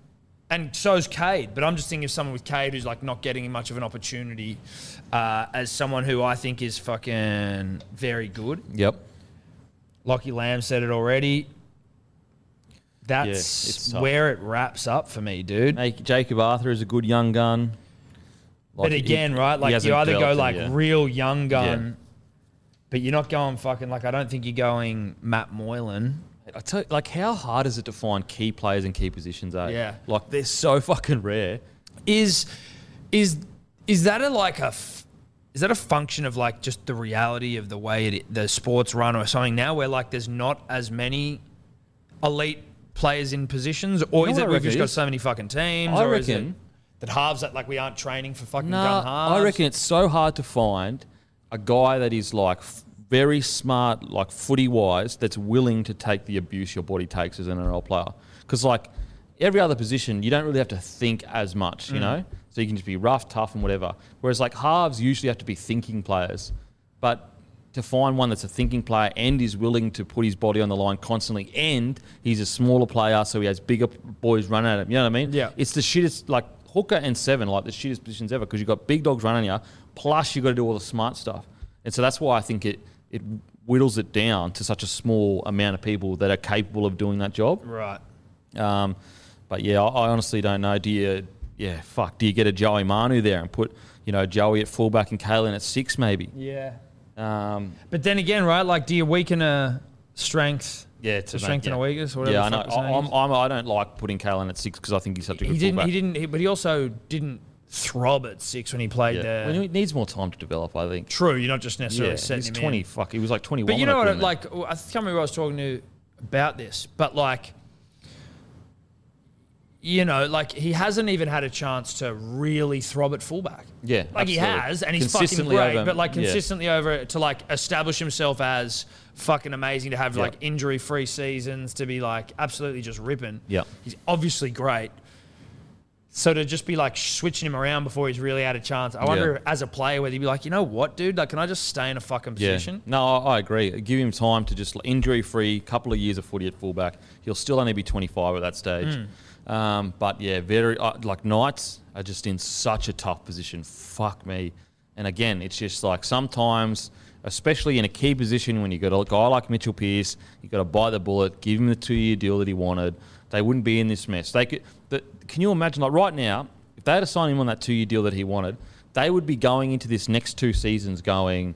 And so's Cade, but I'm just thinking of someone with Cade who's like not getting much of an opportunity, uh, as someone who I think is fucking very good.
Yep.
Lockie Lamb said it already.
it's
That's
tough.
where it wraps up for me, dude.
Hey, Jacob Arthur is a good young gun.
but again, right? Like you either go like real young gun, but you're not going fucking like I don't think you're going Matt Moylan.
I tell you, like how hard is it to find key players and key positions? Eh?
Yeah.
like they're so fucking rare.
Is is is that a like a f- is that a function of like just the reality of the way it, the sports run or something now where like there's not as many elite players in positions or
You know
is
what I
it we've
reckon
just
it
got
is?
so many fucking teams
I
or is it
reckon-
that halves that like we aren't training for fucking
No,
gun halves
I reckon it's so hard to find a guy that is like f- very smart, like footy wise, that's willing to take the abuse your body takes as an NRL player. Because like every other position, you don't really have to think as much, you
Mm.
know. So you can just be rough, tough, and whatever. Whereas like halves usually have to be thinking players, but to find one that's a thinking player and is willing to put his body on the line constantly, and he's a smaller player, so he has bigger boys running at him. You know what I mean?
Yeah.
It's the shittest, like hooker and seven, like the shittest positions ever because you've got big dogs running you, plus you've got to do all the smart stuff. And so that's why I think it, it whittles it down to such a small amount of people that are capable of doing that job.
right
Um, but yeah, I, I honestly don't know. Do you, yeah, fuck, do you get a Joey Manu there and put, you know, Joey at fullback and Kalen at six maybe?
yeah
Um,
But then again, right? Like, do you weaken a strength?
Yeah, to
a strength
make-
and a
yeah.
weakness. Whatever
yeah, I
the
know.
fuck the saying
I, I'm,
is.
I'm, I don't like putting Kalen at six because I think he's such a good
he didn't.
fullback.
He didn't. He, but he also didn't throb at six when he played
Yeah.
there.
Well, he needs more time to develop, I think.
True, you're not just necessarily
Yeah,
setting
he's
him
twenty.
in.
Fuck, he was like twenty-one.
But you know
when I
what?
put him in.
Like, I can't remember who I was talking to about this, but like, you know, like he hasn't even had a chance to really throb at fullback.
Yeah,
like he
absolutely.
has, and he's fucking
Consistently
great.
over-
but like
yeah.
consistently over to like establish himself as fucking amazing to have
Yeah.
like injury-free seasons to be like absolutely just ripping.
Yeah.
he's obviously great. So to just be like switching him around before he's really had a chance, I wonder
Yeah.
as a player whether you'd be like, you know what, dude, like, can I just stay in a fucking
yeah.
position?
No, I, I agree. Give him time to just injury-free, couple of years of footy at fullback. He'll still only be twenty-five at that stage. Um, but yeah, very uh, like Knights. I are just in such a tough position. Fuck me. And again, it's just like sometimes, especially in a key position when you've got a guy like Mitchell Pearce, you've got to bite the bullet, give him the two year deal that he wanted. They wouldn't be in this mess. They could, the, can you imagine, like right now, if they had to sign him on that two year deal that he wanted, they would be going into this next two seasons going,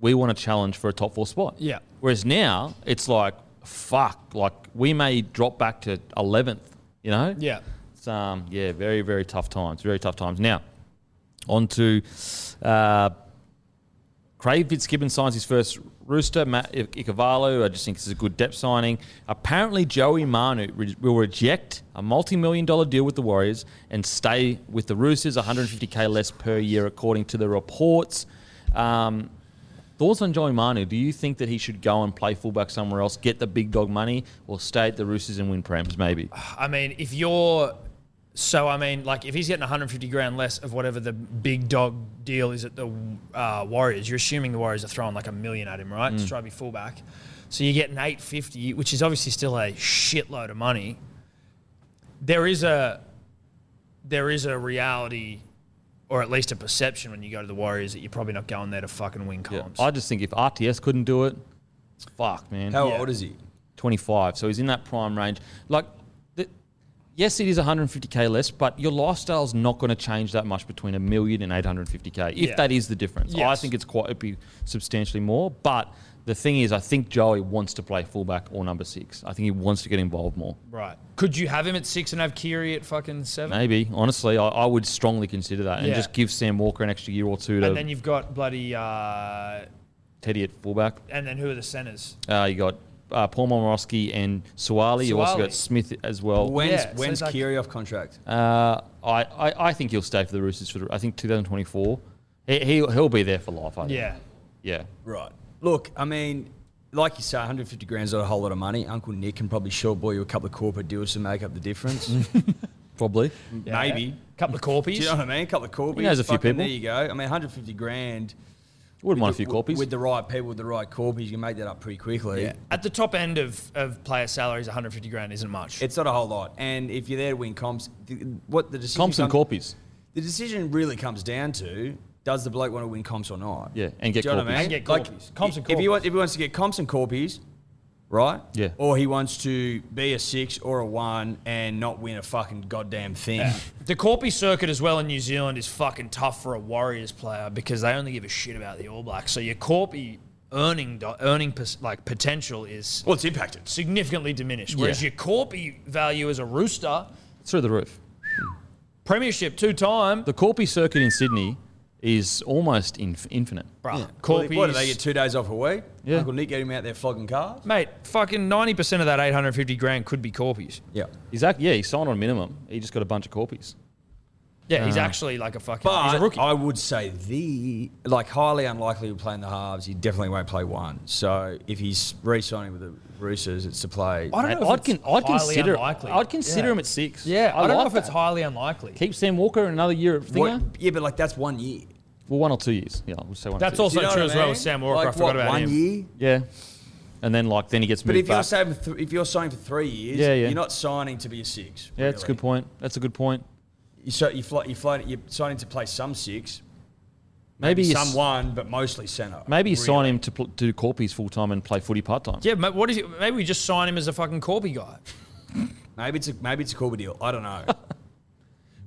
we want to challenge for a top four spot.
Yeah.
Whereas now, it's like, fuck, like we may drop back to 11th, you know?
Yeah.
It's, um, yeah, very, very tough times. Very tough times. Now, on to uh, Craig Fitzgibbon signs his first rooster. Matt I- Ikavalu, I just think this is a good depth signing. Apparently, Joey Manu re- will reject a multi million dollar deal with the Warriors and stay with the Roosters, 150k less per year, according to the reports. Um, Thoughts on Joey Manu? Do you think that he should go and play fullback somewhere else, get the big dog money, or stay at the Roosters and win prems? Maybe.
I mean, if you're so, I mean, like if he's getting 150 grand less of whatever the big dog deal is at the uh, Warriors, you're assuming the Warriors are throwing like a million at him, right? To try to be fullback. So you're getting 850, which is obviously still a shitload of money. There is a there is a reality, or at least a perception, when you go to the Warriors that you're probably not going there to fucking win
Yeah.
comps.
I just think if RTS couldn't do it, fuck, man.
How
Yeah.
old is he?
25. So he's in that prime range. Like, the, yes, it is 150k less, but your lifestyle's not going to change that much between a million and 850k, if
Yeah.
that is the difference. I
Yes.
think it's quite, it'd be substantially more. But the thing is, I think Joey wants to play fullback or number six. I think he wants to get involved more.
right? Could you have him at six and have Kiri at fucking seven?
Maybe, honestly, I, I would strongly consider that and
Yeah.
just give Sam Walker an extra year or two to
And then you've got bloody. Uh,
Teddy at fullback.
and then who are the centers?
Uh, you got uh, Paul Momorowski and Suwali. You also
Suwali.
got Smith as well.
When's,
Yeah, so
when's
it's like-
Kiri off contract?
Uh, I, I, I think he'll stay for the Roosters for the, I think 2024. He, he'll, he'll be there for life. I think.
Yeah.
yeah.
Right. Look, I mean, like you say, 150 grand's not a whole lot of money. Uncle Nick can probably short boy you a couple of corporate deals to make up the difference.
Probably.
Maybe.
Couple of
Do you know
corpies.
what I mean? A couple of corporate.
He knows a few people.
There you go. I mean, 150 grand.
Wouldn't mind a few
with-
copies.
With the right people, with the right corpies, you can make that up pretty quickly.
At the top end of, of player salaries, 150 grand isn't much.
It's not a whole lot. And if you're there to win comps, th- what the decision
Thompson
comes-
Corpies.
The decision really comes down to does the bloke want to win comps or not?
Yeah, and get
Do you know what I
corpies.
mean?
And get corpies. Comps and
If he,
corpies.
wants, if he wants to get comps and corpies, right?
Yeah.
Or he wants to be a six or a one and not win a fucking goddamn thing.
the corpie circuit as well in New Zealand is fucking tough for a Warriors player because they only give a shit about the All Blacks. So your corpie earning do- earning pos- like potential is
Well, it's impacted.
significantly diminished. Whereas
Yeah.
your corpie value as a rooster,
Through the roof.
premiership two time,
The Corpy circuit in Sydney is almost inf- infinite.
bruh,
What
corpies.
do they get? Two days off a week?
Yeah.
Uncle Nick get him out there flogging cars?
Mate, fucking 90% of that 850 grand could be corpies.
Yeah.
He's act- yeah, he signed on minimum. He just got a bunch of corpies.
Yeah, he's actually like a fucking.
Uh-huh. But
he's a rookie.
I would say the like highly unlikely to play in the halves. He definitely won't play one. So if he's re-signing with the Roosters, it's to play.
I don't
Mate,
know if
I'd,
it's
con- I'd
highly
consider
unlikely.
I'd consider
Yeah.
him at six.
Yeah, I, don't
like
know if it's
that.
highly unlikely.
Keep Sam Walker another year at
What-
Finger.
yeah, but like that's one year.
Well, one or two years. Yeah, we'll say one. or
That's
two
Do
also
you know
true
what
as
I
well with
mean?
Sam Walker.
Like,
I forgot
what,
about
one
him.
year.
years. Yeah, and then like then he gets
But
moved
if you're
back.
signing for th- if you're signing for three years,
Yeah, yeah.
you're not signing to be a six.
yeah, that's a good
really.
point. That's a good point.
You so you fly, you fly, you're signing to play some six,
Maybe you
some
s-
one, but mostly centre.
Maybe you
really.
sign him to pl- do Corpies full time and play footy part time.
Yeah, ma- what is it? Maybe we just sign him as a fucking Corby guy.
Maybe it's a maybe it's a Corby deal. I don't know.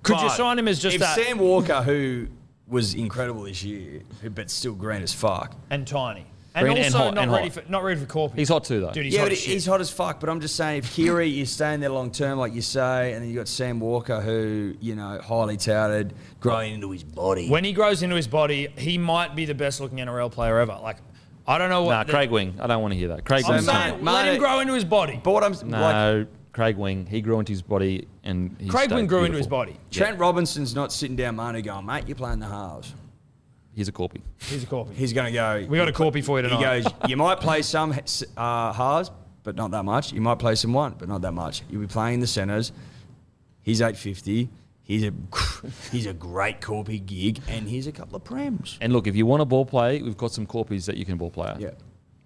Could you
But
sign him as just
if
that
Sam Walker, who was incredible this year, who- but still green as fuck.
and tiny and
Green
also
and hot,
not
and
ready
hot.
for not ready for Corby?
He's hot too though.
dude. He's
yeah,
hot
but
as shit.
he's hot as fuck. But I'm just saying, if Kiri is staying there long term, like you say, and then you got Sam Walker, who you know highly touted, growing into his body.
when he grows into his body, he might be the best looking NRL player ever. Like, I don't know what.
nah,
the-
Craig Wing. I don't want to hear that. Craig
I'm
Wing.
saying,
Mate,
let
mate.
him grow into his body.
but what I'm
no,
like,
Craig Wing. He grew into his body and he
Craig
stayed
Wing grew into his
beautiful.
body.
Trent Robinson's not sitting down, Manu, going, mate, you're playing the halves.
He's a Corpy.
He's a Corby.
He's going to go.
we got a Corby for you
He
tonight.
goes, you might play some uh, halves, but not that much. You might play some one, but not that much. You'll be playing the centres. He's 850. He's a he's a great corpy gig, and he's a couple of prems.
And look, if you want to ball play, we've got some Corpies that you can ball play. at.
Yeah.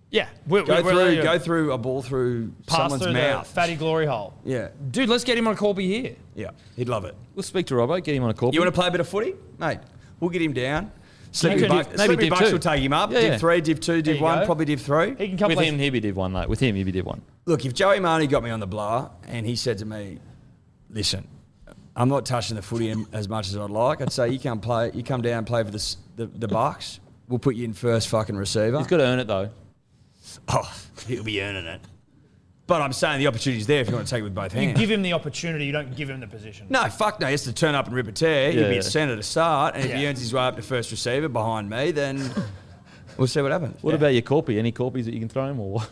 Yeah, we
Go
we- we're-
through,
yeah.
go through a ball through
Pass
someone's
through the
mouth.
fatty glory hole.
yeah,
Dude, let's get him on a Corby here.
yeah, he'd love it.
We'll speak to Robbo, get him on a call.
You want to play a bit of footy, mate? We'll get him down. Sleepy,
Maybe
Buck,
div- maybe
Sleepy
div
Bucks
two.
will take him up.
Yeah,
div
yeah.
three, div two,
There
div
you
one,
go.
probably div
He
three.
can come
With
play.
him, Hibby did one, mate. With him, Hibby did one.
Look, if Joey Marnie got me on the blower and he said to me, "Listen, I'm not touching the footy em- as much as I'd like," I'd say you come play, you come down and play for the s- the, the Bucks. We'll put you in first fucking receiver.
He's got to earn it, though.
Oh, he'll be earning it. But I'm saying the opportunity's there if you want to take it with both
You
hands.
give him the opportunity. You don't give him the position.
no, fuck no. He has to turn up and rip a tear. He'll be
Yeah.
a centre to start. And if he
Yeah.
earns his way up to first receiver behind me, then we'll see what happens.
What about your Corpy? Any Corpies that you can throw him or what?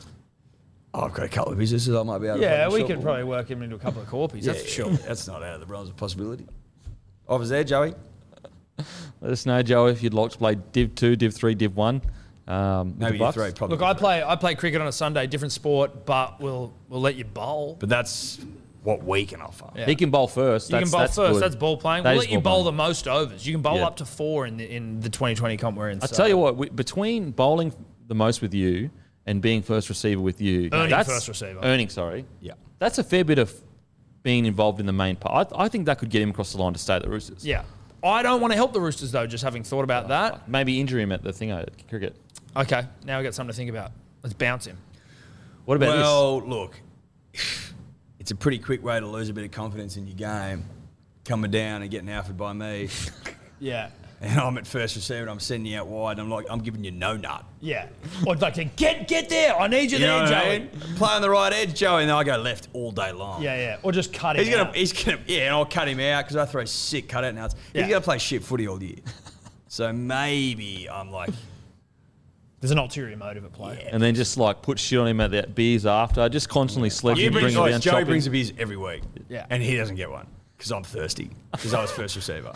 Oh, I've got a couple of businesses I might be able to
Yeah,
fucking
we
shop
could
for.
probably work him into a couple of corpies.
Yeah,
That's for sure.
That's not out of the realms of possibility. I was there, Joey.
Let us know, Joe, if you'd like to play Div 2, Div 3, Div 1. Um, with
Maybe
the
you
Bucks.
throw probably.
Look, I play I play cricket on a Sunday, different sport, but we'll we'll let you bowl.
but that's what we can offer.
Yeah.
He can bowl first.
You
That's,
can bowl
that's
first.
good.
That's ball playing.
That
we'll
is
let you
ball
bowl
playing.
the most overs. You can bowl
Yeah.
up to four in the in the 2020 comp we're in.
I tell you what, we, between bowling the most with you and being first receiver with you,
Earning
that's
first receiver.
earning. Sorry,
Yeah.
that's a fair bit of being involved in the main part. I, I think that could get him across the line to stay at the Roosters.
Yeah, I don't want to help the Roosters though. Just having thought about that.
maybe injure him at the thing at cricket.
Okay, now we got something to think about. Let's bounce him.
What about
Well, look, it's a pretty quick way to lose a bit of confidence in your game, coming down and getting outfit by me.
Yeah,
and I'm at first receiver and I'm sending you out wide. And I'm like, I'm giving you no nut.
yeah. I'd like to get get there. I need you,
You know
there,
what I
Joey.
mean? Play on the right edge, Joey, and then I go left all day long.
Yeah, yeah. Or just cut him.
He's gonna,
out.
he's gonna, yeah, and I'll cut him out because I throw sick cut out nuts.
Yeah.
He's gonna play shit footy all year, so maybe I'm like,
There's an ulterior motive at play.
this? And then just like put shit on him at the beers after, just constantly sleeping,
you bring,
bring
guys,
around
Joey
chopping.
brings a beers every week,
Yeah.
and he doesn't get one because I'm thirsty because I was first receiver.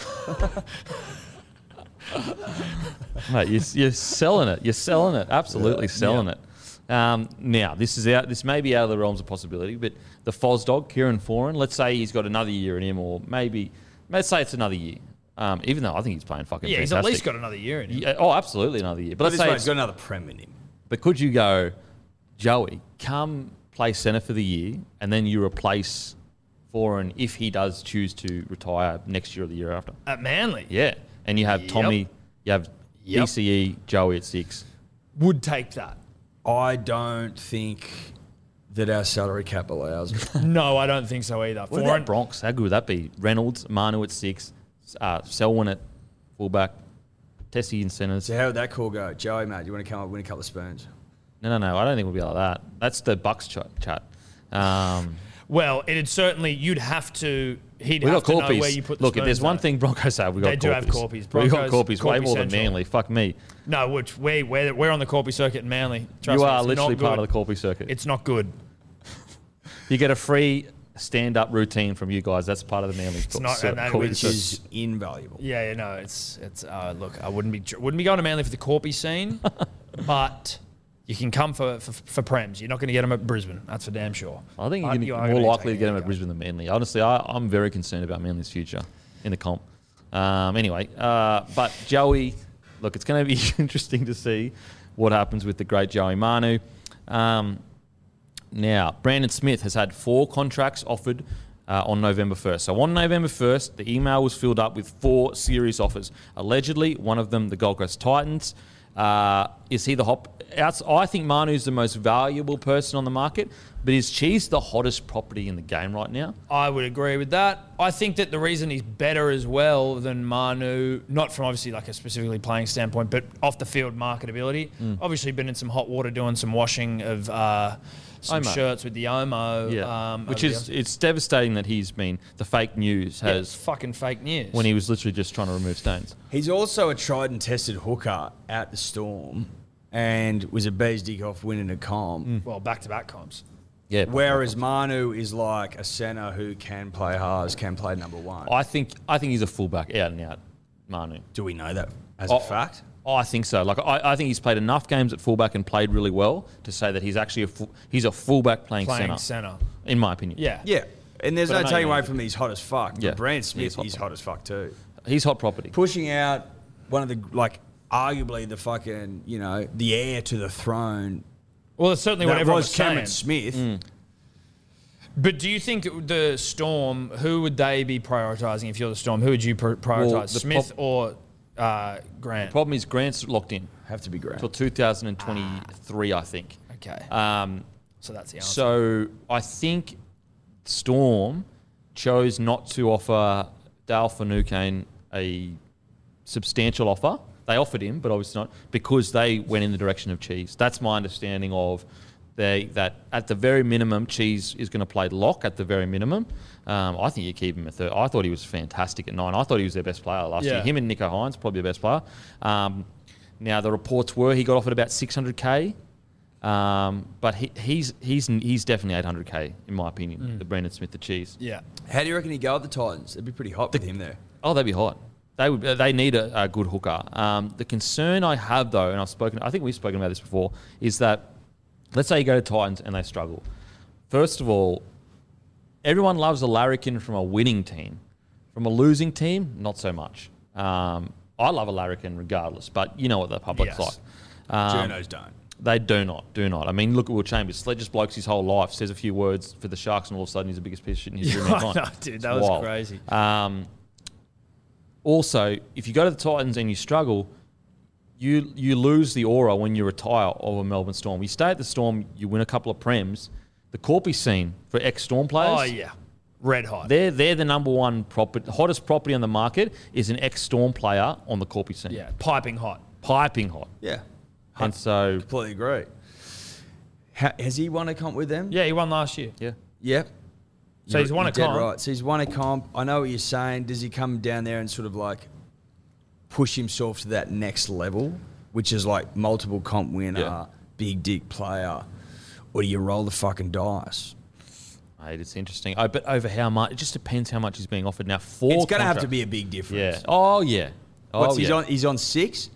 Mate, you're, you're selling it. You're selling it. Absolutely selling it. Um, now, this is out. This may be out of the realms of possibility, but the Foz dog, Kieran Foran. Let's say he's got another year in him, or maybe let's say it's another year. Um, even though I think he's playing fucking.
Yeah, he's at
fantastic.
least got another year in him.
Yeah, oh, absolutely another year. But
But
let's
this
say
mate's
it's,
got another prem in him.
But could you go, Joey, come play centre for the year, and then you replace Foran if he does choose to retire next year or the year after?
At Manly,
Yeah, and you have
Yep.
Tommy, you have
Yep.
DCE, Joey at six.
would take that.
I don't think that our salary cap allows. it.
No, I don't think so either.
What
Foreign-
about Bronx? How good would that be? Reynolds, Manu at six, uh, Selwyn at fullback, Tessie in centres.
so how would that call go, Joey, mate? You want to come up, win a couple of spoons?
No, no, no. I don't think we'll be like that. That's the Bucks chat. chat. Um,
Well, it'd certainly you'd have to. He'd
we
have
got
to know
Corpies.
where you put the
Look, if there's
spoons,
one
though.
thing Broncos have, we got
They do have
Corpies.
Corpies.
we got
Broncos,
Corpies way
Corpie
more than
Central.
Manly. Fuck me.
No, which we we're, we're on the Corby circuit in Manly. Trust
you
me,
are
it's
literally
not
part
good.
of the Corpy circuit.
It's not good.
you get a free stand-up routine from you guys. That's part of the Manly. It's
not- and that-
Which is invaluable.
Yeah, yeah, no, it's it's. Uh, look, I wouldn't be wouldn't be going to Manly for the Corby scene, but you can come for for, for prems. You're not going to get them at Brisbane. That's for damn sure.
I think
But
you're,
you
gonna,
are
more
gonna
likely to
take
get him
it.
at Brisbane than Manly. Honestly, I, I'm very concerned about Manly's future in the comp. Um, anyway, uh, but Joey, look, it's going to be interesting to see what happens with the great Joey Manu. Um, now, Brandon Smith has had four contracts offered uh, on November 1st. So on November 1st, the email was filled up with four serious offers. Allegedly, one of them the Gold Coast Titans. Uh, is he the hop? outs- I think Manu's the most valuable person on the market, but is Cheese the hottest property in the game right now?
I would agree with that. I think that the reason he's better as well than Manu, not from obviously like a specifically playing standpoint, but off the field marketability.
Mm.
Obviously, been in some hot water doing some washing of uh, some
Omo.
shirts with the Omo,
Yeah,
um,
which
over
is
the-
it's devastating that he's been the fake news
Yeah, it's
has
fucking fake news.
when he was literally just trying to remove stains.
He's also a tried and tested hooker at the Storm and was a bees dick off winning a
Mm.
comp.
well back to back comps.
Yeah,
Whereas Manu is like a centre who can play halves, can play number one.
I think I think he's a fullback out and out, Manu.
Do we know that as
Oh,
a fact?
Oh, I think so. Like I, I think he's played enough games at fullback and played really well to say that he's actually a fu- he's a fullback playing, center,
Playing center.
in my opinion.
Yeah.
Yeah. And there's
But I know
no
you
taking
know
away
that.
from these hot as fuck.
Yeah.
But Brand
He's
Smith
hot
is
fuck.
hot as fuck too.
he's hot property.
Pushing out one of the like arguably the fucking, you know, the heir to the throne
Well, it's certainly what
That
everyone
was
was saying.
Cameron Smith.
Mm.
But do you think the Storm? Who would they be prioritising if you're the Storm? Who would you pr- prioritise,
Well, the
Smith
prob-
or uh, Grant?
Problem is, Grant's locked in
Have to be great.
till 2023, I think.
okay,
Um,
so that's the answer.
so I think Storm chose not to offer Dale Finucane a substantial offer. They offered him, but obviously not because they went in the direction of Cheese. That's my understanding of they that at the very minimum, Cheese is going to play lock at the very minimum. Um, I think you keep him at third. I thought he was fantastic at nine. I thought he was their best player last year.
Yeah.
Him and Nico Hines probably the best player. Um, now the reports were he got offered about 600k, um, but he, he's he's he's definitely 800k in my opinion. The Brandon Smith, the Cheese.
yeah,
How do you reckon he go at the Titans? It'd be pretty hot with him there.
Oh, they'd be hot. They would. They need a, a good hooker. Um, the concern I have, though, and I've spoken. I think we've spoken about this before, is that let's say you go to Titans and they struggle. First of all, everyone loves a larrikin from a winning team. From a losing team, not so much. Um, I love a larrikin regardless, but you know what the public's
Yes.
like. Um,
Journos don't.
they do not, do not. I mean, look at Will Chambers. Sledges blokes his whole life, says a few words for the Sharks, and all of a sudden he's the biggest piece of shit in history. of
Yeah, I
mankind.
know, dude,
It's
that was
wild.
crazy.
Um, also, if you go to the Titans and you struggle, you you lose the aura when you retire of a Melbourne Storm. You stay at the Storm, you win a couple of prems. The Corpy scene for ex Storm players.
oh yeah, red hot.
They're, they're the number one property, hottest property on the market is an ex Storm player on the Corpy scene.
yeah, piping hot.
Piping hot.
Yeah.
And so,
Completely agree. Ha- has he won a comp with them?
Yeah, he won last year.
yeah.
Yep.
So he's won a
You're dead
comp.
Right. So he's won a comp. I know what you're saying. Does he come down there and sort of like push himself to that next level, which is like multiple comp winner,
Yeah.
big dick player, or do you roll the fucking dice?
Mate, it's interesting. Oh, but over how much? It just depends how much he's being offered now. Four.
it's going to have to
contract-
be a big difference.
Yeah. Oh yeah. Oh
What's, he's
yeah.
on? He's on six.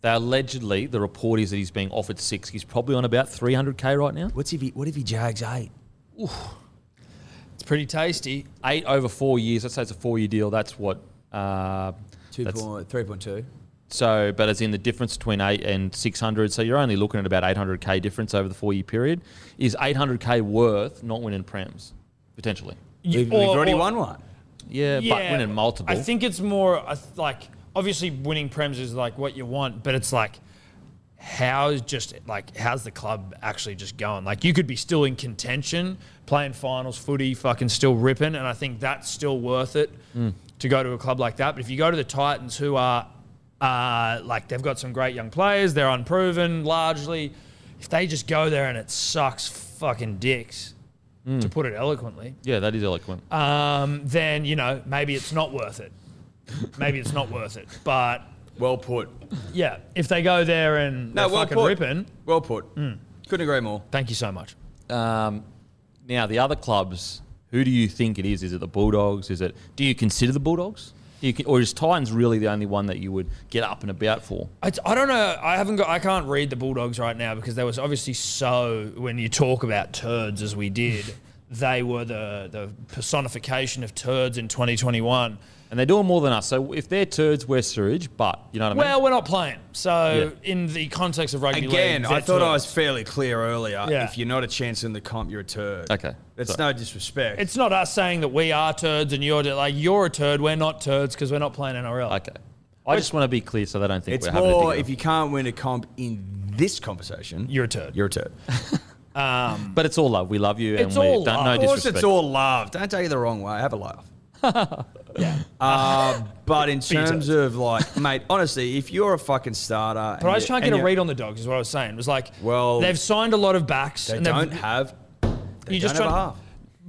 they allegedly the report is that he's being offered six. He's probably on about three hundred k right now.
What's if he? What if he jags eight?
It's pretty tasty.
Eight over four years. Let's say it's a four year deal. That's what. Uh,
Two
that's-
point three point two.
So, but as in the difference between eight and six hundred. So you're only looking at about eight hundred k difference over the four year period. Is eight hundred k worth not winning prems potentially?
You-
We've, we've
or-
already
or-
won one.
Yeah, but winning multiple.
I think it's more I th- like obviously winning prems is like what you want, but it's like how is just like how's the club actually just going? Like you could be still in contention, playing finals footy, fucking still ripping, and I think that's still worth it
Hmm.
to go to a club like that. But if you go to the Titans, who are uh, like they've got some great young players, they're unproven largely. If they just go there and it sucks fucking dicks,
Hmm.
to put it eloquently,
yeah, that is eloquent.
um, then you know maybe it's not worth it. Maybe it's not worth it. But
Well put.
yeah, if they go there and
No,
they're
well
fucking
put.
ripping, Hmm.
Well put. Couldn't agree more.
thank you so much.
Um, now the other clubs, who do you think it is? Is it the Bulldogs? Is it? Do you consider the Bulldogs? Do you, con- or is Titans really the only one that you would get up and about for?
I, I don't know. I haven't got. I can't read the Bulldogs right now because there was obviously so when you talk about turds as we did, they were the the personification of turds in 2021.
And they're doing more than us. So if they're turds, we're sewage. But you know what I mean.
Well, we're not playing. So in the context of rugby
Again,
league,
I
they're
thought I
turds.
was fairly clear earlier.
Yeah.
If you're not a chance in the comp, you're a turd.
Okay.
That's
So-
no disrespect.
It's not us saying that we are turds and you're like you're a turd. We're not turds because we're not playing NRL.
okay. I just want to be clear so they don't think
it's
we're having a dig
more
at
if
them.
you can't win a comp in this conversation,
You're a turd.
you're a turd.
But it's all love. We love you, and
It's
we
all
don't
love.
no
of course,
disrespect.
it's all love. Don't take it the wrong way. Have a laugh. yeah. Uh, but in terms of like, mate, honestly, if you're a fucking starter,
But I was trying to get a read on the dogs, is what I was saying. It was like,
Well,
they've signed a lot of backs.
They
and they've-
don't have. They
you
you don't just
just
have a
trying-
half.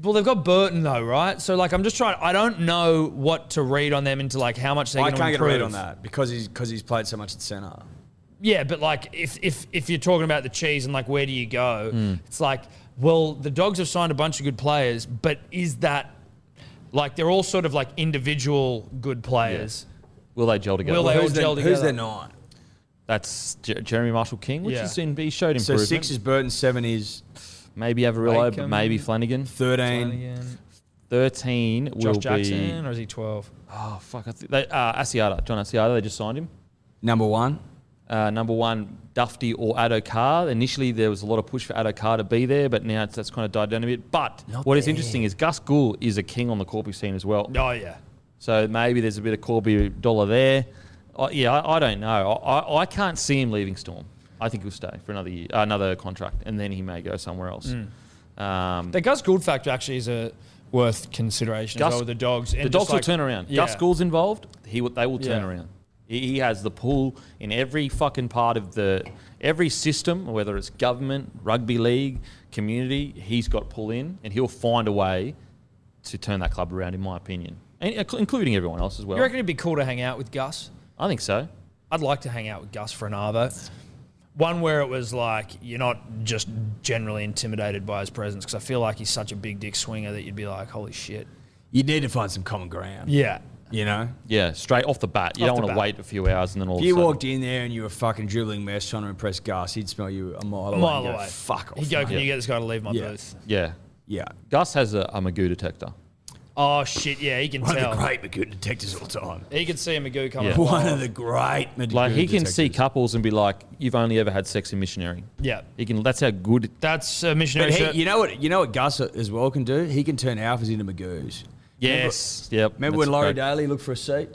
Well, they've got Burton though, right? So like, I'm just trying. I don't know what to read on them into like how much they're
I
going to
can't get a
improve.
read on that because he's because he's played so much at centre.
Yeah, but like, if if if you're talking about the cheese and like, where do you go?
Hmm.
It's like, well, the dogs have signed a bunch of good players, but is that like they're all sort of like individual good players?
Will they gel together?
Will they all
Who's their,
gel
who's
together?
their nine?
That's J- Jeremy Marshall King, which
Yeah.
has been he showed
So
improvement.
six is Burton, seven is
maybe Averillo, but
Wakem.
maybe Flanagan.
thirteen.
Thirteen will
Josh
be
Jackson, or is he 12?
oh fuck, I th- they, uh, Asiata, John Asiata. They just signed him.
Number one.
Uh, number one, Dufty or Addo Carr. Initially, there was a lot of push for Addo Carr to be there, but now it's, that's kind of died down a bit. But what is interesting is Gus Gould is a king on the Corby scene as well.
Oh yeah.
So maybe there's a bit of Corby dollar there. I yeah, I, I don't know. I, I, I can't see him leaving Storm. I think he'll stay for another year, another contract, and then he may go somewhere else. Um,
The Gus Gould factor actually is a worth consideration
Gus-
as well with the dogs. And
the
just
dogs will
like-
turn around.
Yeah.
Gus Gould's involved. He will, they will turn
Yeah.
around. He, he has the pull in every fucking part of the every system, whether it's government, rugby league, community. He's got pull in, and he'll find a way to turn that club around, in my opinion, and, inclu- including everyone else as well.
You reckon it'd be cool to hang out with Gus?
I think so.
I'd like to hang out with Gus for an arvo. One where it was like you're not just generally intimidated by his presence because I feel like he's such a big dick swinger that you'd be like, holy shit.
You need to find some common ground.
Yeah.
You know,
Yeah, straight off the bat. You
Off
don't
the
want to
bat.
wait a few hours and then all
if
of a
you
sudden.
walked in there and you were fucking dribbling mess trying to impress Gus, he'd smell you a mile,
A mile
away. and go,
away.
Fuck off.
He'd go,
mate."
can you get this guy to leave my
Yeah.
booth?
yeah,
Yeah.
Gus has a, a Magoo detector.
Oh shit, yeah, he can
One
tell.
of the great Magoo detectives of all time.
he can see a Magoo coming.
Yeah.
along.
One of the great Magoo
Like he can see
detectives.
couples and be like, "You've only ever had sex in missionary."
Yeah.
He can. That's how good.
That's a missionary.
But
shirt.
he, you know what? You know what Gus as well can do. He can turn alphas into Magoos.
Yes. Yep.
Remember
that's
when Laurie
correct.
Daly looked for a seat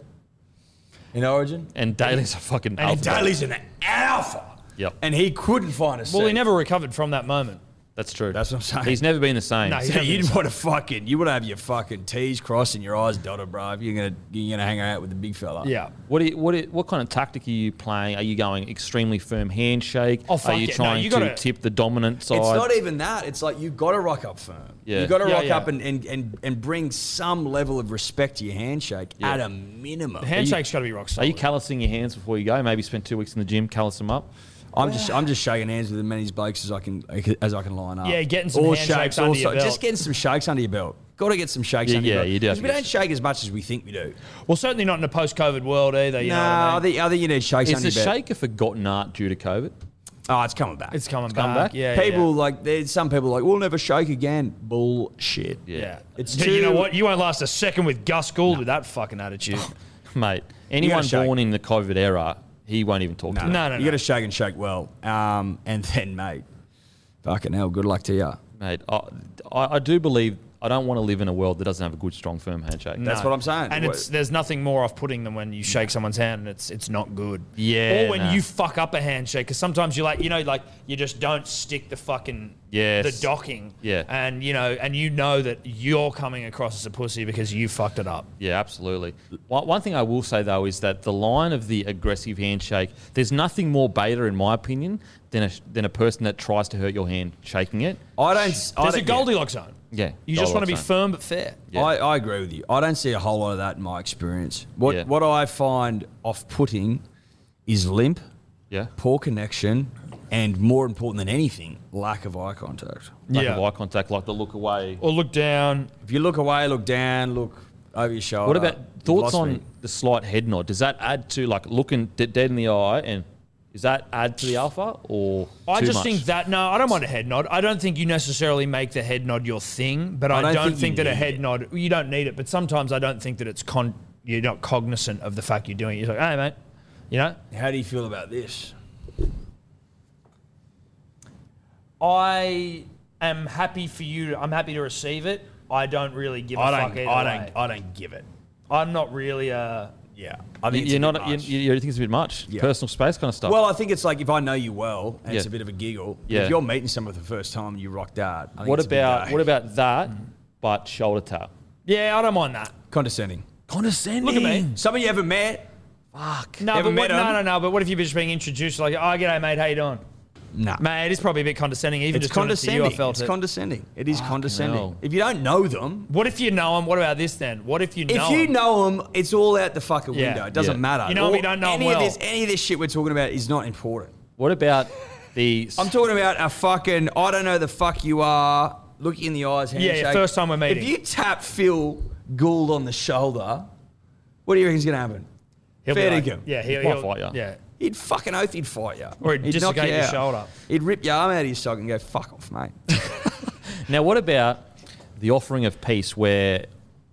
in Origin? Oh,
And Daly's a fucking
And
alpha.
Daly's an alpha.
Yep.
And he couldn't find a seat.
well, he never recovered from that moment.
That's true.
That's what I'm saying.
He's never been the same.
No, he's
So
never been
you'd
the
want to fucking, you want to have your fucking T's crossed and your I's dotted, bro. If you're gonna, you're gonna hang out with the big fella.
Yeah.
What, do you, what, do you- what kind of tactic are you playing? Are you going extremely firm handshake?
Oh, fuck
are you
it. No,
trying
you
to
gotta-
tip the dominant side?
It's not even that. It's like you've got to rock up firm.
Yeah.
You've got to
Yeah,
rock
yeah.
up and, and, and, and bring some level of respect to your handshake
Yeah.
at a minimum.
The handshake's got to be rock
are
solid.
you callousing your hands before you go? Maybe spend two weeks in the gym, callous them up.
I'm just I'm just shaking hands with as many blokes as I can as I can line up.
Yeah, getting some handshakes under your belt.
Just getting some shakes under your belt. Got to get some shakes
Yeah,
under your
yeah,
belt.
you do have
'Cause
to
We
get
don't shake as much as we think we do.
well, certainly not in a post-COVID world either. You
no,
know what I
I,
mean?
think, I think you need shakes
Is
under
the
your belt.
shake a forgotten art due to COVID?
Oh, it's coming back.
it's coming
It's
back.
come back?
Yeah,
people
yeah.
like there's some people like we'll never shake again. Bullshit.
Yeah.
It's
Yeah, you know
too-
what? You won't last a second with Gus Gould with that fucking attitude.
Mate,
gotta
anyone
shake.
born in the COVID era, he won't even talk to you.
No, no,
you
no.
got to shake and shake well. Um, and then mate, fucking hell, good luck to you.
Mate, I, I, I do believe I don't want to live in a world that doesn't have a good, strong, firm handshake.
That's what I'm saying.
And
What-
it's there's nothing more off-putting than when you shake someone's hand and it's it's not good.
Yeah,
Or when
nah.
you fuck up a handshake because sometimes you like you know like you just don't stick the fucking
Yes.
the docking.
Yeah.
And you know and you know that you're coming across as a pussy because you fucked it up.
Yeah, absolutely. One, one thing I will say though is that the line of the aggressive handshake, there's nothing more beta in my opinion than a than a person that tries to hurt your hand shaking it.
I don't. I
There's a
don't-
Goldilocks zone.
Yeah,
You just want to be
Goldilocks
firm but fair.
Yeah.
I, I agree with you. I don't see a whole lot of that in my experience. What
Yeah.
what I find off putting is limp,
Yeah,
poor connection, and more important than anything, lack of eye contact.
lack
Yeah.
of eye contact, like the look away.
Or look down.
If you look away, look down, look over your shoulder.
What about
Oh, uh, you've
thoughts
lost
on
me.
the slight head nod? Does that add to like looking d- dead in the eye and is that add to the alpha or
I
too
just
much?
think that no, I don't mind a head nod. I don't think you necessarily make the head nod your thing, but I,
don't
don't,
think
think,
you
that a
need
head
it.
nod you don't need it. But sometimes I don't think that it's con. You're not cognizant of the fact you're doing it. You're like, hey mate, you know,
How do you feel about this? I
I'm happy for you. I'm happy to receive it. I don't really give a
I
fuck
don't
either
I
way.
don't I don't give it.
I'm not really a.
Yeah, I
You-
think it's a
you're
bit
not. You,
much.
you you think it's a bit much?
Yeah.
Personal space kind of stuff.
well, I think it's like if I know you well and it's
Yeah.
a bit of a giggle.
Yeah.
If you're meeting someone for the first time and you rock that, I think
what
it's a big Mm-hmm.
about
day.
what about that? But shoulder tap.
Yeah, I don't mind that.
condescending?
Condescending.
Look at me.
Someone you ever met?
No,
Ever
but what,
met
no,
'em?
no, no. But what if you're just being introduced like, oh, g'day mate, how you doing?
Nah.
Mate, it's probably a bit condescending. Even
It's
just doing it to you,
condescending.
I felt
it's
it.
condescending. It is condescending.
hell.
If you don't know them,
What if you know him? What about this then? What if you know
if you
him?
know them, it's all out the fucking
Yeah.
window. It doesn't
Yeah.
matter.
You know 'em,
Or
you don't know 'em
any
well.
Of this, any of this shit we're talking about is not important.
What about the?
I'm talking about a fucking I don't know the fuck you are. Look you in the eyes.
yeah,
Handshake.
first time we're meeting.
If you tap Phil Gould on the shoulder, what do you reckon's gonna happen?
He'll be
Fair
like-
dinkum.
Yeah, he'll,
Might
he'll
fight ya.
Yeah.
He'd fucking oath he'd fight you,
Or he'd
knock
dislocate
you
your
out.
shoulder.
He'd rip your arm out of your socket and go fuck off, mate.
Now, what about the offering of peace where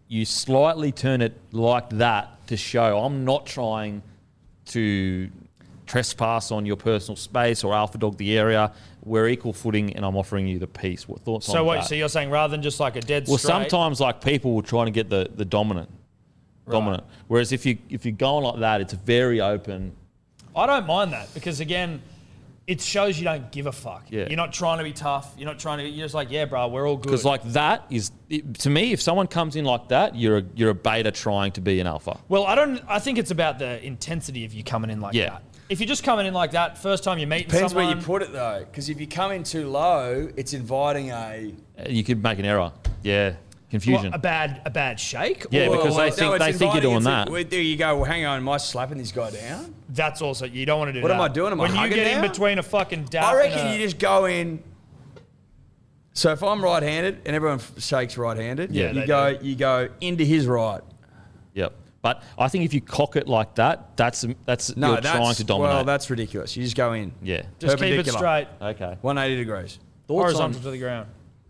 you slightly turn it like that to show I'm not trying to trespass on your personal space or alpha dog the area. We're equal footing, and I'm offering you the peace. What thoughts
So
on
what?
that?
So you're saying rather than just like a dead
well,
straight,
sometimes like people will try to get the the dominant, dominant. Whereas if you if you're going like that, it's very open.
I don't mind that because again, it shows you don't give a fuck.
Yeah.
You're not trying to be tough. You're not trying to. You're just like, yeah, bro, we're all good.
Because like that is it- to me, if someone comes in like that, you're a, you're a beta trying to be an alpha.
Well, I don't. I think it's about the intensity of you coming in like
Yeah.
that. If you're just coming in like that, first time you meet
Depends
someone,
where you put it though, because if you come in too low, it's inviting a
Uh, You could make an error. Yeah,
What,
confusion.
a bad a bad shake.
yeah,
Or
because
Well,
they
no,
think
it's
they think you're
inviting
doing
it
that.
to- well, there you go. Well, hang on. Am I slapping this guy down?
that's also you don't want to do
What
that.
am I doing? Am I
when you
hugging
get
now?
in between a fucking dap
I reckon
and a-
you just go in. So if I'm right-handed and everyone f- shakes right-handed,
Yeah,
you
they
go you go into his right.
Yep. But I think if you cock it like that, that's that's
No,
you're
that's
trying to dominate.
well, that's ridiculous. You just go in.
yeah.
just keep it
perpendicular.
straight,
Okay.
180 degrees.
Thoughts on
horizontal to the ground.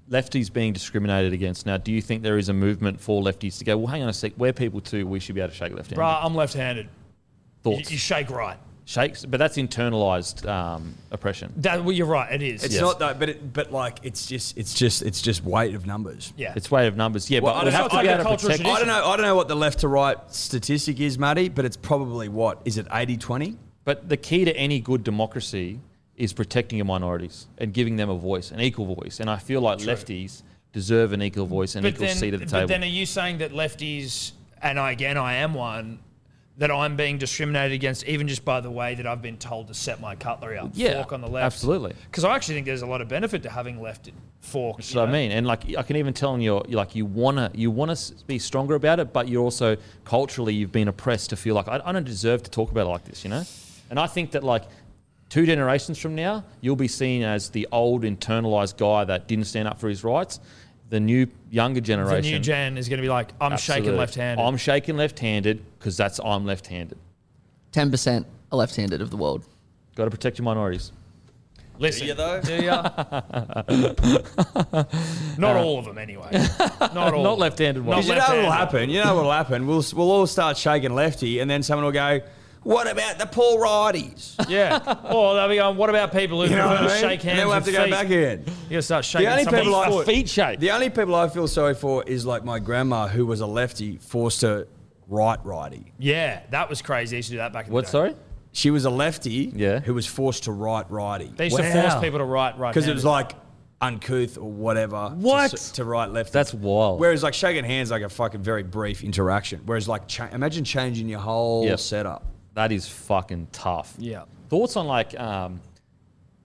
lefties being discriminated against now? Do you think there is a movement for lefties to go? Well, hang on a sec. We're people too. We should be able to shake left hand.
Bruh, I'm left-handed. You,
Thoughts?
you shake right.
Shakes, but that's internalized um, oppression.
That well, you're right. It is.
It's
Yes.
not though, but it, but like it's just it's just it's just weight of numbers.
yeah.
It's weight of numbers. Yeah,
Well, I
but we
don't
have
know,
to be
it's
able to
agricultural
protect.
I don't know. I don't know what the left to right statistic is, Matty, but it's probably what is it 80-20?
But the key to any good democracy is protecting your minorities and giving them a voice, an equal voice. And I feel like lefties deserve an equal voice and equal seat at the
but
table.
then are you saying that lefties, and I, again, I am one, that I'm being discriminated against even just by the way that I've been told to set my cutlery up?
yeah,
Fork on the left.
absolutely.
Because I actually think there's a lot of benefit to having left fork.
That's what I mean. And like I can even tell in your like you wanna you wanna s- be stronger about it, but you're also culturally you've been oppressed to feel like I, I don't deserve to talk about it like this, you know. And I think that like two generations from now, you'll be seen as the old internalized guy that didn't stand up for his rights. The new younger
The
generation,
new gen is going to be like, I'm shaking
Absolutely.
left handed.
I'm shaking left-handed because that's I'm left-handed.
Ten percent are left-handed of the world.
Got to protect your minorities.
Listen,
though?
do ya? Not all of them, anyway. Not all.
Uh, Not left-handed
Not
ones.
you know what'll
left-handed.
happen. You know what'll happen. We'll we'll all start shaking lefty, and then someone will go, "What about the poor righties?"
Yeah. Oh, Or they'll be going, what about people who
You know what
prefer
I
to
mean?
shake hands?
and then we'll have to
with
go
feet?
back again.
You're going to start shaking
only
somebody's
people I-
foot.
Feet shake.
The only people I feel sorry for is like my grandma, who was a lefty, forced to right righty.
Yeah, that was crazy. They used to do that back in
What?
the day.
Sorry.
She was a lefty,
Yeah.
who was forced to right righty.
They used to force people to write right
because it was like uncouth or whatever.
What?
to, s- to right lefty?
That's wild.
Whereas like shaking hands like a fucking very brief interaction. Whereas like cha- imagine changing your whole
Yep.
setup.
That is fucking tough.
Yeah.
Thoughts on like, um,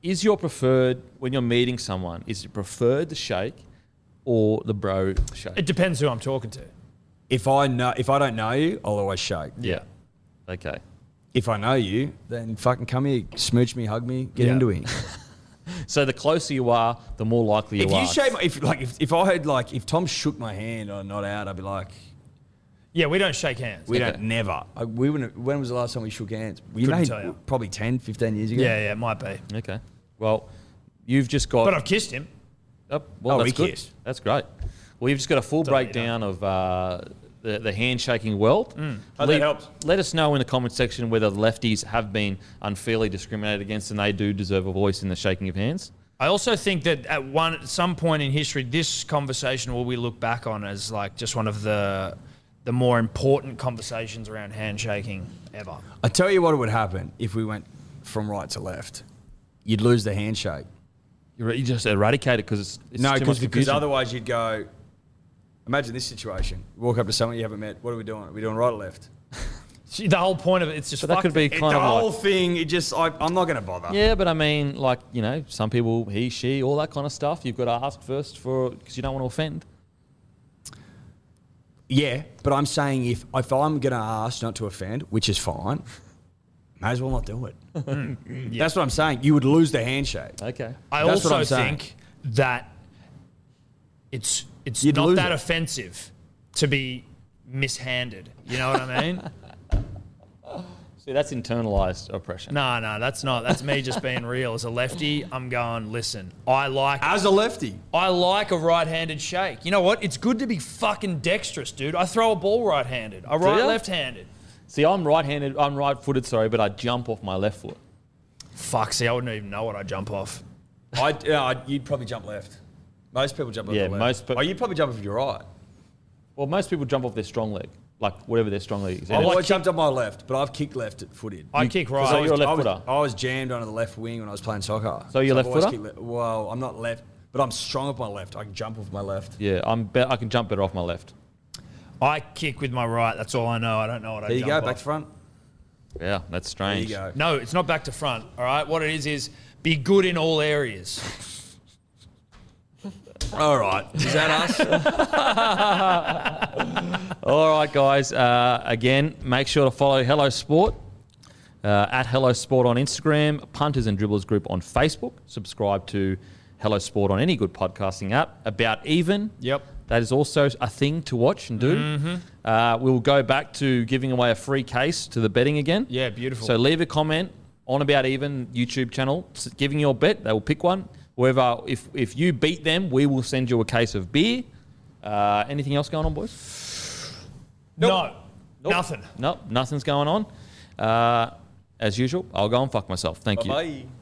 is your preferred when you're meeting someone? Is it preferred the shake or the bro shake?
It depends who I'm talking to.
If I know, if I don't know you, I'll always shake.
yeah. Okay.
If I know you, then fucking come here, smooch me, hug me, get
Yeah.
into it.
So the closer you are, the more likely you
if
are.
you shake, my, if like if, if I had like if Tom shook my hand or not out, I'd be like,
Yeah, we don't shake hands.
we
Okay.
don't never. I, we wouldn't, when was the last time we shook hands? We
Couldn't
made
tell you.
probably 10, 15 years ago.
yeah, yeah, it might be.
okay. Well, you've just got.
But I've kissed him.
Yep. Well,
Oh,
that's
we
good.
kissed.
That's great. Well, you've just got a full
Don't need
breakdown of uh, the, the handshaking world.
Hope
let,
that helps.
Let us know in the comment section whether the lefties have been unfairly discriminated against and they do deserve a voice in the shaking of hands.
I also think that at one at some point in history, this conversation will be looked back on as like just one of the the more important conversations around handshaking ever.
I tell you what would happen if we went from right to left. You'd lose the handshake.
You re- you just eradicate it because it's, it's too
no, because
much
because
confusion.
otherwise you'd go. Imagine this situation: walk up to someone you haven't met. What are we doing? Are we doing right or left?
See, The whole point of it, it's just
But that
fucked.
could be
It-
kind
the
of
whole
like,
thing. It just I, I'm not going to bother.
yeah, but I mean, like you know, some people he, she, all that kind of stuff. You've got to ask first for because you don't want to offend.
Yeah, but I'm saying if if I'm going to ask not to offend, which is fine, may as well not do it. That's what I'm saying. You would lose the handshake.
Okay.
I
That's what
also
I'm saying.
think that it's it's
You'd
not
lose
that
it.
offensive to be mishanded. You know what I mean?
See, that's internalized oppression.
No, no, that's not. That's me just being real. As a lefty, I'm going, listen, I like
As a lefty,
I like a right-handed shake. You know what? It's good to be fucking dexterous, dude. I throw a ball right-handed. I
ya?
right left-handed.
See, I'm right-handed. I'm right-footed. Sorry, but I jump off my left foot.
Fuck, see, I wouldn't even know what I jump off.
I, yeah, I, you'd probably jump left. Most people jump off
Yeah,
their left.
most pe-
oh, you'd probably jump off your right.
Well, most people jump off their strong leg, like whatever their strong leg is.
I,
And
well, I
it's-
jumped on my left, but I've kicked left at footed.
I kick right.
So
I was-
you're a left
I was,
footer.
I was jammed onto the left wing when I was playing soccer.
So you're
I've
left
always
footer?
kicked le- well, I'm not left, but I'm strong with my left. I can jump with my left.
yeah, I'm. Be- I can jump better off my left.
I kick with my right. That's all I know. I don't know what I
There you
jump
go,
off.
back to front.
Yeah, that's
There
strange.
you go.
No, it's not back to front. All right. What it is is be good in all areas.
All right. Is that us?
All right, guys. Uh, again, make sure to follow Hello Sport uh, at Hello Sport on Instagram, Punters and Dribblers Group on Facebook. Subscribe to Hello Sport on any good podcasting app. About even.
Yep. Mm-hmm.
That is also a thing to watch and do. Uh, we will go back to giving away a free case to the betting again.
Yeah, beautiful.
So leave a comment on about even YouTube channel, s- giving your bet. They will pick one. Whoever, if if you beat them, we will send you a case of beer. Uh, anything else going on, boys?
No. Nothing.
Nope, nothing's going on. Uh, as usual, I'll go and fuck myself. Thank you.
Bye.